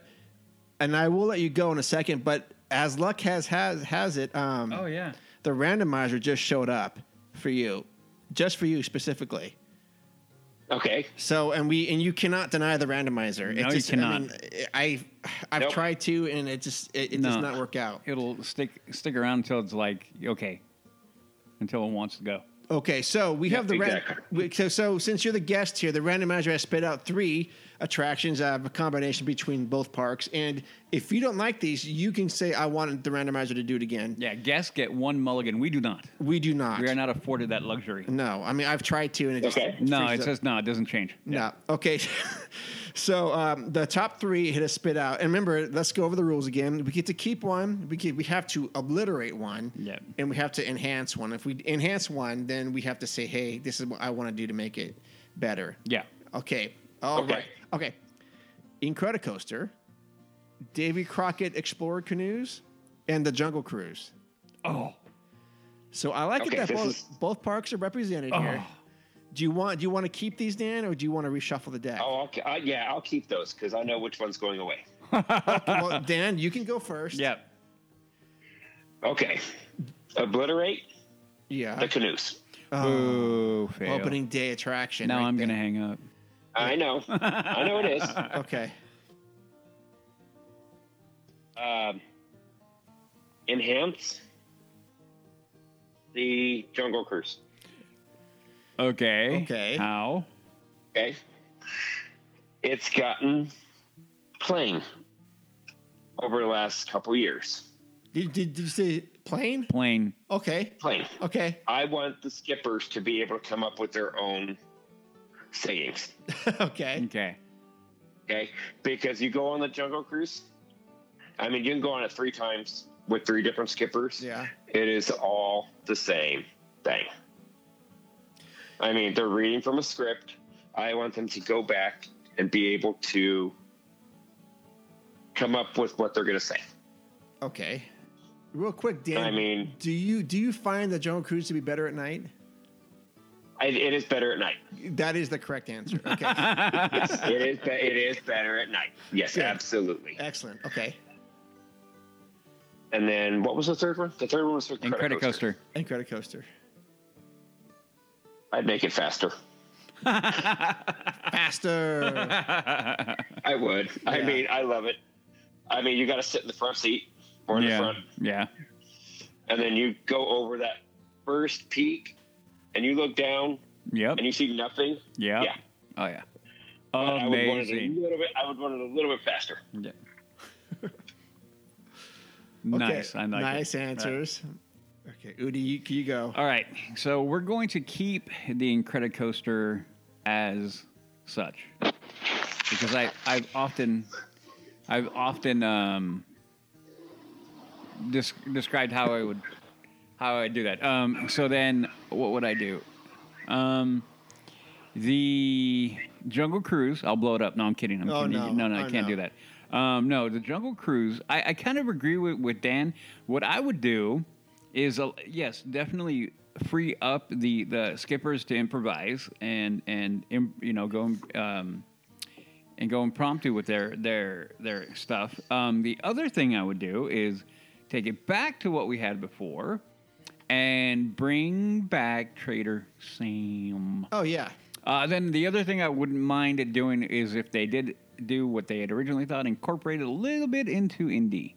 and I will let you go in a second. But as luck has has has it, um, Oh yeah. the randomizer just showed up for you, just for you specifically. Okay. So and we and you cannot deny the randomizer. No, you just, I, cannot. mean, I I've Nope. tried to, and it just it, it does No. not work out. It'll stick stick around until it's like okay, until it wants to go. Okay, so we have the exactly. ran- we- so so since you're the guest here, the randomizer has spit out three attractions out of a combination between both parks. And if you don't like these, you can say I want the randomizer to do it again. Yeah. Guests get one mulligan. We do not. We do not. We are not afforded that luxury. No, I mean I've tried to, and it just Okay. No, freezes it up. says no. It doesn't change. No. Okay. so um, the top three hit a spit out. And remember, let's go over the rules again. We get to keep one. We get, we have to obliterate one. Yeah. And we have to enhance one. If we enhance one, then we have to say, hey, this is what I want to do to make it better. Yeah. Okay. All right. Okay. okay. Okay. Incredicoaster, Davy Crockett Explorer Canoes, and the Jungle Cruise. Oh. So I like Okay, it that this both, is- both parks are represented here. Oh. Do you want do you want to keep these, Dan, or do you want to reshuffle the deck? Oh, I'll, uh, yeah, I'll keep those because I know which one's going away. well, Dan, you can go first. Yeah. Okay. Obliterate Yeah. the canoes. Oh, Ooh, fail. opening day attraction. Now right I'm gonna there. hang up. I know. I know it is. Okay. Um, enhance the jungle cruise. Okay. Okay. How? Okay. It's gotten plain over the last couple years. Did, did, did you say plane? Plane. Okay. Plain. Okay. I want the skippers to be able to come up with their own sayings. okay. Okay. Okay. Because you go on the jungle cruise, I mean, you can go on it three times with three different skippers. Yeah. It is all the same thing. I mean, they're reading from a script. I want them to go back and be able to come up with what they're going to say. Mm. Okay. Real quick, Dan. I mean- do you do you find the Joan Cruise to be better at night? I, it is better at night. That is the correct answer. Okay. Yes, it is. Be, it is better at night. Yes, Yeah. absolutely. Excellent. Okay. And then what was the third one? The third one was for And credit coaster. Incredicoaster. I'd make it faster. Faster. I would. I Yeah. mean, I love it. I mean, you got to sit in the front seat or in yeah. the front, Yeah. and then you go over that first peak, and you look down Yep. and you see nothing. Yep. Yeah. Oh yeah. But I would want it a Amazing. little bit. I would want it a little bit faster. Yeah. Okay. nice. I like it. nice answers. Okay, Udi, you, you go. All right. So we're going to keep the Incredicoaster as such because I I've often I've often um, dis- described how I would how I do that. Um, so then what would I do? Um, the Jungle Cruise. I'll blow it up. No, I'm kidding. I'm Oh, kidding. no. no, no, I Oh, can't do no. that. Um, no, the Jungle Cruise. I, I kind of agree with, with Dan. What I would do is, uh, yes, definitely free up the, the skippers to improvise and and im- you know go um, and go impromptu with their their their stuff. Um, the other thing I would do is take it back to what we had before and bring back Trader Sam. Oh yeah. Uh, then the other thing I wouldn't mind it doing is if they did do what they had originally thought, incorporate it a little bit into indie.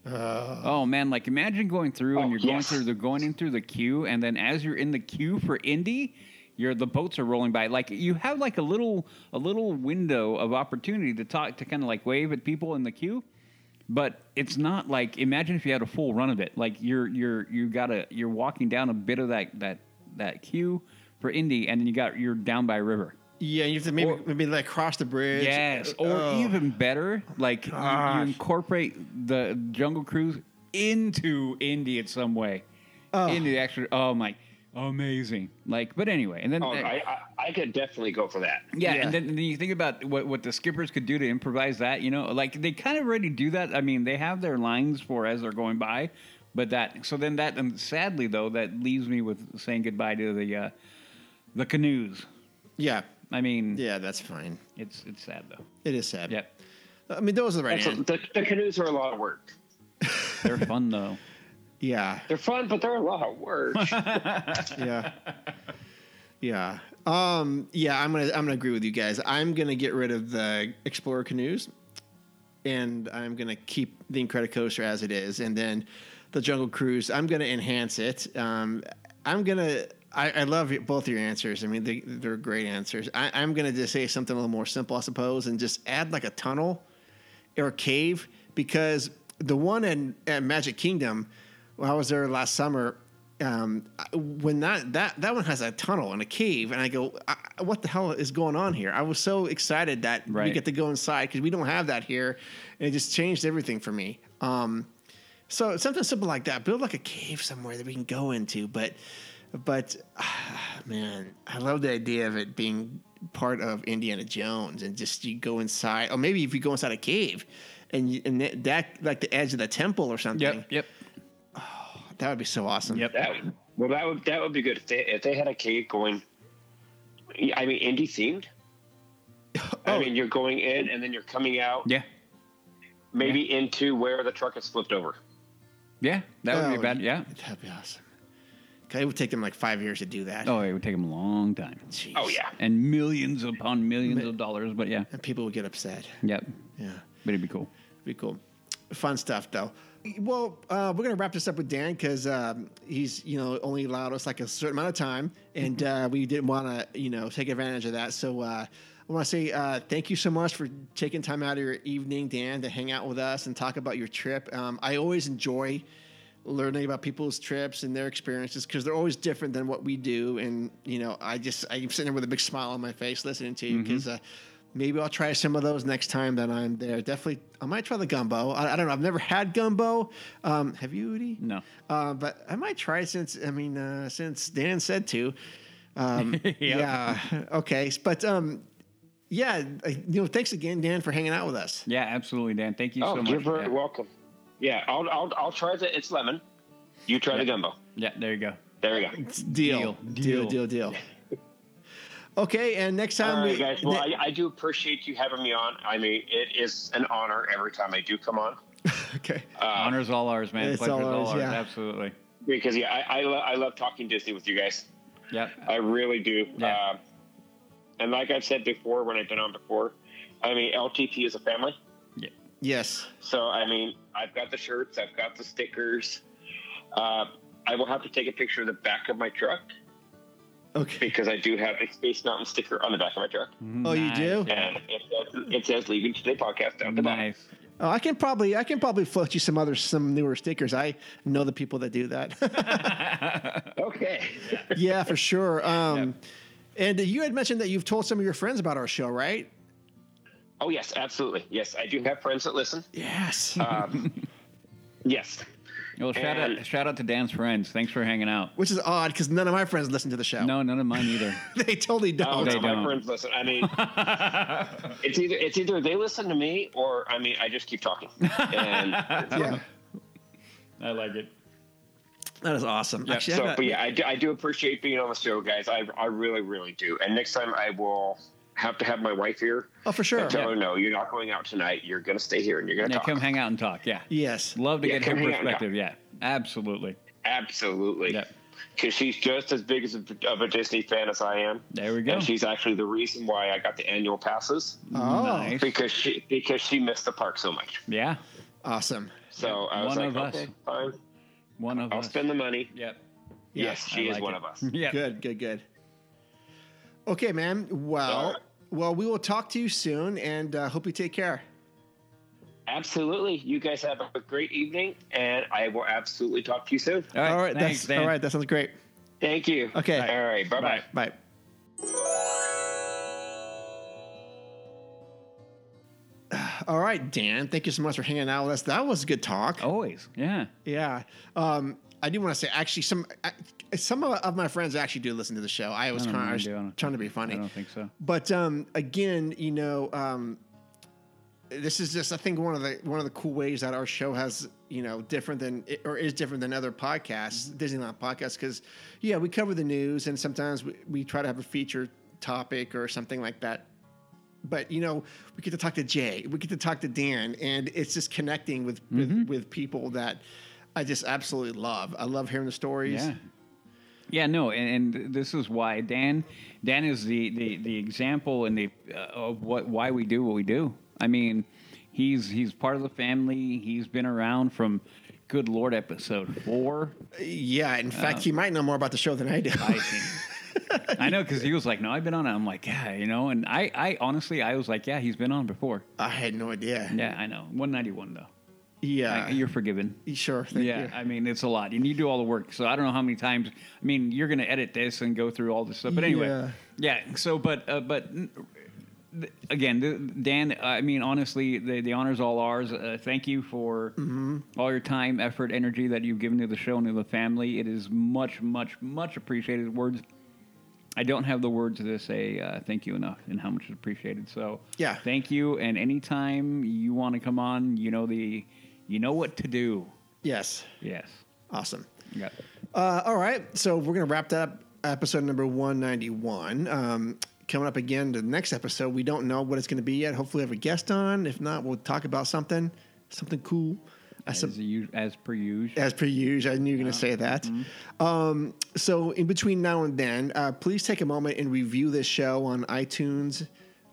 oh man, like imagine going through Oh, and you're going yes. through, they're going in through the queue, and then as you're in the queue for indie, you're the boats are rolling by. Like you have like a little a little window of opportunity to talk to kind of like wave at people in the queue. But it's not like imagine if you had a full run of it. Like you're you're you gotta you're walking down a bit of that that that queue for indie, and then you got you're down by a river. Yeah, you have to maybe Or- maybe like cross the bridge. Yes, or Oh. even better, like you, you gosh. incorporate the Jungle Cruise into indie in some way. Oh. Into the extra, oh my, amazing! Like, but anyway, and then eh, Oh, I, I, I could definitely go for that. yeah, Yeah. and then, and then you think about what, what the skippers could do to improvise that, you know, like they kind of already do that. I mean, they have their lines for as they're going by, But that so then that and sadly though that leaves me with saying goodbye to the uh, the canoes. Yeah. I mean, Yeah, that's fine. it's it's sad though. It is sad. Yep, I mean, those are the right That's a- hand. the, the canoes are a lot of work. they're fun though. Yeah. They're fun, but they're a lot of work. yeah. Yeah. Um, yeah, I'm gonna I'm gonna agree with you guys. I'm gonna get rid of the Explorer canoes and I'm gonna keep the Incredicoaster as it is, and then the Jungle Cruise, I'm gonna enhance it. Um, I'm gonna I, I love your- both your answers. I mean, they, they're great answers. I, I'm gonna just say something a little more simple, I suppose, and just add like a tunnel or cave because the one in at Magic Kingdom, when I was there last summer, um, I- when that that that one has a tunnel and a cave, and I go, I, I- what the hell is going on here? I was so excited that we Right. get to go inside because we don't have that here, and it just changed everything for me. Um, so something simple like that, build like a cave somewhere that we can go into, but. But man, I love the idea of it being part of Indiana Jones and just you go inside, or maybe if you go inside a cave and you, and that, that like the edge of the temple or something. Yep, yep, That would be so awesome. yep. that well, that would that would be good if they if they had a cave going. I mean, indie themed. Oh. I mean, you're going in and then you're coming out, Yeah, maybe into where the truck is flipped over. yeah, that would be bad. Yeah. Oh, that'd be awesome. 'Cause it would take them like five years to do that. Oh, it would take them a long time Jeez. Oh yeah, and millions upon millions of dollars. But yeah, and people would get upset. yep, Yeah. but it'd be cool. Be cool. Fun stuff, though. Well, uh, we're gonna wrap this up with Dan because um, he's you know only allowed us like a certain amount of time, and uh, we didn't want to you know take advantage of that. So uh, I want to say uh, thank you so much for taking time out of your evening, Dan, to hang out with us and talk about your trip. Um, I always enjoy learning about people's trips and their experiences because they're always different than what we do. And you know, I just I'm sitting there with a big smile on my face listening to you because uh, maybe I'll try some of those next time that I'm there. Definitely, I might try the gumbo. I, I don't know. I've never had gumbo. Um, have you, Udi? No. Uh, but I might try since I mean uh, since Dan said to. Um, Yeah. Okay. But um, yeah, uh, you know, thanks again, Dan, for hanging out with us. Yeah, absolutely, Dan. Thank you oh, so much. you're very yeah. welcome. Yeah, I'll, I'll I'll try the it's lemon. You try the gumbo. yeah, there you go. There we go. Deal. Deal. Deal. Deal. Deal. okay, and next time All we right, guys. Well, ne- I, I do appreciate you having me on. I mean, it is an honor every time I do come on. okay. Uh, Honors all ours, man. It's Pleasure's all all ours. ours, yeah. Absolutely. because yeah, I I, lo- I love talking Disney with you guys. Yep. I really do. Yeah. Um, and like I've said before, when I've been on before, I mean LTP is a family. Yeah. Yes. So I mean, I've got the shirts, I've got the stickers. Uh, I will have to take a picture of the back of my truck Okay. because I do have a Space Mountain sticker on the back of my truck, Oh, you do? Yeah. and it says, it says "Leaving Today" podcast down at the bottom. Nice. Oh, I can probably I can probably float you some other some newer stickers. I know the people that do that. Okay. yeah, for sure. Um, And you had mentioned that you've told some of your friends about our show, right? oh yes, absolutely. Yes, I do have friends that listen. Yes. Uh, Yes. Well, shout out, And- shout out to Dan's friends. Thanks for hanging out. Which is odd because none of my friends listen to the show. No, none of mine either. they totally Oh, don't. they no, my don't. friends listen. I mean, it's either it's either they listen to me or I mean I just keep talking. And Yeah, I like it. that is awesome. Actually, I so, got- but yeah, I do, I do appreciate being on the show, guys. I I really really do. And next time I will have to have my wife here. oh, for sure. And tell Yeah. her no, you're not going out tonight. You're gonna stay here and you're gonna Now talk. come hang out and talk. Yeah. Yes. Love to Yeah, get come her hang out and perspective. Yeah. Absolutely. Absolutely. Yeah. Because she's just as big as a, of a Disney fan as I am. There we go. And she's actually the reason why I got the annual passes Oh, Nice. because she because she missed the park so much. Yeah. awesome. So I was One like, of us. okay, fine, One of I'll us. spend the money. Yep. Yes, she I is like one it. of us. Yeah. Good, good, good. Okay, man. Well, All right. well, we will talk to you soon, and uh, hope you take care. Absolutely. You guys have a great evening, and I will absolutely talk to you soon. All right. thanks, that's Dan. all right. That sounds great. Thank you. Okay. All right. Bye bye. Bye. All right, Dan. Thank you so much for hanging out with us. That was a good talk. Always. Yeah. Yeah. Um, I do want to say actually some I, some of, of my friends actually do listen to the show. I was I don't kind know, of I don't- trying to be funny. I don't think so. But um, again, you know, um, this is just I think one of the one of the cool ways that our show has you know different than or is different than other podcasts, Mm-hmm. Disneyland podcasts, because yeah, we cover the news and sometimes we, we try to have a feature topic or something like that. But you know, we get to talk to Jay, we get to talk to Dan, and it's just connecting with Mm-hmm. with, with people that I just absolutely love. I love hearing the stories. Yeah. Yeah, no, and, and this is why Dan, Dan is the the, the example and the uh, of what why we do what we do. I mean, he's he's part of the family. He's been around from, good lord, episode four. Yeah, in fact, he might know more about the show than I do. Uh, I think. I know because he was like, no, I've been on it. I'm like, yeah, you know, and I I honestly I was like, yeah, he's been on before. I had no idea. Yeah, I know. 191 though. Yeah, I- you're forgiven. sure. Thank yeah, you. I mean it's a lot, and you do all the work. So I don't know how many times. I mean, you're going to edit this and go through all this stuff. But anyway, Yeah. yeah. so, but uh, but n- th- again, th- Dan. I mean, honestly, the the honor's all ours. Uh, thank you for all your time, effort, energy that you've given to the show and to the family. It is much, much, much appreciated. Words. I don't have the words to say uh, thank you enough and how much it's appreciated. So Yeah. thank you. And anytime you want to come on, you know the, you know what to do. Yes. Yes. Awesome. Yeah. Uh, all right. So we're going to wrap that up, episode number 191. Um, coming up again to the next episode. We don't know what it's going to be yet. Hopefully, we have a guest on. If not, we'll talk about something, something cool. I As, sup- u- as per usual. as per usual. I knew you were going to say that. Um, so, in between now and then, uh, please take a moment and review this show on iTunes,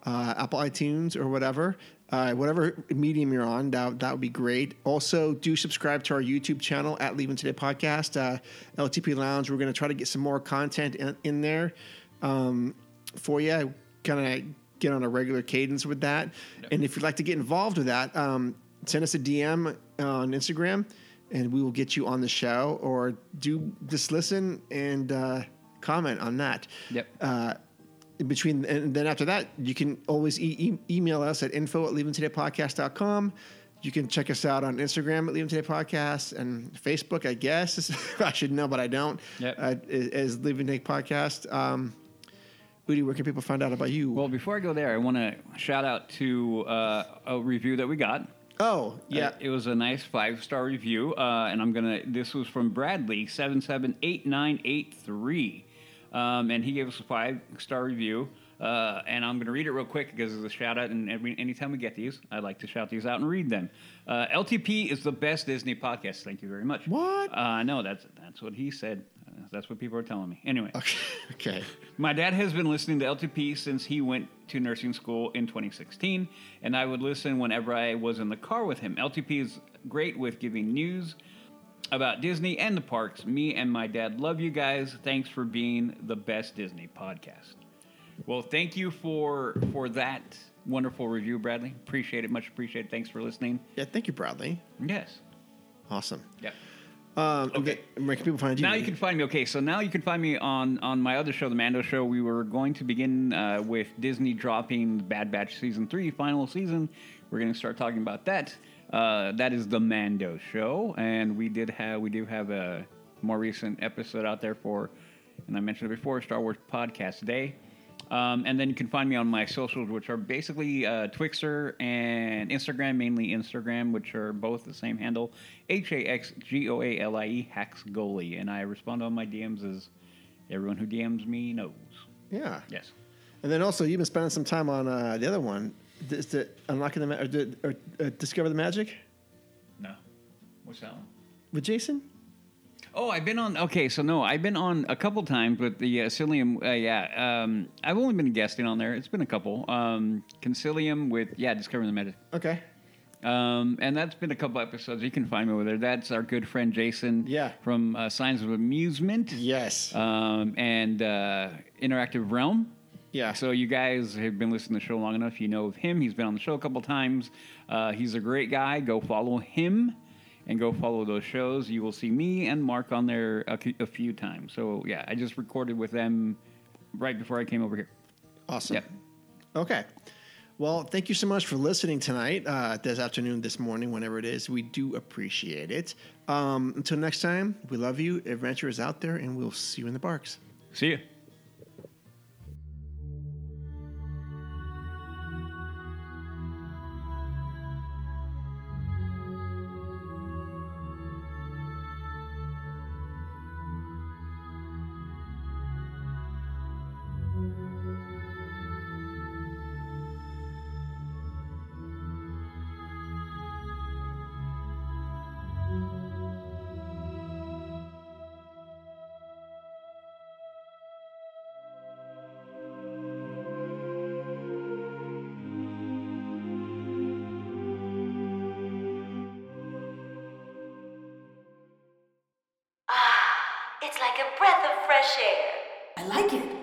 uh, Apple iTunes, or whatever. Uh, whatever medium you're on, that, that would be great. Also, do subscribe to our YouTube channel at Leaving Today Podcast, uh, LTP Lounge. We're going to try to get some more content in, in there um, for you. Kind of get on a regular cadence with that. And if you'd like to get involved with that, um, send us a DM on Instagram and we will get you on the show or do just listen and uh, comment on that. Yep. Uh, in between and then after that you can always e- e- email us at info at leavingtodaypodcast.com you can check us out on instagram at leaving today podcast and facebook i guess i should know but i don't Yep. uh, is, is leaving today podcast um, Udi, where can people find out about you well, before I go there, I want to shout out to uh, a review that we got. oh yeah Uh, it was a nice five star review, uh, and I'm gonna. This was from Bradley seven seven eight nine eight three, um, and he gave us a five star review. Uh, and I'm going to read it real quick because it's a shout out, and every anytime we get these, I like to shout these out and read them. Uh, LTP is the best Disney podcast. Thank you very much. What? Uh, no, that's that's what he said. Uh, that's what people are telling me. Anyway, okay my dad has been listening to LTP since he went to nursing school in 2016, and I would listen whenever I was in the car with him. LTP is great with giving news about Disney and the parks. Me and my dad love you guys. Thanks for being the best Disney podcast. Well, thank you for for that wonderful review, Bradley. Appreciate it. Much appreciated. Thanks for listening. yeah thank you bradley Yes. awesome Yep. um, okay Okay. where can people find you Now you can find me. Okay, so now you can find me on on my other show, The Mando Show. We were going to begin uh, with Disney dropping Bad Batch season three, final season. We're going to start talking about that. Uh, that is the Mando Show, and we did have we do have a more recent episode out there for, and I mentioned it before, Star Wars Podcast Day. Um, and then you can find me on my socials, which are basically uh, Twixer and Instagram, mainly Instagram, which are both the same handle, H A X G O A L I E, Hacks Goalie. And I respond on my DMs as everyone who DMs me knows. yeah Yes. And then also, you've been spending some time on uh, the other one, Is the unlocking the ma- or, the- or uh, discover the magic No. What's that one? with Jason. Oh, I've been on. Okay, so no, I've been on a couple times with the uh, Consilium. Uh, yeah, um, I've only been guesting on there. It's been a couple. Um, Consilium with yeah, Discovering the Magic. Okay. Um, and that's been a couple episodes. You can find me over there. That's our good friend Jason Yeah. from uh, Signs of Amusement Yes. um, and uh, Interactive Realm. Yeah. So you guys have been listening to the show long enough. You know of him. He's been on the show a couple times. Uh, he's a great guy. Go follow him and go follow those shows. You will see me and Mark on there a, few- a few times. So yeah, I just recorded with them right before I came over here. awesome. yep. Okay. Well, thank you so much for listening tonight, uh, this afternoon, this morning, whenever it is. We do appreciate it. Um, until next time, we love you. Adventurers out there, and we'll see you in the parks. See ya. It's like a breath of fresh air. I like it.